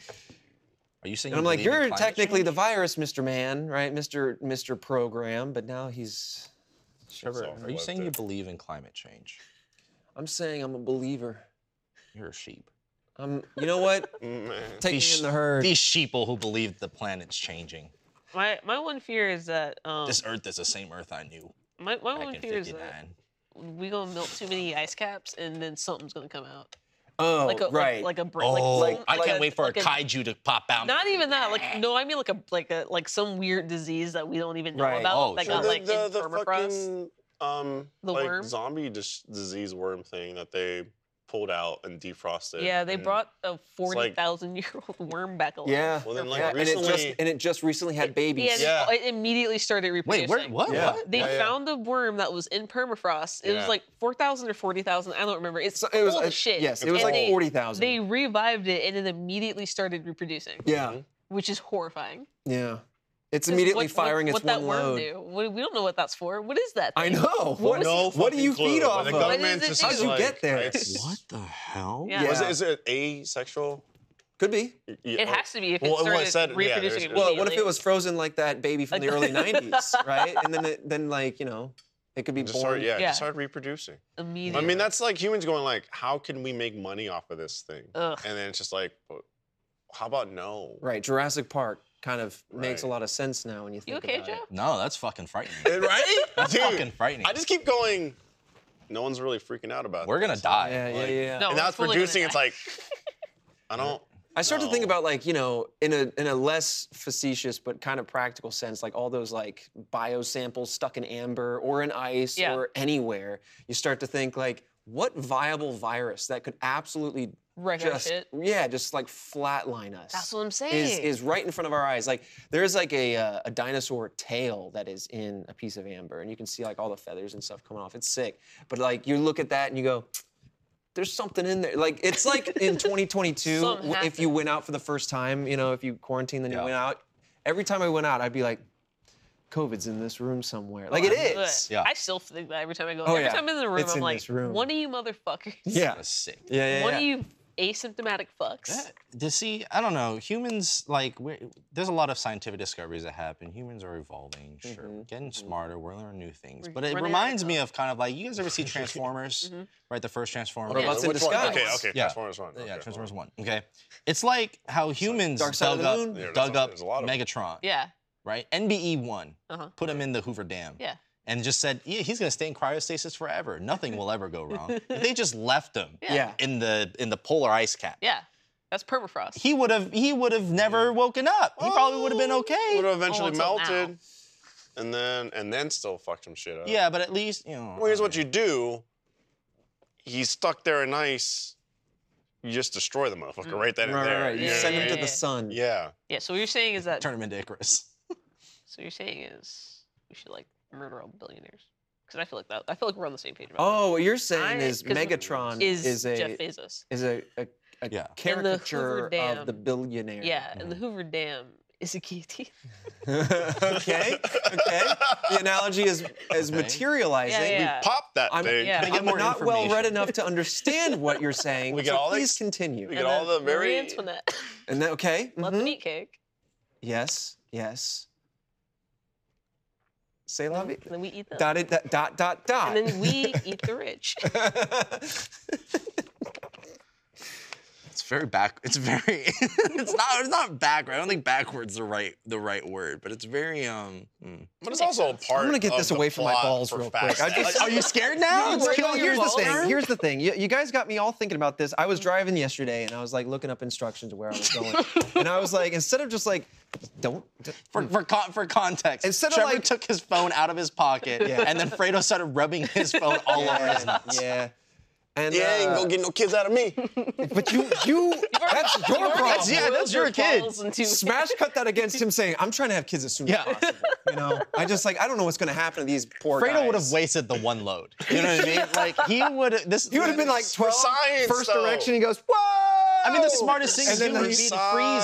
D: Are you saying?
B: And I'm
D: you
B: like,
D: believe in
B: you're
D: climate
B: technically
D: change?
B: the virus, Mr. Man, right, Mr. Mr. Program. But now he's.
D: Trevor,
A: Soft
D: are you saying you
A: left it.
D: believe in climate change?
B: I'm saying I'm a believer.
D: You're a sheep.
B: I'm. You know what?
A: Mm, Man.
B: Take me
D: These-
B: in the herd.
D: These sheeple who believe the planet's changing.
E: My my one fear is that um
D: This Earth is the same Earth I knew
E: my, my
D: back
E: one
D: in
E: fear is that
D: '59.
E: we gonna melt too many ice caps and then something's gonna come out.
B: oh,
E: Like a
B: right.
E: like, like a br- like,
D: Oh,
E: like,
D: I
E: like
D: can't wait for
E: like
D: a kaiju to pop out.
E: Not even that. Like no, I mean like a like a like some weird disease that we don't even know
B: Right.
E: about
D: Oh,
E: that
D: sure.
E: got
A: the,
E: like
A: the,
E: in
A: the
E: permafrost.
A: fucking um
E: The
A: like
E: worm?
A: zombie dis- disease worm thing that they pulled out and defrosted.
E: yeah, they
A: and-
E: brought a forty thousand year old worm back alive.
B: yeah.
A: Well, then like
B: yeah. And it just
A: recently.
B: and it just recently had babies.
E: Yeah, and
A: Yeah.
E: It immediately started
D: Wait,
E: reproducing.
D: where, what?
B: Yeah.
D: What?
E: They
A: Yeah, yeah.
E: found a worm that was in permafrost. It was
A: Yeah.
E: like 4,000 or 40,000. I don't remember. It's
B: So it was
E: old
B: uh,
E: as shit.
B: Yes, it was
E: And
B: like
E: they-
B: forty thousand.
E: They revived it and it immediately started reproducing,
B: yeah,
A: Mm-hmm.
E: which is horrifying.
B: yeah. It's
E: 'Cause
B: immediately
E: what-
B: firing
E: what,
B: its one
E: what that
B: load.
E: worm do? What- we don't know what that's for. What is that?
B: I
E: thing?
B: know. What,
A: no
B: what do
A: fucking
B: you
A: clue,
B: feed
A: but
B: off
A: The
B: of?
A: government
E: What is
A: just
E: it
B: How'd you
A: like,
B: get there?
A: it's-
D: What the hell?
E: Yeah.
A: Was
B: Yeah.
A: it, is it asexual?
B: Could be.
E: It has to be if it
A: Well, well, it
E: started
A: said- yeah,
E: reproducing
A: there's-
B: Well, what if
E: immediately.
B: it was frozen like that baby from the
E: Like-
B: early '90s, right? And then, it, then like you know, it could be
A: Just
B: born.
A: started, yeah,
E: Yeah.
A: just started reproducing.
E: immediately?
A: I mean, that's like humans going like, how can we make money off of this thing?
E: Ugh.
A: And then it's just like, but how about no?
B: Right. Jurassic Park kind of makes a
A: Right.
B: lot of sense now when you
E: You
B: think
E: okay,
B: about it.
E: Joe?
D: No, that's fucking frightening.
A: Right?
D: That's
A: Dude,
D: fucking frightening.
A: I just keep going. No one's really freaking out about.
D: We're gonna
A: this."
D: die.
B: Yeah, yeah,
D: Like,
B: yeah.
E: No,
A: And
E: we're
A: now it's
E: fully gonna
A: producing. It's
E: die.
A: like, I don't.
B: I start to think
A: no.
B: about like you know, in a in a less facetious but kind of practical sense, like all those like bio samples stuck in amber or in ice
E: Yeah.
B: or anywhere. You start to think like, what viable virus that could absolutely
E: wreck our
B: just
E: shit.
B: yeah, just like flatline us.
E: That's what I'm
B: is,
E: saying.
B: is right in front of our eyes. Like there's like a, uh, a dinosaur tail that is in a piece of amber, and you can see like all the feathers and stuff coming off. It's sick. But like you look at that and you go, there's something in there. Like it's like in 2022,
E: Something
B: w- if you went out for the first time, you know, if you quarantined then you
D: Yeah.
B: went out. Every time I went out, I'd be like, COVID's in this room somewhere. Like it
E: Ugh.
B: is.
D: Yeah.
E: I still think that every time I go.
B: Oh,
E: every
B: yeah.
E: time I'm in the room,
B: It's
E: I'm
B: in
E: like,
B: this room.
E: one of you motherfuckers.
B: Yeah.
D: That's sick.
B: Yeah. yeah,
E: One
B: yeah.
E: of you asymptomatic fucks.
D: That- to see, I don't know. Humans like we're, there's a lot of scientific discoveries that happen. Humans are evolving, sure, we're getting smarter, we're learning new things.
E: Mm-hmm, We're
D: But it
E: running out of Mm-hmm.
D: reminds me of kind of like you guys ever see Transformers, right? The first Transformers.
B: Robots in
A: Which one?
B: disguise.
A: Okay, okay.
D: Yeah.
A: Transformers one.
D: Yeah,
A: okay.
D: Transformers One. Okay, it's like how humans
B: Dark Side of
D: dug
B: the
D: up,
B: Moon? Yeah,
A: there's
D: dug
A: a-
D: up
A: there's a lot of 'em.
D: Megatron,
E: Yeah.
D: right? NBE One,
E: Uh-huh.
D: put him in the Hoover Dam,
E: Yeah.
D: and just said, yeah, he's gonna stay in cryostasis forever. Nothing will ever go wrong. If they just left him
B: Yeah.
D: in the in the polar ice cap.
E: Yeah. That's permafrost.
D: He would have he would have never woken up. He probably would have been
A: Would
D: okay.
A: have eventually
E: until now.
A: melted, and then and then still fucked some shit up.
D: Yeah, but at least you know.
A: Well, here's what you do. He's stuck there in ice. You just destroy the motherfucker
E: Mm.
A: right then and
B: Right,
A: there.
B: right, right. You
A: know what
B: send
A: I
B: him to
A: mean?
B: the sun.
A: Yeah.
E: yeah. So what you're saying is that.
D: turn him into Icarus.
E: So you're saying is we should like murder all the billionaires because I feel like that. I feel like we're on the same page. About
B: Oh, what you're saying
E: I-
B: is
E: 'cause
B: Megatron
E: that. is,
B: is, a
E: Jeff Bezos?
B: is a, a, a
D: Yeah.
E: And the Hoover
B: caricature of the
E: Dam.
B: billionaire.
E: Yeah, and the
B: Mm-hmm.
E: Hoover Dam is a guillotine.
B: okay. Okay. The analogy is is
D: Okay.
B: materializing.
E: Yeah, yeah.
A: Pop that
B: I'm,
A: thing.
E: Yeah.
B: I'm
D: more
B: not well read
D: information.
B: enough to understand what you're saying.
A: We
B: so
A: get all
B: please
A: ex-
B: continue.
A: we get
E: And
A: all
E: then
A: the very-
E: Marie Antoinette
B: And then okay.
E: loved
B: mhm.
E: an eat cake.
B: Yes. Yes. Say la vie.
E: And then we eat them.
B: Dot it. Dot dot dot. dot.
E: and then we eat the rich.
D: It's very back. It's very. it's not. It's not backward. I don't think backwards the right the right word, but it's very um. mm.
A: But it's also a part.
B: I'm gonna get
A: of
B: this
A: the
B: away from my
A: plot
B: balls
A: for
B: real
A: Fast
B: quick. I
A: X.
B: just-
A: Like,
B: Are you
D: scared
B: No,
E: worried about your
B: Oh, here's the
E: vulgar?
B: thing. Here's the thing. You, you guys got me all thinking about this. I was driving yesterday and I was like looking up instructions of where I was going, and I was like, instead of just like, don't. d-
D: For for, con- for context,
B: Instead of,
D: Trevor
B: like-
D: took his phone out of his pocket,
B: Yeah.
D: and then Fredo started rubbing his phone all over his
B: yeah,
D: nuts.
B: yeah. And
A: yeah, ain't
B: uh,
A: gonna get no kids out of me.
B: but you, you, that's your problem.
D: yeah, that's your kid.
B: Smash cut that against him saying, "I'm trying to have kids as soon as
D: Yeah.
B: possible." You know, I just like I don't know what's gonna happen to these poor
D: Fredo would have
B: guys.
D: wasted the one load. You know what I mean? Like he would. This
B: He would have been like 12,
A: science,
B: first
A: though.
B: direction. He goes, "Whoa!"
D: I mean, the smartest thing
B: And
D: to
B: then
D: do would be to freeze
A: the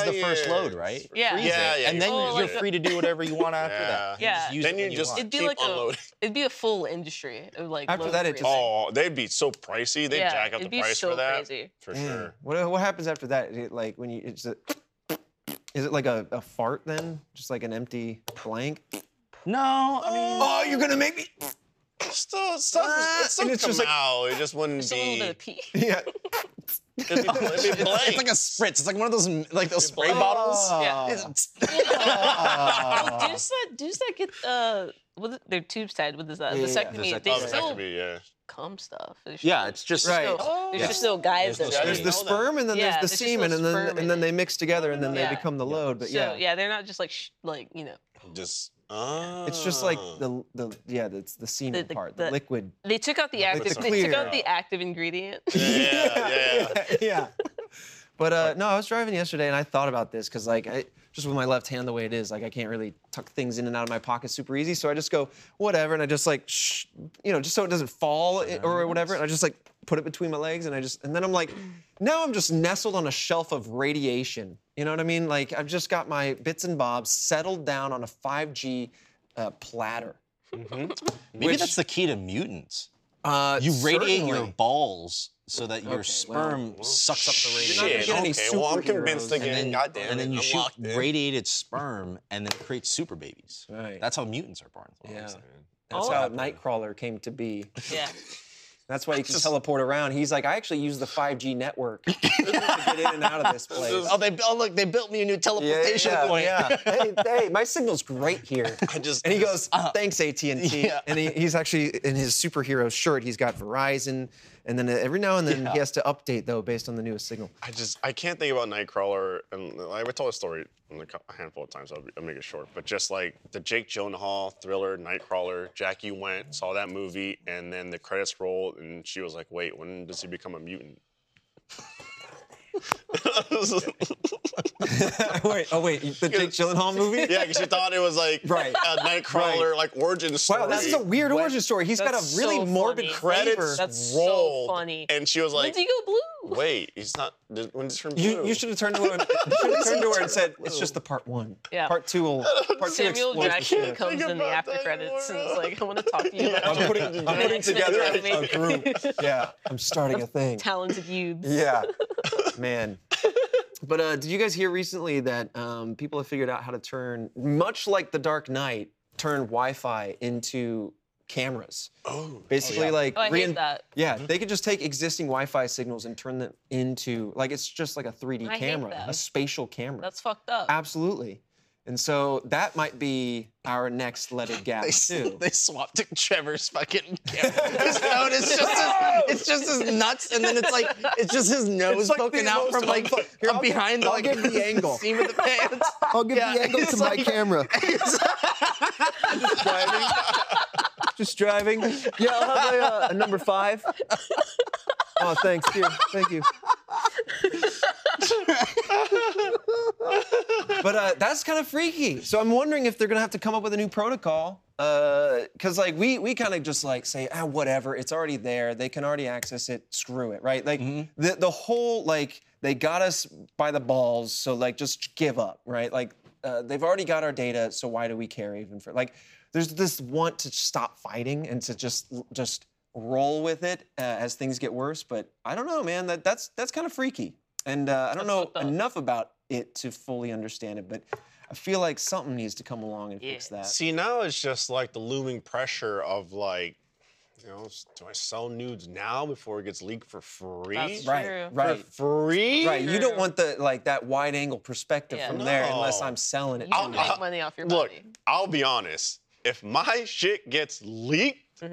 D: "Oh." the first load,
A: science.
D: right?
E: Yeah.
D: Freeze
A: Yeah,
D: it,
A: yeah,
D: And
A: you
D: then
A: freeze
D: you're
A: it.
D: free to do whatever you want after that.
E: Yeah.
D: You just use
A: Then
D: it
A: you
D: when
A: just-
D: want.
E: It'd be
A: Keep
E: like
A: unloading.
E: a, it'd be a full industry of like
B: After
E: low
B: that, it's-
E: freezing.
A: Oh, they'd be so pricey. They'd
E: Yeah,
A: jack up the
E: it'd be
A: price
E: so
A: for that.
E: crazy.
A: For
B: Damn.
A: sure.
B: What what happens after that? Is it like when you it's a, is it like a, a fart then? Just like an empty blank?
D: No, I mean.
B: Oh, you're gonna make me.
A: Still, still,
B: Ah,
A: it's still
B: and it's
A: come
B: just like-
A: out. It just wouldn't
E: Just a little
A: be.
E: bit of pee.
B: Yeah.
A: It'd be, it'd be blank.
D: It's like a spritz. It's like one of those like those spray
E: blank.
D: bottles.
B: Ah.
E: Yeah.
D: It's-
E: Well, dudes Oh, that dudes that get uh, what is- their tubes tied. What is that?
B: Yeah, yeah, yeah.
E: vasectomy.
D: Vasectomy.
E: They
A: Oh,
D: it's
A: that
E: still
A: could be, yeah.
E: cum stuff. There's
D: yeah,
E: no-
D: it's just
B: Right.
E: no-
B: Oh,
E: there's
D: yeah.
E: just no guys.
D: There's
E: that
D: no
E: do
B: There's
E: it.
B: the
A: didn't know that.
B: sperm and then
E: Yeah,
B: there's the
E: there's just
B: semen
E: no
B: and then
E: sperm in
B: and then
E: it.
B: they mix together and then
E: Yeah.
B: they become the load. But
E: So
B: yeah.
E: yeah. they're not just like sh- like you know
A: Just. Ah.
B: It's just like the the yeah, it's the semen
E: the-
B: part, the,
E: the-
B: liquid.
E: they took out the
A: Like
E: active
A: it's
E: they took
B: clear.
E: out the active ingredient.
A: Yeah, yeah. yeah.
B: yeah. But uh, no, I was driving yesterday and I thought about this because like I just with my left hand the way it is, like I can't really tuck things in and out of my pocket super easy. So I just go whatever, and I just like shh, you know, just so it doesn't fall i- or whatever. And I just like put it between my legs, and I just and then I'm like, now I'm just nestled on a shelf of radiation. You know what I mean? Like I've just got my bits and bobs settled down on a 5G uh, platter.
D: Maybe that's the key to mutants.
B: Uh,
D: You radiate your
B: certainly.
D: balls so that your
B: Okay,
D: sperm sucks up the
A: Shit.
D: radiation.
B: get any
A: okay, well, I'm
B: superheroes.
A: convinced
B: And
A: again. Goddamn
D: and
A: it,
D: then you
A: I'm
D: shoot
A: locked in.
D: radiated sperm, and then it creates super babies.
B: Right.
D: That's how mutants are born.
B: Yeah.
E: Oh.
B: That's how Nightcrawler came to be.
E: yeah.
B: That's why you can teleport around. He's like, I actually use the 5G network to get in and out of this place.
D: Oh, they oh look, they built me a new teleportation point.
B: yeah. hey, hey, my signal's great here.
A: I just.
B: And he goes, thanks AT&T.
D: Yeah.
B: And he, he's actually in his superhero shirt. He's got Verizon, and then every now and then he has to update though based on the newest signal.
A: I just I can't think about Nightcrawler, and like, I told a story in a cou- a handful of times. I'll, be- I'll make it short, but just like the Jake Gyllenhaal thriller Nightcrawler, Jackie went saw that movie, and then the credits rolled, and she was like, "Wait, when does he become a mutant?"
B: wait, oh wait, the Jake Gyllenhaal movie?
A: yeah, because she thought it was like
B: Right.
A: a Nightcrawler like origin story.
B: Wow, that's a weird origin story. He's got
E: That's
B: a really
E: so
B: morbid
E: funny.
B: flavor.
A: credits
E: That's so
A: rolled,
E: funny.
A: and she was like,
E: Lindsay go blue.
A: "Wait, he's not. did- When did he turn
B: You,
A: blue?"
B: you should have turned to her. you should have turned to her and said, "It's just the part one.
E: Yeah.
B: Part two will. Part two
E: Samuel
B: explodes the
E: Jackson
B: shit."
E: comes in the
A: about
E: after
A: that
E: credits and
A: anymore.
E: is like, I want to talk to you
B: I'm
E: about
B: putting,
E: your
B: I'm putting
E: X-Men
B: together a,
E: drama.
B: a group. Yeah, I'm starting a thing.
E: talented youths.
B: Yeah, man. But uh, did you guys hear recently that um, people have figured out how to turn, much like The Dark Knight, turn Wi-Fi into cameras?
A: Oh.
B: Basically, like
E: Oh, I hate
B: rein-
E: that.
B: Yeah, they could just take existing Wi-Fi signals and turn them into like it's just like a 3D
E: I hate
B: camera,
E: that.
B: a spatial camera.
E: That's fucked up.
B: Absolutely. And so that might be our next Let It Gap
D: They,
B: too.
D: they swapped to Trevor's fucking camera. His phone is just his, it's just his nuts, and then it's like it's just his nose
B: like the
D: poking out from like
B: most-
D: from
B: I'll-
D: behind
B: I'll
D: like,
B: give the angle.
D: seam of the pants.
F: I'll give
D: Yeah,
F: the angle
D: it's
F: to
D: like-
F: my camera.
B: Just driving.
F: Just driving. Yeah, I'll have a, uh, a number five. Oh, thanks. Here, thank you.
B: but uh, that's kind of freaky. So I'm wondering if they're gonna have to come up with a new protocol, because like we we kind of just like say ah whatever, it's already there, they can already access it, screw it, right? Like
E: Mm-hmm.
B: the the whole like they got us by the balls, so like just give up, right? Like uh, they've already got our data, so why do we care even for like? There's this want to stop fighting and to just just roll with it uh, as things get worse, but I don't know, man. That that's that's kind of freaky, and uh, I don't know
E: fucked up.
B: enough about it to fully understand it, but I feel like something needs to come along and fix
E: Yeah.
B: that.
A: See, now it's just like the looming pressure of like, you know, s- do I sell nudes now before it gets leaked for free?
E: That's
A: For
B: right,
E: True.
B: right,
A: free?
B: right. You don't
E: True.
B: want the like that wide angle perspective
E: Yeah.
B: from there unless
A: No.
B: I'm selling it.
E: You
B: to
E: can
B: you.
E: make money off your
A: Look,
E: body.
A: I'll be honest. If my shit gets leaked,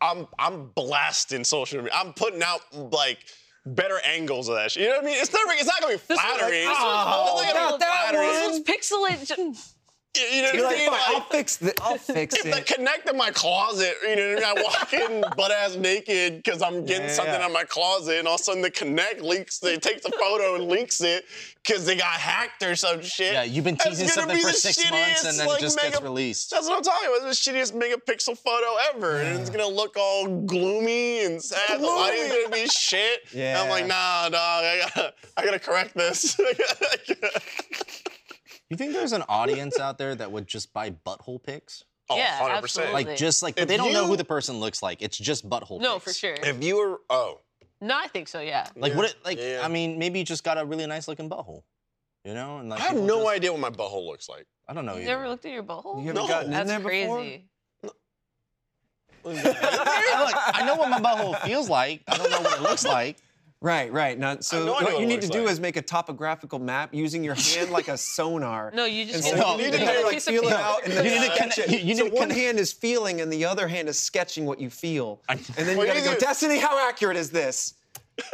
A: I'm I'm blasting social media. I'm putting out like better angles of that shit. You know what I mean? It's never it's not gonna be
E: This one's like,
A: flattering.
E: this one's
A: It's not gonna
E: not
A: be
E: that
A: flattering.
E: This one's pixelated.
A: You know what I
B: You're like,
A: mean?
B: "Fine, I'll
A: Like,
B: fix it. I'll fix
A: if they
B: it.
A: connect in my closet, you know what I mean? I walk in butt ass naked because I'm getting
B: Yeah.
A: something out of my closet, and all of a sudden the connect leaks. They take the photo and leaks it because they got hacked or some shit.
D: Yeah, you've been
A: That's
D: teasing
A: gonna
D: something
A: be
D: for
A: the
D: six months,
A: shittiest,
D: and then
A: like,
D: it just gets
A: mega-
D: released.
A: That's what I'm talking about. It's the shittiest megapixel photo ever. And it's gonna look all gloomy and sad. The lighting's gonna be shit. And I'm like,
B: Yeah.
A: nah, dog, I gotta, I gotta correct this.
D: You think there's an audience out there that would just buy butthole pics?
A: oh,
E: Yeah,
A: 100%.
E: absolutely.
D: Like just like but
A: If
D: they don't know
A: you-
D: who the person looks like. It's just butthole.
E: No,
D: pics.
E: for sure.
A: If you were, oh,
E: No, I think so. Yeah.
D: Like
A: Yeah.
D: what? It, like
A: Yeah, yeah.
D: I mean, maybe you just got a really nice looking butthole. You know, and like
A: I have
D: people
A: no
D: just-
A: idea what my butthole looks like.
D: I don't know.
E: you
D: either.
E: never looked at your butthole?
B: You
A: Oh,
B: haven't
A: No.
B: gotten in
E: That's
B: there before.
E: crazy.
D: I, like, I know what my butthole feels like. I don't know what it looks like.
B: Right, right. Now, so
A: know I know
B: what
A: what
B: you
A: it
B: need to
A: looks
B: do
A: like.
B: is make a topographical map using your hand like a sonar.
E: No, you just
B: And
E: get
B: so
E: a-
D: No,
B: you need
D: you
B: to
D: need
B: kind
D: a
B: of like
E: piece of
B: feel it
E: paper.
B: out, and
D: You
B: then
D: need to
B: uh,
D: connect- you- you
B: so
D: need to
B: one
D: connect-
B: hand is feeling, and the other hand is sketching what you feel, and then you
A: Well,
B: gotta
A: you
B: go,
A: need-
B: Destiny, how accurate is this?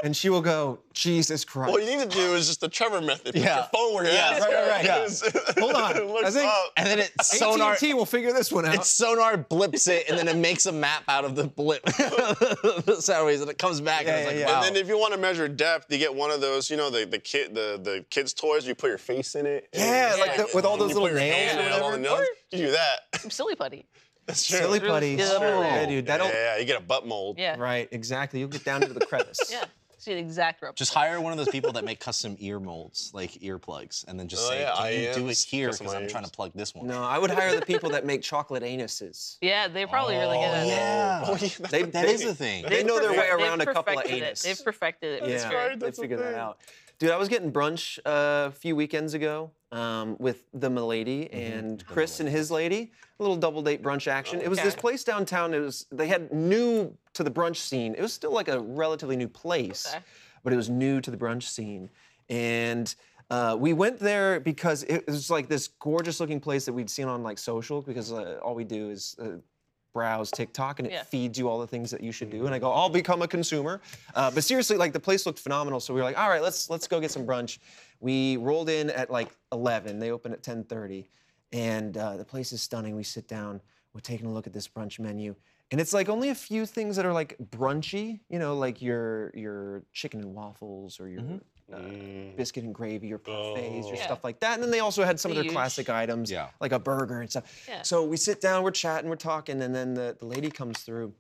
B: And she will go, Jesus Christ.
A: What you need to do is just the Trevor method. Put
D: Yeah.
A: your phone where your
D: Yeah,
A: ass
D: right, right,
A: is.
D: right, yeah.
A: It's-
B: Hold on.
A: it looks
B: I think-
A: up.
D: And then it sonar.
B: AT&T will figure this one out.
D: It sonar blips it, and then it makes a map out of the blip. the sound waves, and it comes back,
B: Yeah,
D: and it's like,
B: yeah, yeah.
D: wow.
A: And then if you want to measure depth, you get one of those, you know, the the kid the the kids toys. You put your face in it. and
B: Yeah,
A: it's
B: like the- with all
A: you
B: those
A: put
B: little
A: your
B: nails
A: hand
B: or
A: in it, all the
B: whatever.
A: nails. You do that.
E: Some silly putty.
A: That's true.
B: Silly
E: Really
B: putty.
E: silly.
B: Yeah, dude, that don't.
A: yeah, you get a butt mold.
E: Yeah.
B: Right, exactly. You'll get down to the crevice.
E: Yeah. See an exact replica.
D: just hire one of those people that make custom ear molds, like earplugs, and then just
A: Oh,
D: say,
A: yeah,
D: "Can you do it
A: IEMs,
D: here?
A: custom
D: Because I'm trying
A: IEMs.
D: to plug this one."
B: No, I would hire the people that make chocolate anuses.
E: Yeah, they're probably really good at it.
D: Yeah.
A: Oh, yeah, that's
B: They-
A: the
B: that
D: That
A: thing.
D: is the thing.
B: They know their
E: Perfect-
B: way
E: they've
B: around a couple of
E: perfected it.
B: anus.
E: They've perfected it. for
B: yeah,
E: sure.
A: right, that's
B: they
A: the
B: figured that
A: thing.
B: out. Dude, I was getting brunch uh, a few weekends ago um, with the milady and Chris and his lady. A little double date brunch action. It was this
E: Okay.
B: place downtown. It was they had new to the brunch scene. It was still like a relatively new place,
E: Okay.
B: but it was new to the brunch scene. And uh, we went there because it was like this gorgeous looking place that we'd seen on like social because uh, all we do is uh, browse TikTok and it
E: Yeah.
B: feeds you all the things that you should do. And I go, I'll become a consumer. Uh, but seriously, like the place looked phenomenal, so we were like, all right, let's let's go get some brunch. We rolled in at like 11. They opened at 10:30, and uh, the place is stunning. We sit down. We're taking a look at this brunch menu. And it's like only a few things that are like brunchy, you know, like your your chicken and waffles or your
A: Mm-hmm.
B: uh, biscuit and gravy or parfaits or
E: Yeah.
B: stuff like that. And then they also had some of their
E: Huge.
B: classic items,
D: Yeah.
B: like a burger and stuff.
E: Yeah.
B: So we sit down, we're chatting, we're talking, and then the, the lady comes through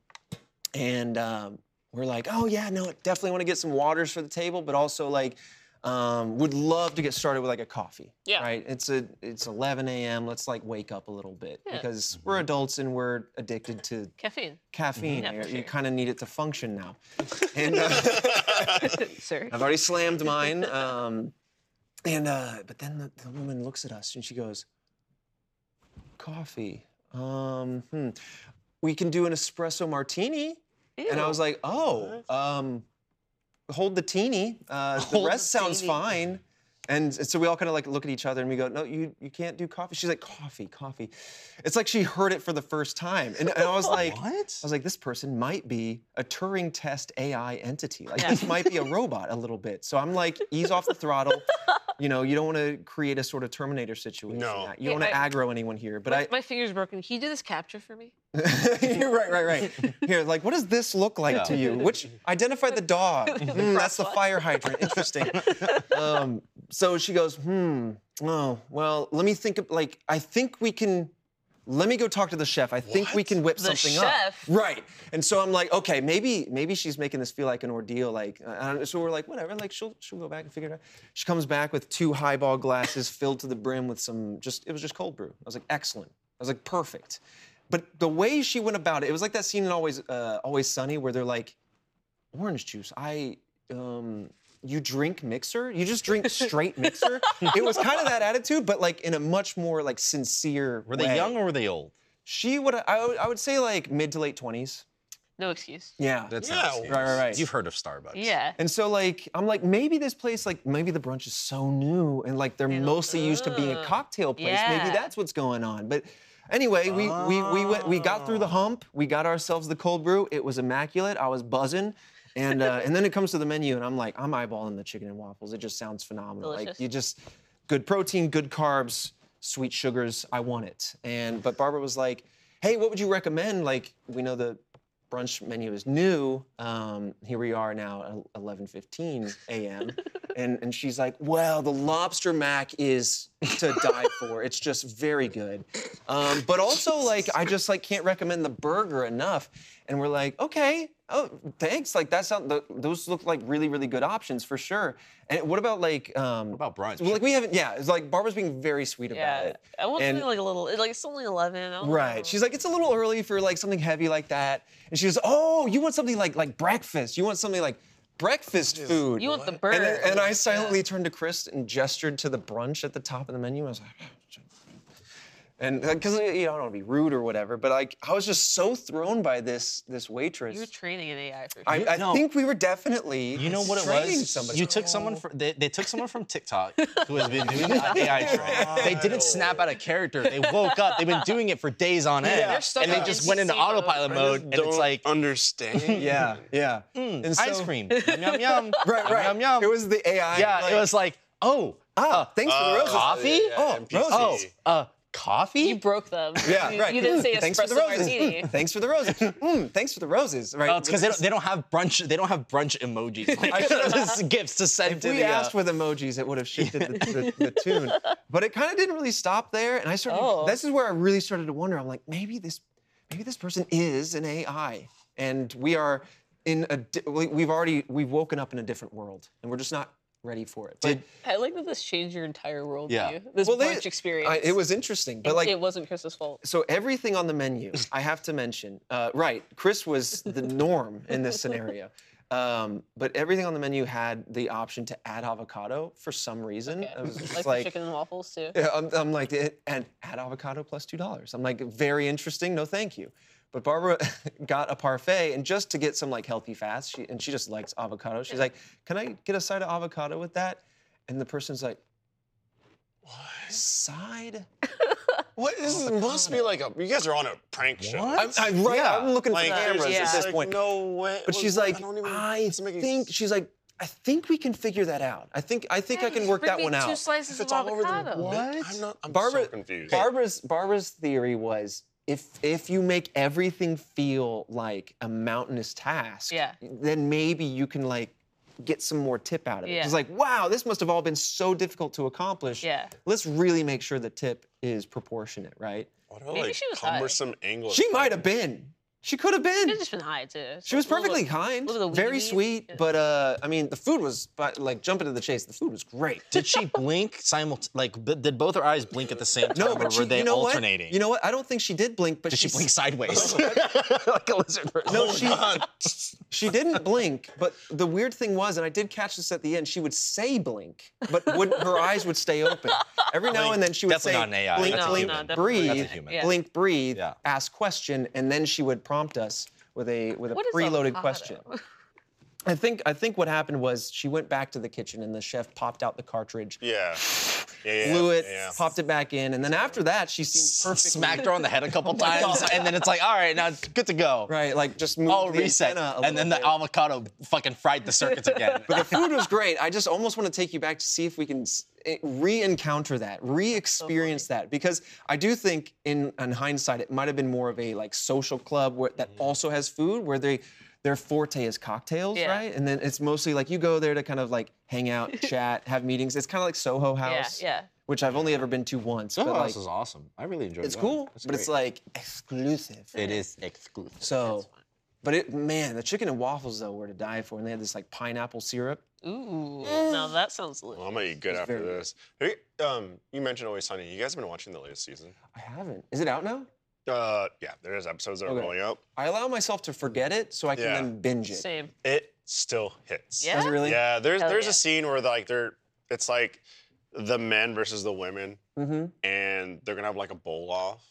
B: and um, we're like, oh yeah, no, definitely want to get some waters for the table, but also like, um, would love to get started with like a coffee.
E: Yeah.
B: Right. It's a it's 11 a.m. Let's like wake up a little bit
E: Yeah.
B: because we're adults and we're addicted to
E: Caffeine,
B: caffeine.
E: Yeah, for
B: You- You
E: sure.
B: kind of need it to function now. And uh,
E: sir.
B: I've already slammed mine. Um, and uh, but then the, the woman looks at us and she goes, "Coffee. Um, hmm. We can do an espresso martini." And I was like, "Oh, um, hold the teeny. Uh, the rest sounds fine." And so we all kind of like look at each other and we go, no, you, you can't do coffee. She's like, coffee, coffee. It's like she heard it for the first time. And, and I was like,
D: What?
B: I was like, this person might be a Turing test AI entity. Like,
E: Yeah.
B: this might be a robot a little bit. So I'm like, ease off the throttle. You know, you don't want to create a sort of Terminator situation.
A: No.
B: You don't want to
E: Yeah, I-
B: aggro anyone here. But
E: my,
B: I,
E: my finger's broken. He did this capture for me.
B: you're right, right, right. Here, like, what does this look like to you? Which identify the dog. Hmm, that's the
E: Crosswalk.
B: fire hydrant. Interesting. um, so she goes, hmm. Oh, well, let me think. Of, like, I think we can. Let me go talk to the chef. I think we can whip
E: The
B: something
E: chef?
B: up. Right. And so I'm like, okay, maybe maybe she's making this feel like an ordeal. Like, uh, I don't- so we're like, whatever. Like, she'll she'll go back and figure it out. She comes back with two highball glasses filled to the brim with some just it was just cold brew. I was like, excellent. I was like, perfect. But the way she went about it, it was like that scene in Always uh, Always Sunny where they're like, orange juice. I um you drink mixer? You just drink straight mixer? it was kind of that attitude, but like in a much more like sincere
D: Were they
B: way.
D: young or were they old?
B: She would I, would I would say like mid to late 20s.
E: No excuse.
B: Yeah.
D: That's
A: Yeah,
D: not serious.
B: right, right, right.
D: You've heard of Starbucks.
E: Yeah.
B: and so like I'm like maybe this place like maybe the brunch is so new and like they're
E: They don't-
B: mostly used to being a
E: Ugh.
B: cocktail place.
E: Yeah.
B: Maybe that's what's going on. But anyway, we we we went we got through the hump. We got ourselves the cold brew. It was immaculate. I was buzzing. And uh, and then it comes to the menu and I'm like I'm eyeballing the chicken and waffles. It just sounds phenomenal. Like
E: Delicious.
B: you just good protein, good carbs, sweet sugars. I want it. And but Barbara was like, "Hey, what would you recommend? Like we know the brunch menu is new. Um, here we are now, at 11:15 a.m. and and she's like, "Well, the lobster mac is to die for. It's just very good. Um, but also like I just like can't recommend the burger enough." And we're like, "Okay." Oh, thanks. Like that sound. th- Those look like really, really good options for sure. And what about like um,
D: What about brunch?
B: well, like we haven't. Yeah, it's like Barbara's being very sweet about
E: Yeah.
B: it.
E: I want
B: And-
E: something like a little. Like it's only eleven. I don't know.
B: Right. She's like, it's a little early for like something heavy like that. And she goes, oh, you want something like like breakfast? You want something like breakfast food?
E: you want the
B: and,
E: bird.
B: then- and I silently turned to Chris and gestured to the brunch at the top of the menu. I was like. "Ah, And because you know, I don't want to be rude or whatever, but like I was just so thrown by this this waitress.
E: You're training an AI for sure.
B: I, I
D: No.
B: think we were definitely
D: You know what it
B: training
D: was?
B: Somebody.
D: You took someone from they, they took someone from TikTok who has been doing the AI trick. They didn't snap out of character. They woke up. They've been doing it for days on end,
E: They're stuck
D: and they
E: in
D: just went into
E: NCC mode.
D: autopilot
E: I
D: mode. And it's like
A: understand.
B: yeah, yeah. and
D: Mm, ice
B: so-
D: cream, yum yum yum,
B: Right, right.
D: yum yum.
B: It was the AI.
D: yeah,
B: like,
D: it was like oh
B: Ah, thanks for the roses.
D: coffee?
B: Oh, roses.
D: oh uh
E: you
D: coffee.
E: broke them.
B: Yeah,
E: you,
B: right.
E: You didn't say
B: Mm, thanks for the
E: espresso
B: roses.
E: martini.
B: Mm, thanks for the roses. Mm, thanks for the roses. Right.
D: Oh, it's because they don't, they don't have brunch. They don't have brunch emojis. Like, those gifts to send
B: if
D: to
B: we
D: the. uh,
B: asked with emojis, it would have shifted the, the, the tune. But it kind of didn't really stop there, and I started.
E: Oh.
B: This is where I really started to wonder. I'm like, maybe this, maybe this person is an AI, and we are in a. di- we- We've already we've woken up in a different world, and we're just not ready for it. But-
D: Did-
E: I like that this changed your entire worldview.
D: Yeah.
E: This
B: they-
E: brunch experience.
B: I- it was interesting, but
E: It-
B: like
E: it wasn't Chris's fault.
B: so everything on the menu, I have to mention. Uh, right, Chris was the norm in this scenario, um, but everything on the menu had the option to add avocado for some reason. I was
E: like,
B: just
E: the
B: like,
E: chicken and waffles too.
B: Yeah, I'm, I'm like, "Eh, and add avocado plus two dollars. I'm like, very interesting. No, thank you. But Barbara got a parfait, and just to get some like healthy fats, she, and she just likes avocado. She's like, can I get a side of avocado with that? And the person's like, what side?
A: What? This is, must be like a. You guys are on a prank show.
D: What?
B: I'm, I'm right.
D: Yeah.
B: I'm looking
A: Like,
B: for
A: there's
B: cameras
E: yeah.
B: at
A: just,
B: this
A: like,
B: point.
A: No way.
B: But
A: Well,
B: she's like,
A: I, don't even-
B: I
A: doesn't make any
B: think
A: sense.
B: she's like, I think we can figure that out. I think I think I can work that one
E: Two
B: out.
E: slices
A: If it's
E: of
A: all over the
E: avocado.
A: menu- I'm not. I'm
B: Barbara,
A: so confused.
B: Barbara's Barbara's theory was if if you make everything feel like a mountainous task,
E: Yeah.
B: then maybe you can like get some more tip out of it.
E: Yeah.
B: It's like, wow, this must have all been so difficult to accomplish.
E: Yeah.
B: Let's really make sure the tip is proportionate, right?
A: What a
E: Maybe
A: like,
E: she was high.
A: cumbersome angle.
B: She might have been. She could have been.
E: She's just been high too.
B: She was perfectly kind,
E: little bit of
B: very
E: weed.
B: sweet, but uh, I mean, the food was, but like jumping to the chase, the food was great.
D: did she blink simultaneously? Like, b- did both her eyes blink at the same time,
B: No,
D: or
B: but she,
D: were they
B: you know
D: alternating?
B: what? You know what? I don't think she did blink, but
D: did she
B: s-
D: blink sideways like a lizard person?
B: No, she, she didn't blink. But the weird thing was, and I did catch this at the end, she would say blink, but would, her eyes would stay open. Every now and then she would
D: Definitely
B: say
D: not an AI.
B: blink,
D: That's a
B: blink,
D: human.
B: breathe,
E: That's
D: a human. Yeah.
B: blink, breathe,
D: Yeah.
B: ask question, and then she would prompt us with a with a
E: What is
B: preloaded
E: avocado?
B: question. I think I think what happened was she went back to the kitchen and the chef popped out the cartridge,
A: Yeah. Yeah, yeah,
B: blew it,
A: yeah.
B: popped it back in, and then after that she seemed perfectly
D: Smacked her on the head a couple times, and then it's like, all right, now it's good to go.
B: right, like just moved
D: Oh,
B: the
D: reset.
B: antenna a
D: And then
B: little
D: the avocado fucking fried the circuits again.
B: bit. the food was great. I just almost want to take you back to see if we can s- eh, re-encounter that, re-experience that, because I do think in, in hindsight it might have been more of a like social club where, that
E: Mm.
B: also has food where they. Their forte is cocktails,
E: Yeah.
B: right? And then it's mostly like you go there to kind of like hang out, chat, have meetings. It's kind of like Soho
E: Yeah,
B: House.
E: yeah.
B: which I've only ever been to once.
D: Soho
B: but like,
D: House is awesome. I really enjoyed it.
B: it's cool, but it's like exclusive.
D: it is exclusive.
B: so, but it man, the chicken and waffles though were to die for, and they had this like pineapple syrup.
E: Ooh,
B: Eh.
E: now that sounds lit.
A: Well, I'm gonna eat good after
B: very good.
A: this. Hey, um, you mentioned Always Sunny. You guys been watching the latest season?
B: I haven't. Is it out now?
A: Uh, yeah, there's episodes that are
B: Okay.
A: rolling out.
B: I allow myself to forget it so I can
A: Yeah.
B: then binge it.
E: Same.
A: It still hits.
E: Yeah?
B: Does it really?
A: Yeah, there's
E: Hell
A: there's
E: yeah.
A: a scene where like they're it's like the men versus the women,
B: Mm-hmm.
A: and they're gonna have like a bowl off,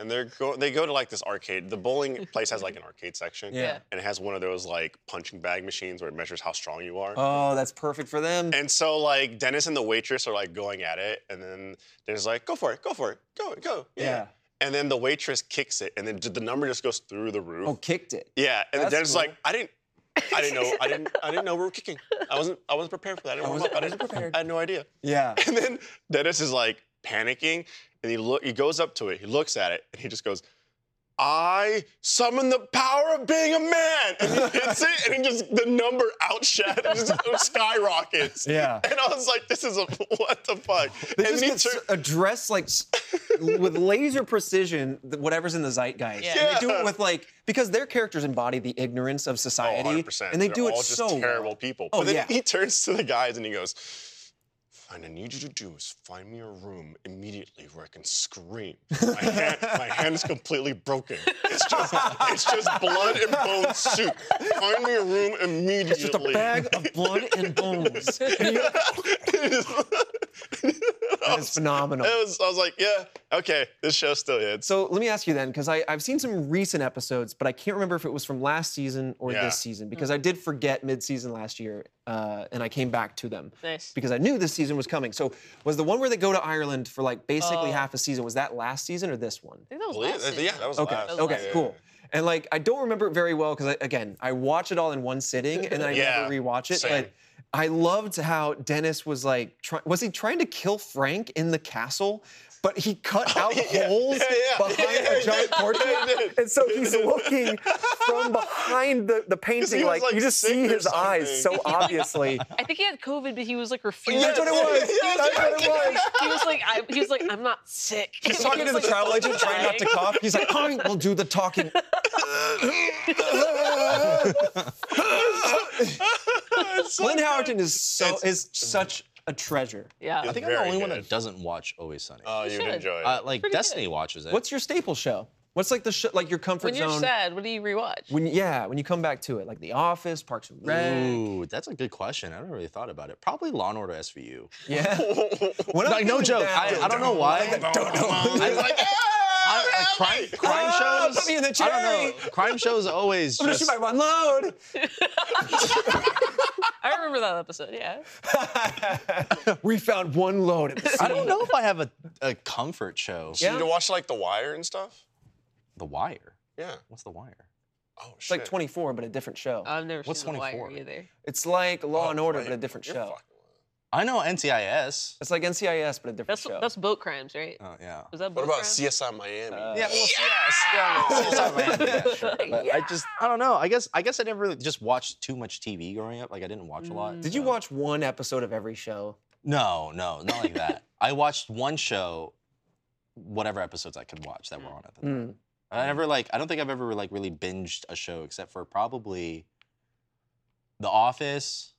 A: and they're go they go to like this arcade. The bowling place has like an arcade section,
B: Yeah.
A: and it has one of those like punching bag machines where it measures how strong you are.
B: Oh, that's perfect for them.
A: And so like Dennis and the waitress are like going at it, and then Dennis is like, "Go for it, go for it, go go." Yeah.
B: yeah.
A: And then the waitress kicks it, and then j- the number just goes through the roof.
B: Oh, kicked it.
A: Yeah, and
B: That's
A: then Dennis is like,
B: cool.
A: "I didn't." I didn't know. I didn't. I didn't know we were kicking. I wasn't. I wasn't prepared for that. I didn't.
B: I
A: warm
B: wasn't-
A: up. I
B: I wasn't
A: didn't-
B: prepared."
A: I had no idea.
B: Yeah.
A: And then Dennis is like panicking, and he look. He goes up to it. He looks at it, and he just goes, "I summon the power of being a man," and he hits it, and it just the number outshadows, it just it skyrockets.
B: Yeah.
A: And I was like, "This is a what the fuck?"
B: They
A: and
B: just
A: then
B: get s- address like s- with laser precision th- whatever's in the zeitgeist.
E: Yeah.
B: And they do
A: Yeah.
B: it with like because their characters embody the ignorance of
A: Oh,
B: society, and they
A: They're
B: do it
A: all just
B: so well.
A: terrible people.
B: Oh,
A: but then
B: yeah.
A: he turns to the guys and he goes, "Fine, I need you to do is find me a room immediately where I can scream. My hand, my hand is completely broken. It's just, it's just blood and bone soup. Find me a room immediately." It's
B: just a bag of blood and bones. that is phenomenal.
A: I was like, "Yeah, okay, this show still hits."
B: So let me ask you then, because I've seen some recent episodes, but I can't remember if it was from last season or
A: Yeah.
B: this season, because I did forget mid-season last year, uh, and I came back to them
E: Nice.
B: because I knew this season was coming. So was the one where they go to Ireland for like basically half a season? Was that last season or this one?
E: I think that was
A: Believe-
E: last season.
A: yeah, that was
B: Okay.
A: last.
B: Okay.
A: Yeah.
B: Cool. And like, I don't remember it very well because again, I watch it all in one sitting and then I
A: Yeah,
B: never rewatch it.
A: same.
B: But I loved how Dennis was like, try- was he trying to kill Frank in the castle? But he cut out
A: yeah,
B: holes
A: yeah, yeah.
B: behind
A: Yeah,
B: a giant
A: yeah, he
B: portrait,
A: did.
B: and so he's
F: looking from behind the, the painting,
A: was,
F: like,
A: like,
F: you just see
A: sick or
F: his eyes so
A: something.
F: obviously.
E: I think he had COVID, but he was like refusing.
B: Oh, That's what it was.
A: Yeah,
B: That's what it was.
E: he was like, I, he was like, I'm not sick.
B: He's talking to the travel agent, trying not to cough. He's like, I will do the talking. Glenn Howerton is so is such a treasure.
E: Yeah.
D: I think I'm the
A: Very
D: only one
A: good.
D: that doesn't watch Always Sunny.
A: Oh, you'd
E: should.
A: enjoy it.
D: Uh, like
E: pretty good.
D: Destiny watches it.
B: What's your staple show? What's like the sh- like your comfort
E: When you're
B: zone?
E: sad, what do you rewatch?
B: When yeah, when you come back to it, like The Office, Parks and Rec.
D: Ooh, that's a good question. I haven't really thought about it. Probably Law and Order SVU.
B: Yeah. When I'm
D: Like no
B: feeling
D: joke.
B: down-
D: I, I don't know why.
A: Don't know. I was like,
D: I- I- crime crime
B: Ah,
D: shows.
B: put me in the
D: I don't know.
B: cherry.
D: Crime shows always.
B: I'm gonna
D: just-
B: shoot my one load.
E: I remember that episode. Yeah.
B: we found one load. At the
D: I don't know if I have a, a comfort show.
A: So
B: Yeah.
A: you to watch like The Wire and stuff?
D: The Wire.
A: Yeah.
D: What's The Wire?
A: Oh
B: It's
A: shit.
B: like 24, but a different show.
E: I've never
D: What's
E: seen The Wire
D: 24?
E: either.
B: it's like Law
D: Oh,
B: and Order, but a
A: Wait,
B: different
A: you're
B: show.
A: fucking-
D: I know NCIS.
B: It's like NCIS, but a different
E: That's
B: show. Uh,
E: that's boat crimes, right?
D: Oh yeah.
E: Was that
A: What
E: boat
A: about
E: crimes?
A: CSI Miami?
D: Yeah, well, yes, yeah, well, it's all right, yeah, sure. But I just, I don't know. I guess, I guess I never really just watched too much TV growing up. Like I didn't watch a lot.
B: Mm. Did you
D: so-
B: watch one episode of every show?
D: No, no, not like that. I watched one show, whatever episodes I could watch that were on at the time.
B: Mm.
D: I never like. I don't think I've ever like really binged a show except for probably The Office,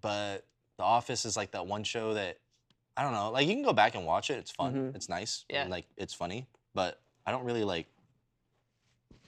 D: but The Office is like that one show that I don't know. Like you can go back and watch it. It's fun.
B: Mhm.
D: It's nice.
E: Yeah.
D: And, like it's funny, but I don't really like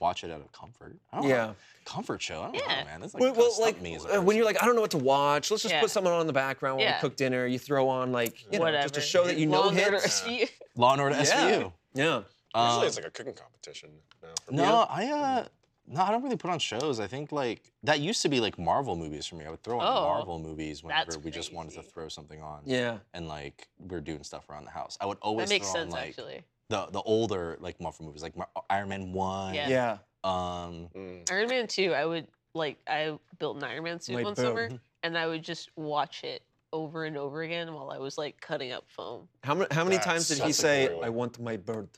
D: watch it out of comfort. I
E: Mm.
D: don't know.
B: Yeah.
D: Comfort show. I don't
E: Yeah.
D: know, man. That's like,
B: Oh, Well,
D: kinda
B: well,
D: stumped
B: like
D: me as a
B: uh, when you're
D: person.
B: like, I don't know what to watch. Let's just
E: Yeah.
B: put someone on in the background while
E: Yeah.
B: we cook dinner. You throw on like you know,
E: Whatever.
B: just a show that you know
E: Law and Order
B: hits.
E: SVU.
D: Law and Order
B: Yeah.
D: SVU.
B: Yeah.
D: Um,
A: Usually it's like a cooking competition. No.
D: no, I uh, No, I don't really put on shows. I think like that used to be like Marvel movies for me. I would throw on
E: Oh,
D: Marvel movies
E: that's
D: whenever we just wanted to
E: crazy.
D: throw something on.
B: Yeah.
D: And like we are doing stuff around the house. I would always
E: that makes
D: throw
E: sense
D: on like
E: actually.
D: the the older like Marvel movies, like Mar- Iron Man One.
E: Yeah.
B: Yeah.
D: Um,
A: Mm.
E: Iron Man 2, I would like I built an Iron Man suit
B: Like,
E: one
B: boom. mm-hmm.
E: summer and I would just watch it over and over again while I was like cutting up foam.
B: How many, how many
A: That's
B: times did
A: such
B: he
A: a
B: say,
A: great one.
B: I want my bird?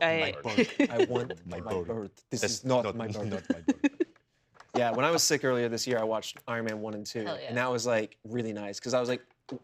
D: My
E: I
D: bird.
B: I want my,
D: My
B: bird.
D: bird.
B: This
D: That's
B: is not,
D: not-
B: my bird.
D: not my bird.
B: yeah, when I was sick earlier this year, I watched Iron Man 1 and 2.
E: Hell yeah.
B: And that was like really nice because I was like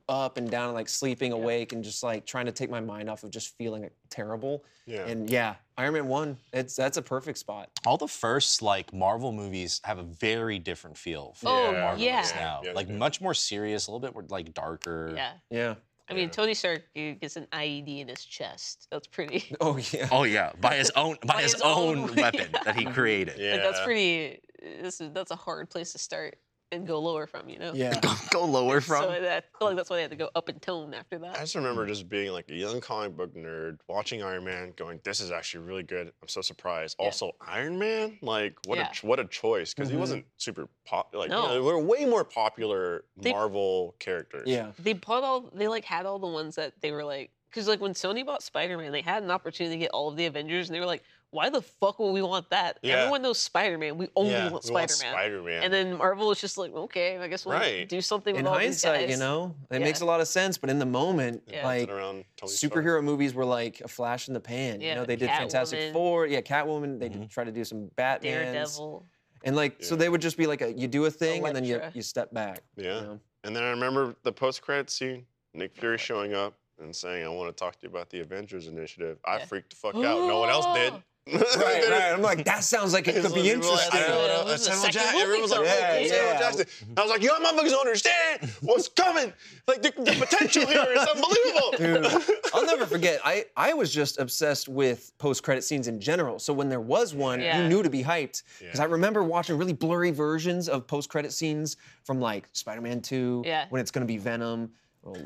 B: up and down, like sleeping awake and just like trying to take my mind off of just feeling like, terrible.
A: Yeah.
B: And yeah, Iron Man 1, it's that's a perfect spot.
D: All the first like Marvel movies have a very different feel. from
E: Oh,
D: the Marvel
E: yeah.
D: movies now.
A: Yeah, they
D: like
A: do.
D: much more serious, a little bit more like darker.
E: yeah.
B: Yeah.
E: I mean
A: Yeah.
E: Tony Stark uh, gets an IED in his chest. That's pretty
B: Oh, yeah.
D: Oh yeah, by his own by, his, own, weapon
E: yeah.
D: that he created.
A: yeah.
E: like, that's pretty this is that's a hard place to start and go lower from, you know?
B: Yeah.
D: Go, go lower from.
E: So that, I feel like that's why they had to go up in tone after
A: I
E: that.
A: just remember just being like a young comic book nerd, watching Iron Man, going, "This is actually really good." I'm so surprised.
E: Yeah.
A: Also, Iron Man, like what
E: Yeah.
A: a ch- what a choice because
B: Mhm.
A: he wasn't super pop. Like
E: No.
A: you know, there were way more popular
E: They-
A: Marvel characters.
B: Yeah.
E: They bought all they like had all the ones that they were like because like when Sony bought Spider Man, they had an opportunity to get all of the Avengers, and they were like, why the fuck would we want that?
A: Yeah.
E: Everyone knows Spider Man. We only
A: yeah.
E: want
A: we want
E: Spider Man.
A: Spider-Man.
E: And then Marvel is just like, okay, I guess we'll
A: Right.
E: do something
B: In
E: with all these
B: hindsight,
E: guys.
B: you know, it
E: Yeah.
B: makes a lot of sense, but in the moment,
E: Yeah.
B: like,
A: Dancing around Tony Stark.
B: superhero movies were like a flash in the pan.
E: Yeah,
B: You know, they did Fantastic
E: Catwoman.
B: Four, yeah, Catwoman. They did try to do some Batman,
E: Daredevil.
B: and like so
A: Mm-hmm. Yeah.
B: they would just be like a you do a thing and then you
E: Elektra.
B: you step back.
A: Yeah.
B: You know?
A: And then I remember the post credit scene, Nick Fury showing up and saying, I want to talk to you about the Avengers initiative. I
E: Yeah.
A: freaked the fuck out. No one else did.
E: Oh.
B: right, right. I'm like that sounds like it could be
A: People were like,
B: interesting.
A: I don't know.
E: Yeah, this is
A: Samuel
E: the second
A: Jackson.
E: movie
A: Everyone was like,
E: coming.
A: "Oh, it's Samuel
B: Yeah.
A: Jackson." I was like, "You motherfuckers don't understand what's coming. Like the, the potential here is unbelievable."
B: Dude, I'll never forget. I, I was just obsessed with post credit scenes in general. So when there was one,
E: Yeah.
B: you knew to be hyped. Because
A: Yeah.
B: I remember watching really blurry versions of post credit scenes from like Spider Man 2,
E: Yeah.
B: when it's going to be Venom, or, uh,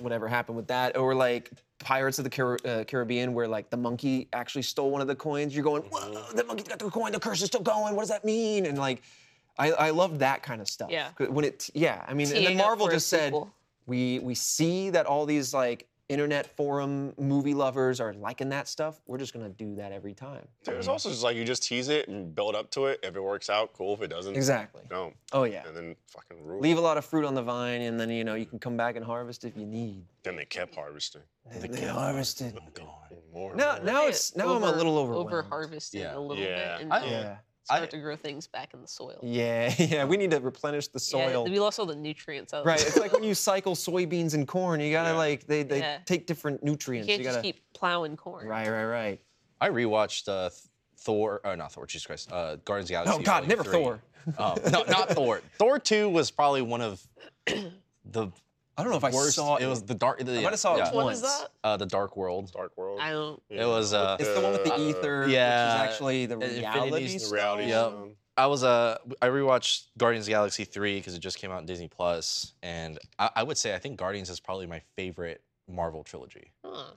B: whatever happened with that, or like Pirates of the Car- uh, Caribbean, where like the monkey actually stole one of the coins. You're going, whoa, the monkey's got the coin, the curse is still going. What does that mean? And like, I, I love that kind of stuff.
E: Yeah.
B: 'Cause When it, yeah, I mean, and then
E: Teeing up
B: Marvel
E: for a
B: just said,
E: sequel.
B: we we see that all these like internet forum movie lovers are liking that stuff. We're just gonna do that every time.
A: There's also just like you just tease it and build up to it. If it works out, cool. If it doesn't,
B: Exactly.
A: don't.
B: Oh yeah.
A: And then fucking rule.
B: Leave a lot of fruit on the vine, and then you know you can come back and harvest if you need.
A: Then they kept harvesting.
B: They, harvested.
A: More. and
B: Now,
A: more.
B: now it's now I'm a little overwhelmed.
E: Over harvesting
D: Yeah.
E: a little
A: Yeah.
E: bit and
D: I-
E: then
B: Yeah.
E: start
D: I-
E: to grow things back in the soil.
B: Yeah, yeah. We need to replenish the
E: Yeah,
B: soil.
E: we lost all the nutrients out of
B: right.
E: the
B: It's like
E: soil.
B: when you cycle soybeans and corn. You gotta
A: Yeah.
B: like they they
E: Yeah.
B: take different
E: you
B: nutrients.
E: can't
B: gotta.
E: just keep plowing corn.
B: Right, right, right.
D: I rewatched uh, Th- Thor, or not Thor, Jesus Christ, uh, Guardians of the Galaxy.
B: Oh, God,
D: Volume
B: never
D: 3.
B: Thor.
D: Um, no, not Thor. Thor 2 was probably one of the
B: I don't know if I
D: worst.
B: saw it.
D: was the dark. The,
B: I might have saw it
D: yeah,
E: What
B: Once.
E: is that?
D: uh, the Dark World.
A: Dark World.
E: I don't.
A: you
D: It was,
A: know,
D: uh,
A: with
B: It's the one with the E ether,
D: yeah,
B: which is actually the
D: uh, Infinity's
B: reality.
D: the
A: the
B: stone.
A: reality
D: Yep.
A: stone.
D: I was uh I rewatched Guardians of the Galaxy 3 because it just came out on Disney Plus, and I, I would say I think Guardians is probably my favorite Marvel trilogy.
E: Huh.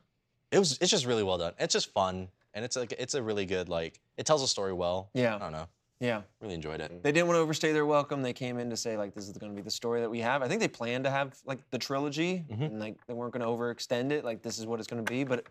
D: It was it's just really well done. It's just fun. And it's like it's a really good like it tells a story well.
B: Yeah.
D: I don't know.
B: Yeah.
D: Really enjoyed it.
B: They didn't want to overstay their welcome. They came in to say like this is going to be the story that we have. I think they planned to have like the trilogy,
A: Mm-hmm.
B: and like they weren't going to overextend it. Like this is what it's going to be. But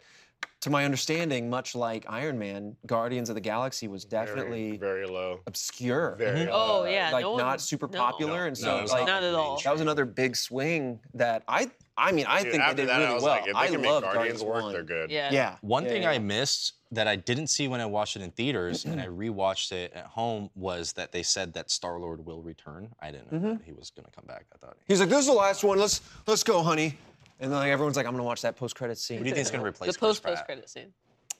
B: to my understanding, much like Iron Man, Guardians of the Galaxy was definitely Mm-hmm.
A: very, very low.
B: obscure,
A: Very
E: Oh
A: low.
E: yeah,
B: like
E: no one-
B: not super
E: no.
B: popular, and
D: No,
B: so
D: it was
B: like
E: not at all.
B: that was another big swing that I. I mean, I
A: Dude,
B: think they
A: after
B: did
A: that, I
B: really
A: was
B: well.
A: Like, if they
B: I
A: can
B: love
A: make Guardians work.
B: 1.
A: They're good.
E: Yeah.
B: Yeah.
D: One
B: Yeah,
D: thing
B: yeah.
D: I missed that I didn't see when I watched it in theaters and I rewatched it at home was that they said that Star Lord will return. I didn't know that he was gonna come back. I thought. Who
B: He's like, "This is the last one. Let's let's go, honey." And then like, everyone's like, "I'm gonna watch that post-credit scene."
D: do you think is gonna replace
E: The
D: Chris
E: post post
D: Pratt?
E: credit scene.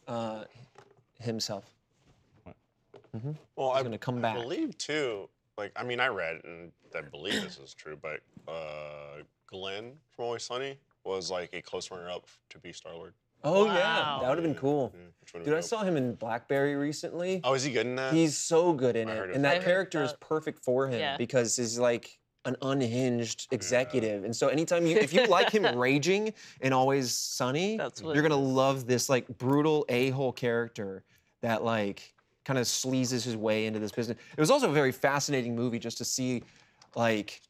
B: uh, himself.
A: Well,
B: He's gonna come back.
A: I believe too. Like, I mean, I read and I believe this is true, but uh, Glenn from Always Sunny was like a close runner-up to be Mm, Star Lord.
B: Oh yeah,
E: Wow.
B: that would have been cool. Dude, I saw him in BlackBerry recently.
A: Oh, is he good in that?
B: He's so good in
A: I
B: it,
A: heard
B: and
A: it. I
B: that
E: heard
B: character is
E: that.
B: perfect for him
E: Yeah.
B: because he's like an unhinged executive. And so anytime you, if you like him raging and always sunny,
E: That's what
B: you're
E: it
B: gonna love this like brutal a-hole character that like kind of sleazes his way into this business. It was also a very fascinating movie just to see, like,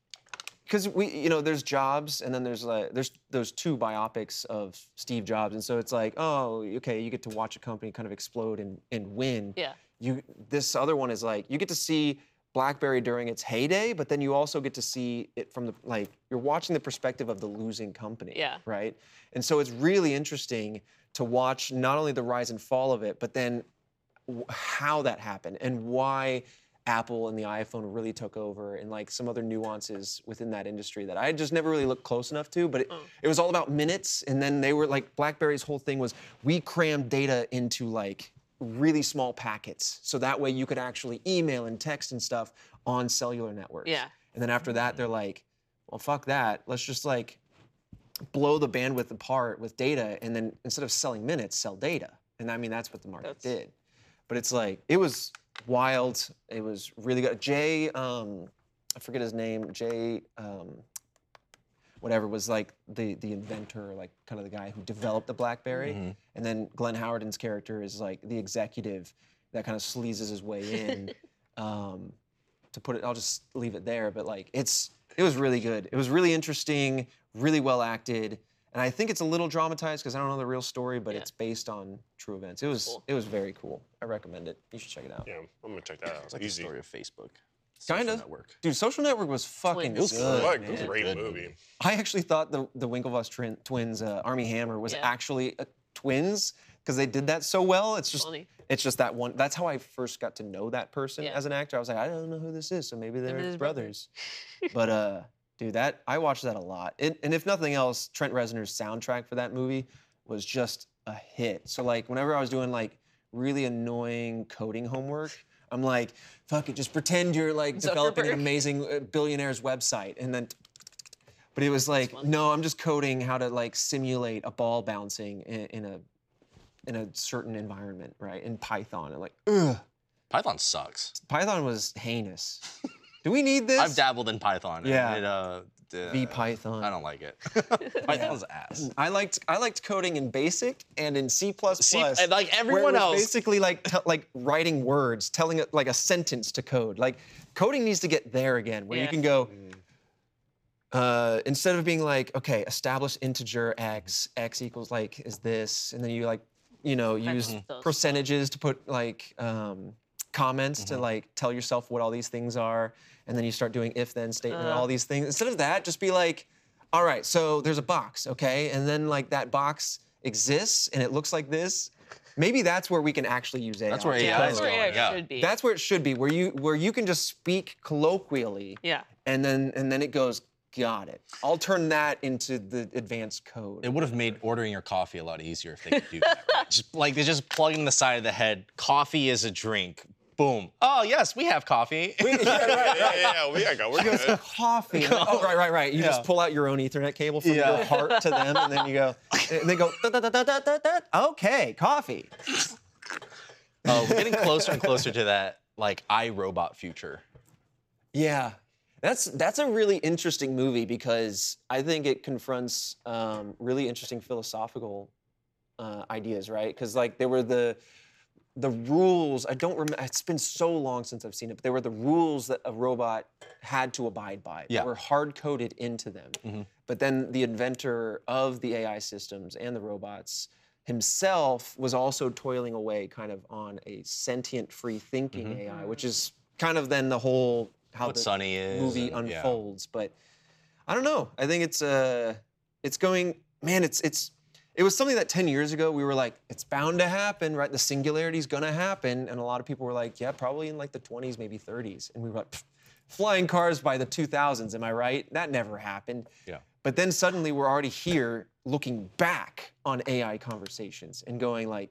B: because we, you know, there's Jobs, and then there's like there's those two biopics of Steve Jobs, and so it's like, oh, okay, you get to watch a company kind of explode and and win.
E: Yeah.
B: You this other one is like you get to see BlackBerry during its heyday, but then you also get to see it from the like you're watching the perspective of the losing company.
E: Yeah.
B: Right. And so it's really interesting to watch not only the rise and fall of it, but then w- how that happened and why Apple and the iPhone really took over and like some other nuances within that industry that I just never really looked close enough to. But it, it was all about minutes. And then they were like, Blackberry's whole thing was we crammed data into like really small packets. So that way you could actually email and text and stuff on cellular networks.
E: Yeah.
B: And then after that, they're like, well, fuck that. Let's just like blow the bandwidth apart with data and then instead of selling minutes sell data and i mean that's what the market
E: That's-
B: did but it's like it was wild it was really good jay um i forget his name jay um whatever was like the the inventor like kind of the guy who developed the blackberry
E: Mm-hmm.
B: and then glenn howerton's character is like the executive that kind of sleazes his way in um to put it i'll just leave it there but like it's it was really good it was really interesting really well acted and i think it's a little dramatized because i don't know the real story but
E: Yeah.
B: it's based on true events it was
E: Cool.
B: it was very cool i recommend it you should check it out
A: Yeah, I'm gonna check that out.
D: Oh, It's like
A: Easy.
D: the story of Facebook.
B: Kinda.
D: Social network.
B: dude social network was fucking
E: Twins. It was
B: good
A: What a
B: man.
A: great
D: Good
A: movie.
D: movie.
B: i actually thought the the winklevoss twin, twins uh, army hammer was
E: Yeah.
B: actually a twins because they did that so well it's just
E: Funny.
B: it's just that one that's how i first got to know that person
E: Yeah.
B: as an actor i was like i don't know who this is so maybe they're
E: they're
B: brothers
E: brothers.
B: but uh dude that i watched that a lot and, and if nothing else trent reznor's soundtrack for that movie was just a hit so like whenever i was doing like really annoying coding homework i'm like fuck it just pretend you're like developing an
E: Zuckerberg.
B: amazing uh, billionaire's website and then but it was like no i'm just coding how to like simulate a ball bouncing in, in a in a certain environment right in python and like ugh.
D: Python sucks.
B: python was heinous do we need this
D: I've dabbled in Python. and
B: Yeah.
D: It, uh, d-
B: V Python.
D: I don't like it. Python's ass.
B: I liked I liked coding in BASIC and in C++.
D: See, and like
B: where it
D: everyone
B: was
D: else.
B: basically like te- like writing words, telling it like a sentence to code. Like coding needs to get there again, where you
E: Yeah.
B: can go. Uh, instead of being like, okay, establish integer x, x equals like is this, and then you like, you know, use
E: of those.
B: percentages to put like um, comments
D: Mm-hmm.
B: to like tell yourself what all these things are, and then you start doing if then statement,
E: Uh.
B: and all these things. Instead of that, just be like, all right, so there's a box, okay, and then like that box exists and it looks like this. Maybe that's where we can actually use AI.
D: That's where AI
E: Yeah,
D: is
E: that's where
D: going.
E: AI
D: yeah.
E: should be.
B: That's where it should be, where you where you can just speak colloquially,
E: yeah.
B: and then and then it goes, got it. I'll turn that into the advanced code.
D: It would have made ordering your coffee a lot easier if they could do that. right? just, like they just plug in the side of the head. Coffee is a drink. Boom. Oh yes, we have coffee.
A: yeah, yeah, yeah, yeah. We go. We're good.
B: Coffee. and then- oh, right, right, right. You just
D: Yeah.
B: pull out your own Ethernet cable from
D: Yeah.
B: your heart to them, and then you go, and they go, "Da, da, da, da, da, da, da. okay, coffee.
D: Uh, we're getting closer and closer to that like iRobot future.
B: Yeah, that's that's a really interesting movie because I think it confronts um, really interesting philosophical uh, ideas, right? Because like there were the the rules. I don't remember. It's been so long since I've seen it, but there were the rules that a robot had to abide by.
D: Yeah. Mm-hmm.
B: that were hard coded into them. But then the inventor of the AI systems and the robots himself was also toiling away kind of on a sentient free thinking AI, which is kind of then the whole how
D: Mm-hmm. What
B: the
D: Sunny is
B: movie
D: and- yeah.
B: unfolds. But I don't know. I think it's uh it's going man, it's it's it was something that 10 years ago we were like, it's bound to happen, right? The singularity's gonna happen. And a lot of people were like, yeah, probably in like the 20s, maybe 30s. And we were like, "Pfft, flying cars by the 2000s, am I right? That never happened.
D: Yeah.
B: But then suddenly we're already here looking back on AI conversations and going like,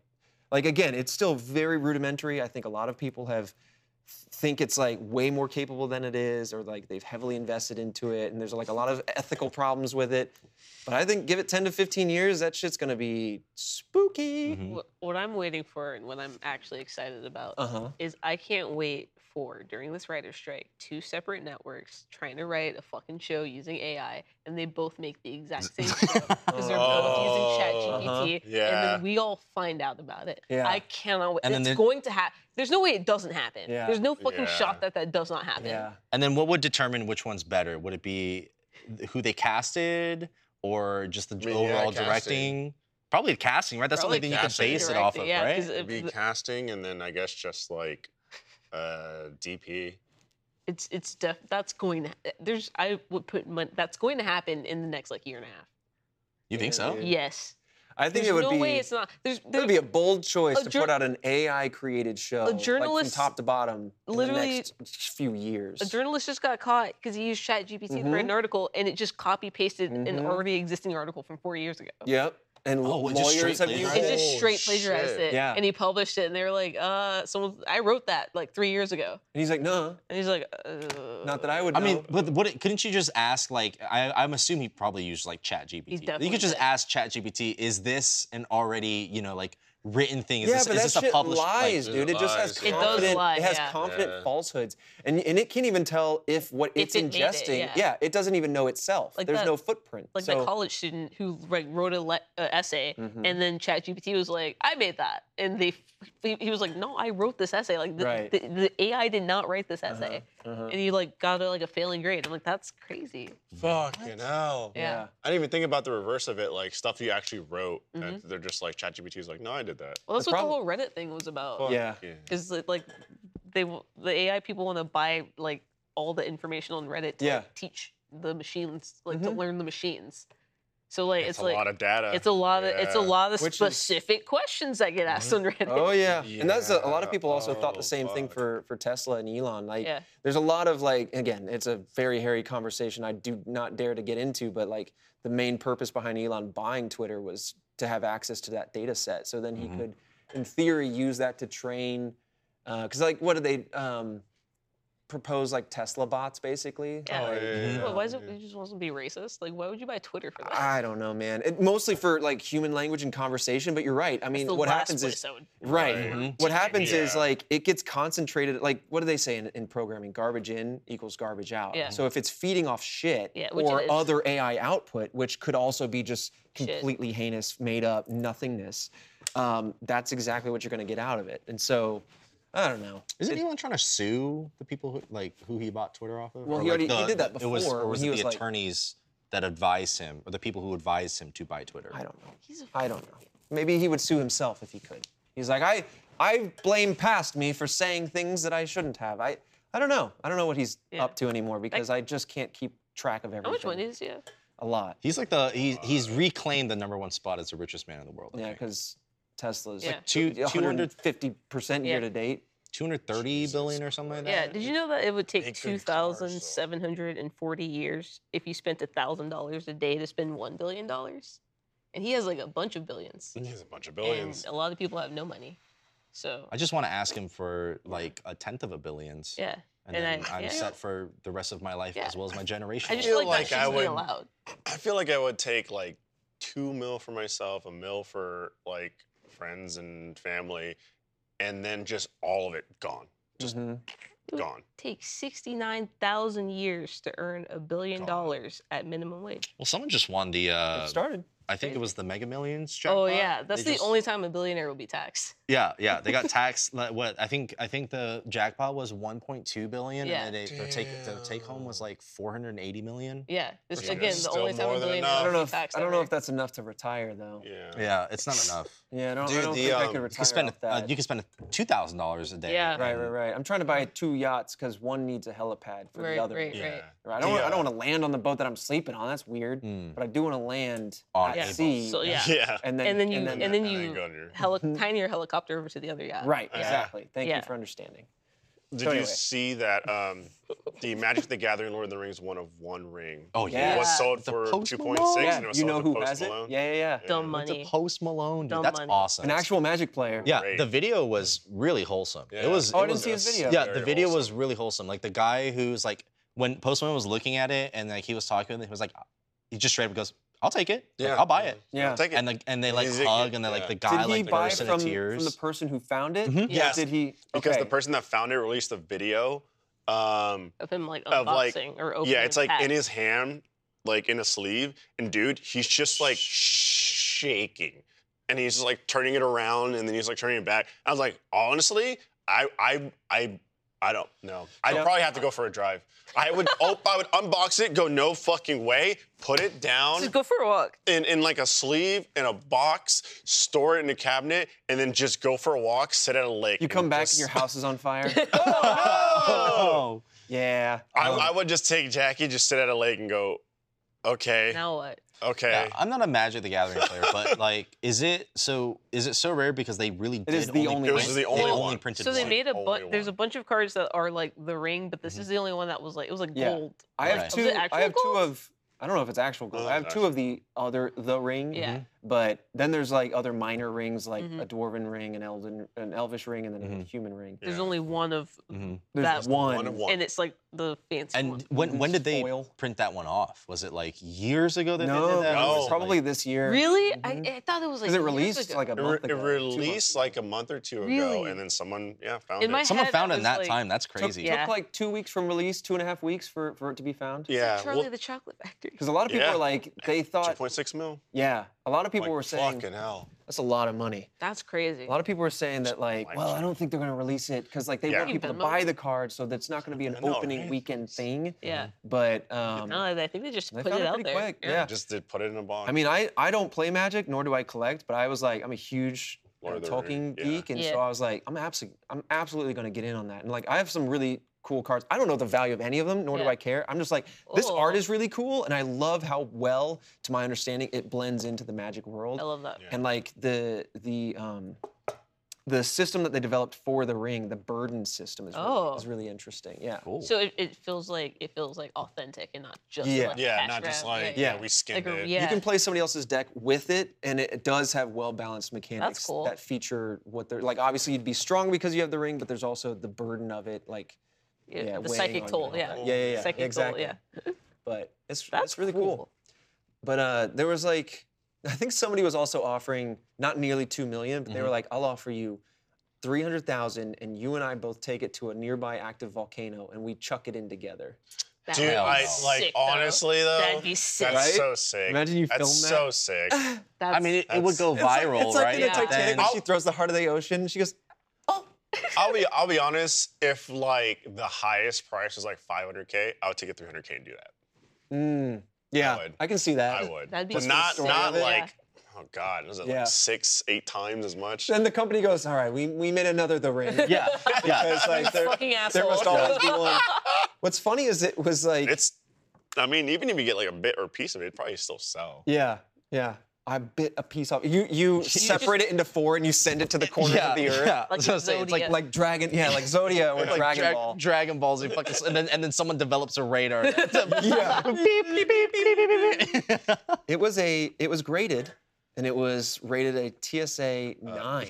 B: like again, it's still very rudimentary. I think a lot of people have think it's like way more capable than it is, or like they've heavily invested into it, and there's like a lot of ethical problems with it. But I think give it 10 to 15 years, that shit's gonna be spooky.
D: Mhm.
E: Wh- What I'm waiting for and what I'm actually excited about
B: Uh huh.
E: is I can't wait for during this writer's strike, two separate networks trying to write a fucking show using AI, and they both make the exact same show because they're both
A: Oh,
E: using
B: uh-huh.
E: ChatGPT, and
A: yeah.
E: then we all find out about it.
B: Yeah.
E: I cannot wait.
D: And
E: And
D: then
E: it's
D: there-
E: going to happen. There's no way it doesn't happen.
B: Yeah.
E: There's no fucking
A: Yeah.
E: shot that that does not happen.
B: Yeah.
D: And then what would determine which one's better? Would it be th- who they casted or just the
A: mean, yeah,
D: overall
A: casting.
D: directing? Probably the casting, right? That's the only
E: Probably
D: thing
A: casting.
D: you can base it
E: Direct
D: off of,
E: yeah,
D: right?
E: 'cause
A: It'd
E: if
A: be
E: th-
A: casting and then I guess just like uh, DP.
E: it's it's def- that's going to eh, there's I would put money that's going to happen in the next like year and a half.
D: you think so?
B: Yeah.
E: Yes.
B: I think
E: there's
B: it would
E: no
B: be.
E: way it's not. There's
B: It would
E: there,
B: be a bold choice
E: A
B: to
E: jour-
B: put out an AI created show, like,
E: journalist-
B: from top to bottom, in
E: literally-
B: the next few years.
E: a journalist just got caught because he used ChatGPT to
B: Mm-hmm.
E: write an article and it just copy pasted an
B: Mhm.
E: already existing article from four years ago.
B: Yep. And
D: Oh,
B: lawyers
D: it just straight
B: have used
D: plagiarized
E: It
B: it.
E: just
A: Oh,
E: straight plagiarized
A: shit.
E: it.
B: Yeah.
E: And he published it and they were like, uh, someone I wrote that like three years ago.
B: And he's like, no,
E: And he's like, uh,
B: not that I would.
D: I mean,
B: know.
D: but what it- couldn't you just ask like I, I'm assuming he probably used like
E: He's
D: ChatGPT. You
E: definitely
D: could just
E: did.
D: ask ChatGPT, is this an already you know like written thing? Is
B: yeah,
D: this
B: but
D: is
B: that
D: this
B: shit
D: a published like,
B: lies, dude. It just has
A: It does
B: confident.
E: lie,
B: it has
E: yeah.
B: confident
A: Yeah.
B: falsehoods, and and it can't even tell if what
E: If
B: it's
E: it made it,
B: ingesting.
E: yeah.
B: it doesn't even know itself.
E: Like
B: There's
E: that-
B: no footprint.
E: like
B: so,
E: that college student who like wrote a le- uh, essay
B: Mhm.
E: and then ChatGPT was like, I made that. And they f- he he was like, no, I wrote this essay. Like the,
B: Right.
E: the, the AI did not write this essay.
B: uh-huh.
E: And he like got a, like a failing grade. I'm like, that's crazy.
A: Fucking hell.
E: Yeah.
A: I didn't even think about the reverse of it, like stuff you actually wrote.
E: Mhm.
A: That they're just like ChatGPT is like, no, I did that.
E: Well, that's
B: The
E: what
B: problem-
E: the whole Reddit thing was about.
A: Fuck
B: Yeah.
E: Is that like they w- the AI people want to buy like all the information on Reddit to
B: Yeah. Mm-hmm.
E: like, teach the machines like to learn the machines. So like
A: It's,
E: it's,
A: a
E: like
A: lot of data.
E: it's a lot of it's a
A: Yeah.
E: lot of
B: Which is-
E: specific questions that get asked on Reddit.
B: Oh yeah. and that's a, a lot of
A: Yeah.
B: people also thought
A: Oh,
B: the same thing
A: fuck.
B: for for Tesla and Elon. Like,
E: Yeah.
B: there's a lot of like, again, it's a very hairy conversation. I do not dare to get into, but like the main purpose behind Elon buying Twitter was to have access to that data set, so then he could, in theory, use that to train. Because like, what do they um, propose? Like Tesla bots, basically.
E: Yeah.
A: Oh, yeah,
B: Like,
A: yeah,
E: Well,
A: yeah.
E: why is it you just wants to be racist? Like, why would you buy Twitter for that?
B: I don't know, man. It, mostly for like human language and conversation, but you're right. I mean,
E: the
B: what
E: last
B: happens
E: place
B: is
E: I would-
B: Right.
A: Right.
B: What happens is
A: Yeah.
B: like it gets concentrated. Like what do they say in, in programming? Garbage in equals garbage out.
E: Yeah.
B: So if it's feeding off shit
E: Yeah, which
B: or
E: it is.
B: other AI output, which could also be just
E: Shit.
B: completely heinous, made up nothingness, um, that's exactly what you're going to get out of it. And so, I don't know.
D: Isn't Elon trying to sue the people who like who he bought Twitter off of?
B: Well,
D: Or,
B: he
D: like,
B: already- he did that
D: It was,
B: before
D: or
B: when
D: was
B: he
D: it
B: was,
D: the
B: like-
D: attorneys that advised him, or the people who advised him to buy Twitter?
B: I don't know.
E: He's a
B: I don't know. Maybe he would sue himself if he could. He's like, I, I blame past me for saying things that I shouldn't have. I, I don't know. I don't know what he's
E: Yeah.
B: up to anymore because I, just can't keep track of everything.
E: How much money is yeah?
B: A lot.
D: He's like the he's he's reclaimed the number one spot as the richest man in the world.
B: Yeah, because Tesla's
E: Yeah.
B: like
D: Two-
B: 250 percent year
E: Yeah.
B: to date.
D: two hundred thirty billion or something like that.
E: Yeah. Did you know that it would take
A: They couldn't
E: two
A: charge, though.
E: thousand seven hundred and forty years if you spent thousand dollars a day to spend one billion dollars? And he has like a bunch of billions.
A: He has a bunch of billions.
E: And a lot of people have no money. So
D: I just want to ask him for like a tenth of a billions.
E: yeah.
D: And,
E: and
D: then
E: I-
D: I, am
E: yeah.
D: set for the rest of my life
E: Yeah.
D: as well as my generation.
E: I just
A: feel
E: feel like,
A: like
E: that should
A: I
E: be
A: would-
E: allowed.
A: I feel like I would take like two mil for myself, a mil for like friends and family, and then just all of it gone,
B: Mhm.
E: Dude.
A: gone.
E: Take sixty nine thousand years to earn a billion
A: God.
E: dollars at minimum wage.
D: well, someone just won the. Uh,
B: it started.
D: I think it was the Mega Millions.
E: Oh
D: jackpot.
E: yeah, that's
D: They
E: the
D: just-
E: only time a billionaire will be taxed.
D: Yeah, yeah, they got taxed. Like, what I think, I think the jackpot was 1.2 billion,
E: Yeah.
D: and then they, their take the take home was
A: Damn.
D: like 480 million.
E: Yeah, this
A: Yeah.
E: again
A: It's
E: the
A: still
E: only time
A: more
E: a
A: than
E: billionaire
A: enough.
B: I
E: will
B: don't know.
E: be
B: If, I
E: taxed.
B: don't know
E: ever.
B: if that's enough to retire though. Yeah,
A: Yeah.
D: Yeah, it's not enough.
B: I don't, I
A: Dude,
B: don't
A: the,
B: think I
A: um,
B: could
A: you
B: retire.
A: could
D: You could spend
B: off
D: uh,
B: that.
D: you could spend two thousand dollars a day.
E: Yeah.
B: Right, right,
D: and-
B: right. I'm trying to buy two yachts because one needs a helipad for
E: Right,
B: the other.
E: right,
B: one.
A: Yeah.
E: Right.
B: Right, I don't. wanna- I
A: Yeah.
B: don't want to land on the boat that I'm sleeping on. That's weird.
D: Mm.
B: But I do want to land
D: On
B: at
E: Yeah.
B: sea.
E: So, yeah.
A: Yeah.
B: And then
E: And then you- and then you-
A: go on your-
E: Heli- tinier helicopter over to the other yacht.
B: right.
A: Yeah.
B: Exactly. Thank
E: Yeah.
B: you for understanding.
A: Did
F: So
A: you
F: anyway.
A: see that um, the Magic the Gathering Lord of the Rings one of One Ring
D: Oh
E: Yeah.
D: yeah.
A: was sold
D: The
A: for
D: Post
A: 2.6
B: yeah,
A: and it was
B: you
A: sold
B: know
A: to
B: who
A: Post
B: has it?
A: Malone?
B: Yeah, yeah, yeah.
E: Dumb
A: Yeah.
D: It's a
E: money.
D: Post Malone, dude.
E: Dumb
D: That's
E: money.
D: awesome.
B: An actual Magic player.
D: Yeah,
A: Great.
D: the video was really wholesome.
A: Yeah.
D: It was.
B: Oh, I
D: it
B: didn't
D: was
B: see his video.
D: yeah,
A: very
D: the video
A: wholesome.
D: was really wholesome. Like the guy who's like when Post Malone was looking at it and like he was talking with him, he was like, he just straight up goes, "I'll take it. Like,
A: Yeah.
D: I'll buy it."
B: Yeah.
A: Take it.
D: And like and they like
A: He's a-
D: hug and they
A: yeah.
D: like the
B: Did
D: guy
B: he
D: like
B: buy
D: bursts
B: from,
D: into
B: from
D: tears.
B: the person who found it?
D: Mhm.
B: Or
E: Yes.
B: Did he?
A: because the
B: okay.
A: person that found it released a video. Um,
E: Of him like
A: Of, like-
E: unboxing or opening.
A: yeah, it's
E: the
A: like
E: pack.
A: in his hand, like in a sleeve, and dude, he's just like shaking, and he's just like turning it around, and then he's like turning it back. I was like, honestly, I, I, I. I don't know. I'd
B: Yeah.
A: probably have to go for a drive. I would, oh, I would unbox it, go no fucking way, put it down,
E: Just go for a walk.
A: in, in like a sleeve in a box, store it in a cabinet, and then just go for a walk, sit at a lake.
B: You
A: and
B: come back
A: just-
B: and your house is on fire.
D: oh,
B: yeah. Um,
A: I, I would just take Jackie, just sit at a lake, and go. Okay.
E: Now what?
A: Okay.
D: yeah, I'm not a Magic the Gathering player, but like, is it so? Is it so rare because they really did
B: is the only
A: It
B: one.
A: was
D: print-
A: the
D: they
A: only
D: only
A: one.
D: printed
E: So they
D: one.
E: made a
A: only
E: bunch. There's a
A: one.
E: bunch of cards that are like the ring, but this
A: Mm-hmm.
E: is the only one that was like it was like
B: Yeah.
E: gold.
B: I
D: Right.
B: have
E: Was
B: two.
E: it
B: I
E: actual
B: have two
E: gold?
B: of. I don't know if it's actual gold.
A: Oh,
B: I have
A: gosh.
B: two of the other the ring.
E: Yeah.
B: But then there's like other minor rings, like
E: Mhm.
B: a dwarven ring, an elden, an elvish ring, and then a
D: Mhm.
B: human ring.
E: There's
A: Mm-hmm. Yeah.
E: only one of,
D: Mhm.
B: There's
E: That
B: one.
A: One of one.
E: and it's like the fancy one.
D: And when when did they
B: Foil.
D: print that one off? Was it like years ago that they
B: No,
D: did that?
A: no.
D: Or
B: it
D: was
B: was
D: it,
B: probably
D: like-
B: this year.
E: Really?
B: Mhm.
E: I, I thought it was like.
B: Because it
E: years
B: released
E: ago.
B: like a
A: It, re-
B: month
A: it
B: ago. two months
A: released
B: ago.
A: like a month or two ago,
E: Really?
A: and then someone yeah found
E: In
A: it.
E: my
D: someone
E: head,
D: found
E: I
D: it in
E: was
D: that
E: like,
D: time. That's
B: Took,
D: crazy.
E: Yeah.
B: took like two weeks from release, two and a half weeks for, for it to be found.
A: yeah.
E: Charlie
A: Well,
E: the Chocolate Factory.
B: Because a lot of people
A: Yeah.
B: are like, they
A: two
B: thought,
A: point six mil.
B: yeah, a lot of people
A: Like,
B: were saying
A: Fucking hell.
B: that's a lot of money.
E: That's crazy.
B: A lot of people were saying that like,
A: like-
B: well, I don't think they're gonna release it because like they
A: Yeah.
B: want
E: You
B: people to
E: Venmo
B: buy
E: it?
B: the card, so that's not gonna be an
A: I know,
B: opening
A: right?
B: weekend thing.
E: yeah.
B: But um,
E: No, I think they just
B: Mm-hmm. they
E: put
B: found
E: it
B: it
E: out
B: pretty
E: there.
B: quick. Yeah.
A: Just did put it in a box.
B: I mean, I, I don't play Magic, nor do I collect, but I was like, I'm a huge you know,
A: Lord of the
B: Tolkien
A: Ring, yeah.
B: geek, and so
E: Yeah.
B: I was like, I'm absolutely, I'm absolutely gonna get in on that. And like, I have some really cool cards. I don't know the value of any of them, nor do
E: Yeah. Oh.
B: I care. I'm just like, this art
E: Ooh.
B: is really cool, and I love how well, to my understanding, it blends into the Magic world.
E: I love that.
A: Yeah.
B: and like the the um the system that they developed for the ring, the burden system is really,
E: Oh.
B: is really interesting. Yeah.
D: Cool.
E: So it, it feels like it feels like authentic and not just
B: Yeah.
E: like a
A: yeah,
E: cash
A: not just
E: grab.
A: like
B: yeah.
A: yeah, we skinned
E: Like a-
A: it.
E: yeah.
B: You can play somebody else's deck with it, and it does have well balanced mechanics
E: cool.
B: that feature what they're like. Obviously, you'd be strong because you have the ring, but there's also the burden of it, like
E: yeah,
B: yeah,
E: the
B: weighing
E: psychic
B: on you
E: toll.
B: and all
E: Yeah.
B: that. yeah, yeah, yeah,
E: Psychic toll,
B: exactly.
E: yeah.
B: But it's
E: That's
B: it's really cool.
E: cool.
B: But uh, there was like, I think somebody was also offering not nearly two million, but they were like, "I'll offer you three hundred thousand, and you and I both take it to a nearby active volcano, and we chuck it in together."
E: That
A: Dude,
E: would be
A: I like
E: sick, though.
A: honestly though.
E: That'd be sick.
A: That's
B: Right?
A: so sick.
B: Imagine you
A: that's
B: film that.
A: so sick.
E: That's,
D: I mean, it, it would
A: That's-
D: go
A: It's
B: like-
D: viral,
B: it's like
D: right?
B: in the
E: Yeah.
D: But
B: Titanic
D: then-
B: when she throws the heart of the ocean. and She goes,
E: Oh,
A: I'll be I'll be honest. If like the highest price was like 500k, I would take a 300k and do that.
B: mm, "Yeah, I,
A: would.
B: can see that."
A: I would.
E: that'd be
A: but
E: sick.
A: not
E: Yeah.
A: not
E: Yeah.
A: like oh god, is it
B: Yeah.
A: like six eight times as much?
B: Then the company goes, "All right, we, we made another the ring."
D: yeah, yeah.
B: Because, like, there,
E: Fucking
B: there
E: asshole.
B: must always be one. What's funny is it was like,
A: It's I mean even if you get like a bit or a piece of it, it'd probably still sell.
B: yeah, yeah. I bit a piece off. You you separate it into four and you send it to the corners
D: yeah,
B: of the earth.
D: yeah.
E: Like
D: That's what I'm
E: a
D: saying. It's like,
E: Zodiac.
B: Like Dragon, yeah, like Zodia or
D: like
B: Dragon
D: Dra-
B: Ball.
D: Dragon Balls. You fucking, and then and then someone develops a radar.
B: yeah.
D: Beep, beep, beep, beep, beep, beep, beep.
B: It was a it was graded and it was rated a TSA 9,
D: Uh,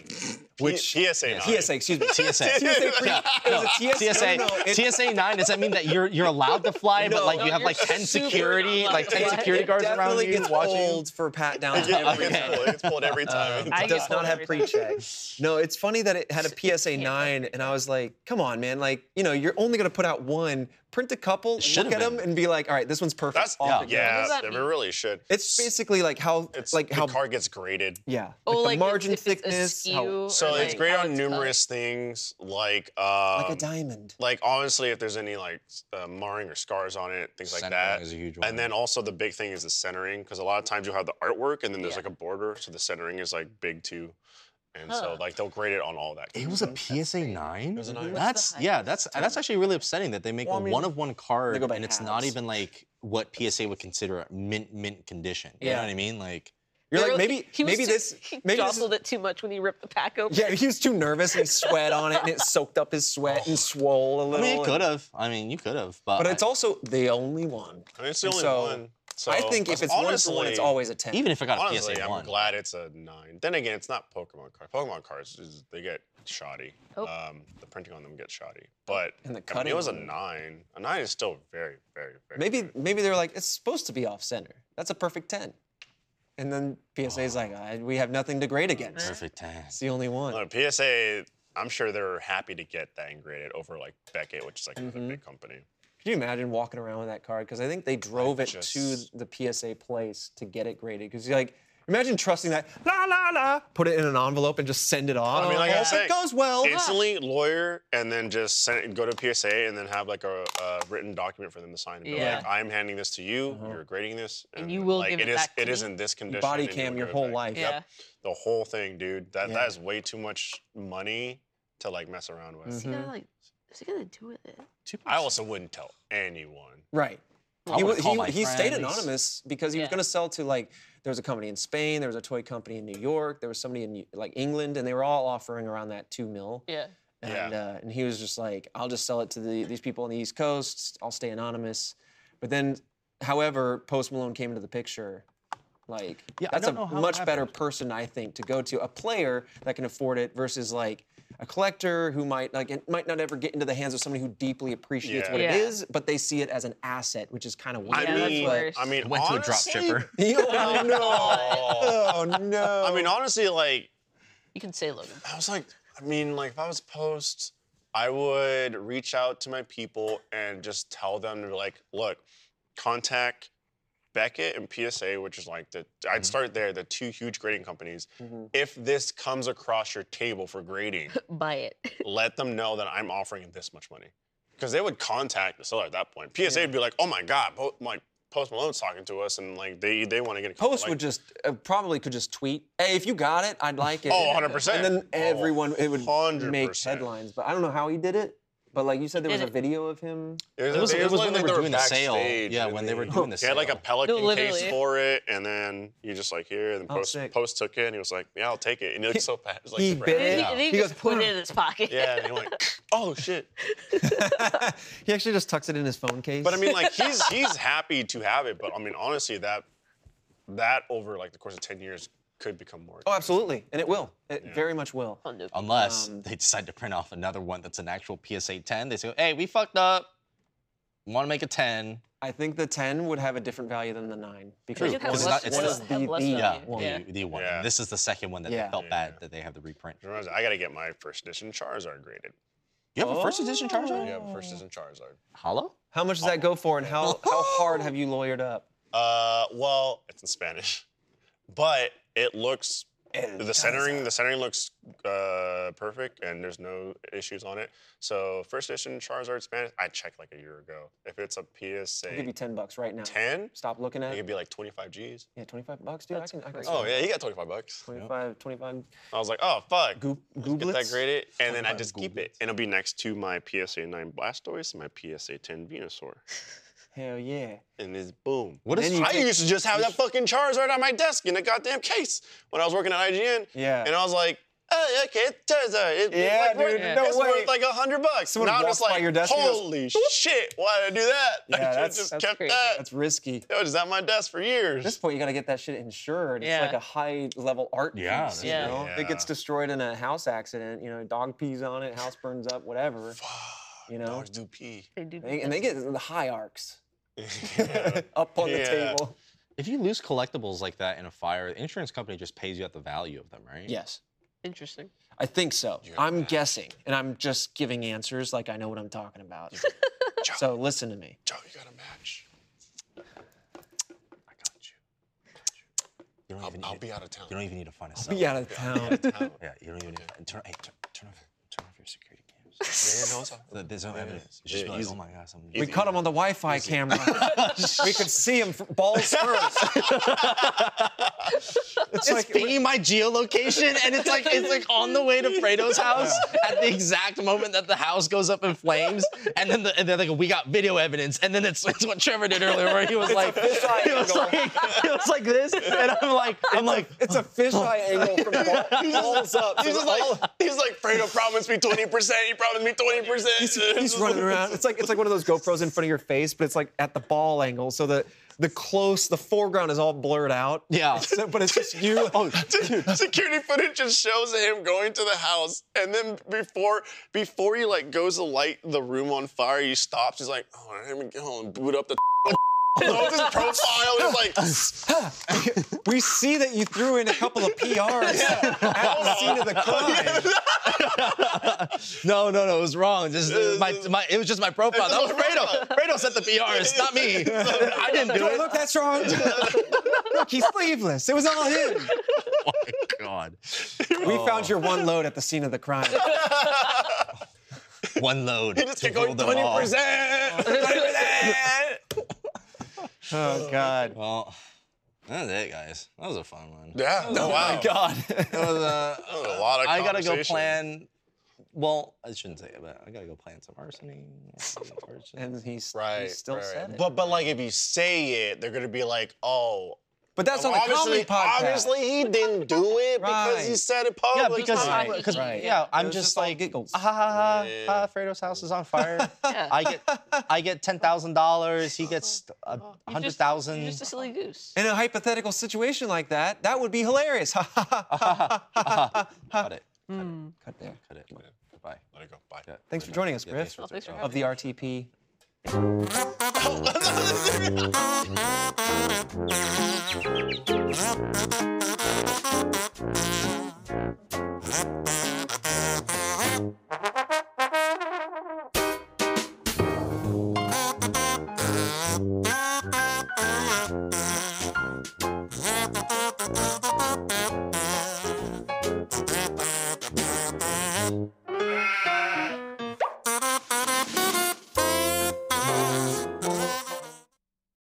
B: which
A: P- PSA nine.
B: PSA, excuse me, TSA.
D: TSA.
B: TSA pre-
D: Yeah.
B: it was a TSA.
D: TSA,
B: no, no, it-
D: TSA nine. Does that mean that you're you're allowed to fly,
B: No.
D: but like
E: No,
D: you have
E: you're
D: like ten
E: super
D: security,
E: allowed.
D: like ten
E: Yeah,
D: security
B: it
D: guards around
B: definitely
D: you
B: gets
D: watching?
B: old for pat downs.
A: Yeah,
B: every
A: it gets
B: time.
A: pulled- it gets pulled every time.
E: I
B: Uh, It
E: get
B: does
E: pulled
B: not have
E: every
B: pre-check. No, it's funny that it had a PSA nine, and I was like, "Come on, man! Like, you know, you're only gonna put out one. Print a couple, look
D: should've
B: at them,
D: been.
B: and be like, all right, this one's perfect.
A: That's
B: Off
A: yeah,
B: it goes.
E: What does
A: yeah
E: that
A: it
E: mean?
A: really should.
B: It's basically like how
A: it's
B: like
A: the
B: how
A: card gets graded.
B: yeah,
E: Oh,
B: like
E: like
B: the margin
E: if it's
B: thickness, how-
E: askew or,
A: So it's
E: like,
A: great
E: how
A: on
E: colored.
A: numerous things like um,
B: like a diamond.
A: like honestly, if there's any like s- uh, marring or scars on it, things like that.
D: Centering is a huge one.
A: And then also the big thing is the centering, because a lot of times you'll have the artwork and then there's
E: Yeah.
A: like a border, so the centering is like big too. And
E: Huh.
A: so like they'll grade it on all that.
D: It was a PSA nine.
A: was a nine.
D: That's
E: What's the
D: yeah.
E: highest?
D: That's that's actually really upsetting that they make
B: Well, I
D: a
B: mean,
D: one of one card
B: they go by
D: and it's not
B: halves.
D: even like what PSA would consider mint mint condition. You
B: Yeah.
D: know what I mean? Like
B: You're
E: They
B: like
E: were-
B: maybe
E: he was
B: maybe
E: too-
B: this
E: he
B: maybe this is-
E: jostled it too much when he ripped the pack open.
B: yeah he was too nervous and he sweat on it and it soaked up his sweat and swole a
D: I
B: little.
D: mean, you
B: and-
D: could have. I mean, you could have. But,
B: But it's also the only one.
A: I mean, it's the
B: And
A: only
B: so,
A: one. So
B: I think if it's one for one, it's
A: honestly-
B: always a ten.
D: even if I got a
A: Honestly,
D: PSA
A: I'm
D: one,
A: glad it's a nine. Then again, it's not Pokemon cards. Pokemon cards, is, they get shoddy.
E: Oh.
A: Um, the printing on them gets shoddy. But
B: And the
A: I mean,
B: cutting
A: it was a
B: on them.
A: nine. A nine is still very, very, very.
B: maybe
A: good.
B: maybe they're like it's supposed to be off center. That's a perfect ten. And then PSA's like I, we have nothing to grade against.
D: perfect ten.
B: It's the only one.
A: Look, PSA. I'm sure they're happy to get that engraded over like Beckett, which is like
E: Mm-hmm.
B: Mhm.
A: a big company.
B: Can you imagine walking around with that card? Because I think they drove it
A: just-
B: to the PSA place to get it graded. Because you're like, imagine trusting that, la la la, put it in an envelope and just send it off.
A: I mean, like I
B: Hope
A: was saying,
B: it goes well. ah.
A: Instantly lawyer, and then just send it, go to PSA, and then have like a, a written document for them to sign. And be
E: Yeah.
A: like, I'm handing this to you.
B: Uh-huh.
A: You're grading this,
E: And you will
A: like,
E: give it
A: is-
E: back to
A: it is
E: me?
A: in this condition.
B: Body
A: and you
B: cam
A: will
B: your
A: give it
B: whole
A: back.
B: life.
E: Yeah.
A: the whole thing, dude. That
B: Yeah.
A: that is way too much money to like mess around with.
E: Is he
B: Mhm.
E: gonna like? Is he gonna do with it?
A: I also wouldn't tell anyone.
B: Right.
D: I
B: He,
D: would
B: wa-
D: call
B: he-
D: my
B: he stayed
D: friends.
B: anonymous because he was
E: Yeah.
B: going to sell to like there was a company in Spain, there was a toy company in New York, there was somebody in like England, and they were all offering around that two mil.
E: Yeah.
B: And, uh, and he was just like, I'll just sell it to the, these people on the East Coast. I'll stay anonymous. But then, however, Post Malone came into the picture. Like,
D: Yeah, I
B: that's a
D: don't know how it
B: much better
D: happened.
B: person, I think, to go to a player that can afford it versus like a collector who might like it might not ever get into the hands of somebody who deeply appreciates
A: Yeah.
B: what
E: Yeah.
B: it is, but they see it as an asset, which is kind of weird.
A: I
E: that's
A: mean,
E: worse.
A: I mean,
D: Went to a drop
A: honestly-
D: shipper.
B: oh
A: Oh.
B: no! Oh no!
A: I mean, honestly, like
E: You can say Logan.
A: I was like, I mean, like if I was post, I would reach out to my people and just tell them to like, look, contact Beckett and PSA, which is like the
B: Mm-hmm.
A: I'd start there, the two huge grading companies.
B: Mhm.
A: If this comes across your table for grading,
E: Buy it.
A: let them know that I'm offering this much money. Because they would contact the seller at that point. PSA would be like, oh my God, po- like Post Malone's talking to us and like they they want to get a couple,
B: Post
A: like,
B: would just uh, probably could just tweet, "Hey, if you got it, I'd like it."
A: Oh, 100%.
B: And then
A: Oh,
B: everyone it would make
A: 100%.
B: headlines, but I don't know how he did it. But like you said, there was
E: And
B: a
E: it-
B: video of him.
A: There's-
D: It was-
A: there's
D: it was
A: one
D: when
A: that
D: they were doing the sale.
A: backstage,
D: Yeah,
A: and
D: when they were
A: he-
D: doing the
A: He had like a
D: sale.
A: Pelican case
E: literally.
A: for it, and then you just like here, and then
B: Oh,
A: Post
B: sick.
A: Post took it, and he was like, yeah, I'll take it, and he looked so bad. Like,
B: he
A: super
B: bit
A: happy.
B: it.
E: And then
B: Yeah.
E: he, and then
B: He
E: he just
B: goes,
E: put it in his pocket.
A: Yeah, and he went, oh shit.
B: he actually just tucks it in his phone case.
A: But I mean, like he's he's happy to have it, but I mean, honestly, that that over like the course of ten years could become more.
B: oh, absolutely, and it will. It very much will.
E: Oh, no.
D: Unless
B: Um,
D: they decide to print off another one that's an actual PSA 10. They say, hey, we fucked up. Want to make a 10.
B: I think the ten would have a different value than the nine because
E: Because you
B: one
E: have
B: is-
E: less,
D: not- it's
E: one
B: one
D: not-
B: is
E: is- have
B: the,
E: less
B: the
E: value.
D: Yeah,
B: one.
E: Yeah.
D: The, the one.
A: Yeah.
D: This is the second one that
B: Yeah.
D: they felt
A: Yeah.
D: bad that they have the reprint.
A: Remember, I gotta get my first edition Charizard graded.
D: You have a first edition Charizard?
A: Yeah, first
B: Oh.
A: edition Charizard.
D: Hollow?
B: How much does that go for, and how how hard have you lawyered up?
A: Uh, well, it's in Spanish, but it looks the centering. The centering looks uh, perfect, and there's no issues on it. So first edition Charizard Spanish, I checked like a year ago. If it's a
B: I'll give
A: PSA
B: you ten bucks right now.
A: 10,
B: Stop looking
A: it
B: at
A: could
B: it.
A: be like 25 G's.
B: Yeah, twenty-five bucks, dude. I
E: That's
B: can. I can
E: crazy.
A: Oh yeah, he got 25 bucks.
B: 25, 25
A: I was like, oh fuck,
B: goop,
A: Let's get that
B: gooblets.
A: graded, and then I
D: Sometimes
A: just keep it,
D: googlets.
A: and it'll be next to my PSA 9 Blastoise and my PSA 10 Venusaur,
B: Hell yeah.
A: and it's boom.
D: What
B: Then
D: is
B: you
A: I
B: take-
A: used to just have that fucking Charizard on my desk in a goddamn case when I was working at IGN,
B: Yeah.
A: and I was like, oh, okay, it's Charizard. It- It's
B: Yeah,
A: like, worth-
B: dude, no
A: it's
B: way.
A: worth like a hundred bucks.
B: Someone
A: now I'm
B: walks
A: just
B: by
A: like,
B: your desk and goes,
A: holy shit, why did I do that?
B: Yeah,
A: I
B: that's-
A: could just
B: that's
A: kept
E: crazy.
A: that.
B: That's risky.
A: It was at my desk for years.
B: At this point, you gotta get that shit insured. It's like
E: Yeah.
B: a high level art
D: Yeah,
B: piece.
D: that's
B: You
E: Yeah.
B: know? If
A: Yeah.
B: it gets destroyed in a house accident, you know, dog pees on it, house burns up, whatever. You know?
A: Dogs do pee.
E: They do
B: They- and they get the high arcs
A: Yeah.
B: up on the
A: Yeah.
B: table.
D: If you lose collectibles like that in a fire, the insurance company just pays you at the value of them, right?
B: Yes.
E: Interesting.
B: I think so.
A: You got
B: I'm
A: that.
B: guessing, and I'm just giving answers like I know what I'm talking
A: Joe,
B: about. so listen to me.
A: Joe, you got a match.
D: I got you. You don't,
A: I'll,
D: even
A: I'll
D: need,
A: be out of town.
D: you don't even need to find a cell.
B: Be out of town.
A: town.
D: Yeah, you don't even need to turn, hey, turn, turn, off, turn off your security cams.
A: Yeah, no, it's all-
D: Th- There's no evidence. You
A: Yeah,
D: just be like,
A: easy.
D: oh my gosh, I'm
B: We
D: easy.
B: caught him on the Wi-Fi camera. we could see him f- balls first.
D: It's, pinging my geolocation, and it's like it's like on the way to Fredo's house at the exact moment that the house goes up in flames, and then the, and they're like, "We got video evidence," and then it's, it's what Trevor did earlier, where he was like, he was like, he was like this, and I'm like, I'm like,
B: It's a fisheye angle from ball- balls up.
A: He's
B: so
A: just like, he's like, Fredo promised me 20%, he promised me 20%.
B: he's running around. It's like it's like one of those GoPros in front of your face, but it's like at the ball angle, so that the close, the foreground is all blurred out.
D: Yeah.
B: So- but it's just you. oh,
A: Security footage just shows him going to the house, and then before before he like goes to light the room on fire, he stops. He's like, "Oh, I'm gonna go and boot up the." Loads his profile is like,
B: we see that you threw in a couple of PRs at the scene of the crime.
D: no, no, no, it was wrong. This is my, my, it was just my profile. That was Fredo. Fredo set the PRs, not me. I didn't do
B: Do I
D: it.
B: look that strong? look, he's sleeveless. It was all him.
D: Oh my god.
B: We found your one load at the scene of the crime.
D: One load.
A: he just
D: to
A: kept going
D: hold them all.
A: 20%.
B: Oh God.
D: Well, that's it, guys. That was a fun one.
A: Yeah, no, wow.
B: God.
D: It was, uh,
A: That was a lot of
D: I gotta go
A: conversation.
D: plan. Well, I shouldn't say it, but I gotta go plan some arsoning.
B: And he's, he
A: Right,
B: still
A: right,
B: said it.
A: But but like if you say it, they're gonna be like, oh,
B: But that's on a comedy podcast.
A: obviously he didn't do it because he
B: Right.
A: said it
D: yeah,
A: publicly.
D: because
E: Right,
D: because
B: right.
D: yeah, I'm
B: was
D: just,
B: just all
D: like
B: giggles.
D: Ah, ha, ha, ha,
A: Yeah.
D: ha, Fredo's house is on fire.
E: Yeah.
D: I get I get ten thousand dollars. He gets
B: Oh,
D: a
E: You're
D: hundred
E: just-
D: thousand.
E: You're just a silly goose.
B: In a hypothetical situation like that, that would be hilarious.
D: Uh-huh. Cut it.
E: Hmm.
B: Cut there.
D: Cut it. Goodbye.
A: Let it go. Bye.
D: Yeah,
B: Thanks for joining us,
D: yeah,
B: Griff.
D: thanks for-
E: Oh, Thanks for
B: Of the RTP.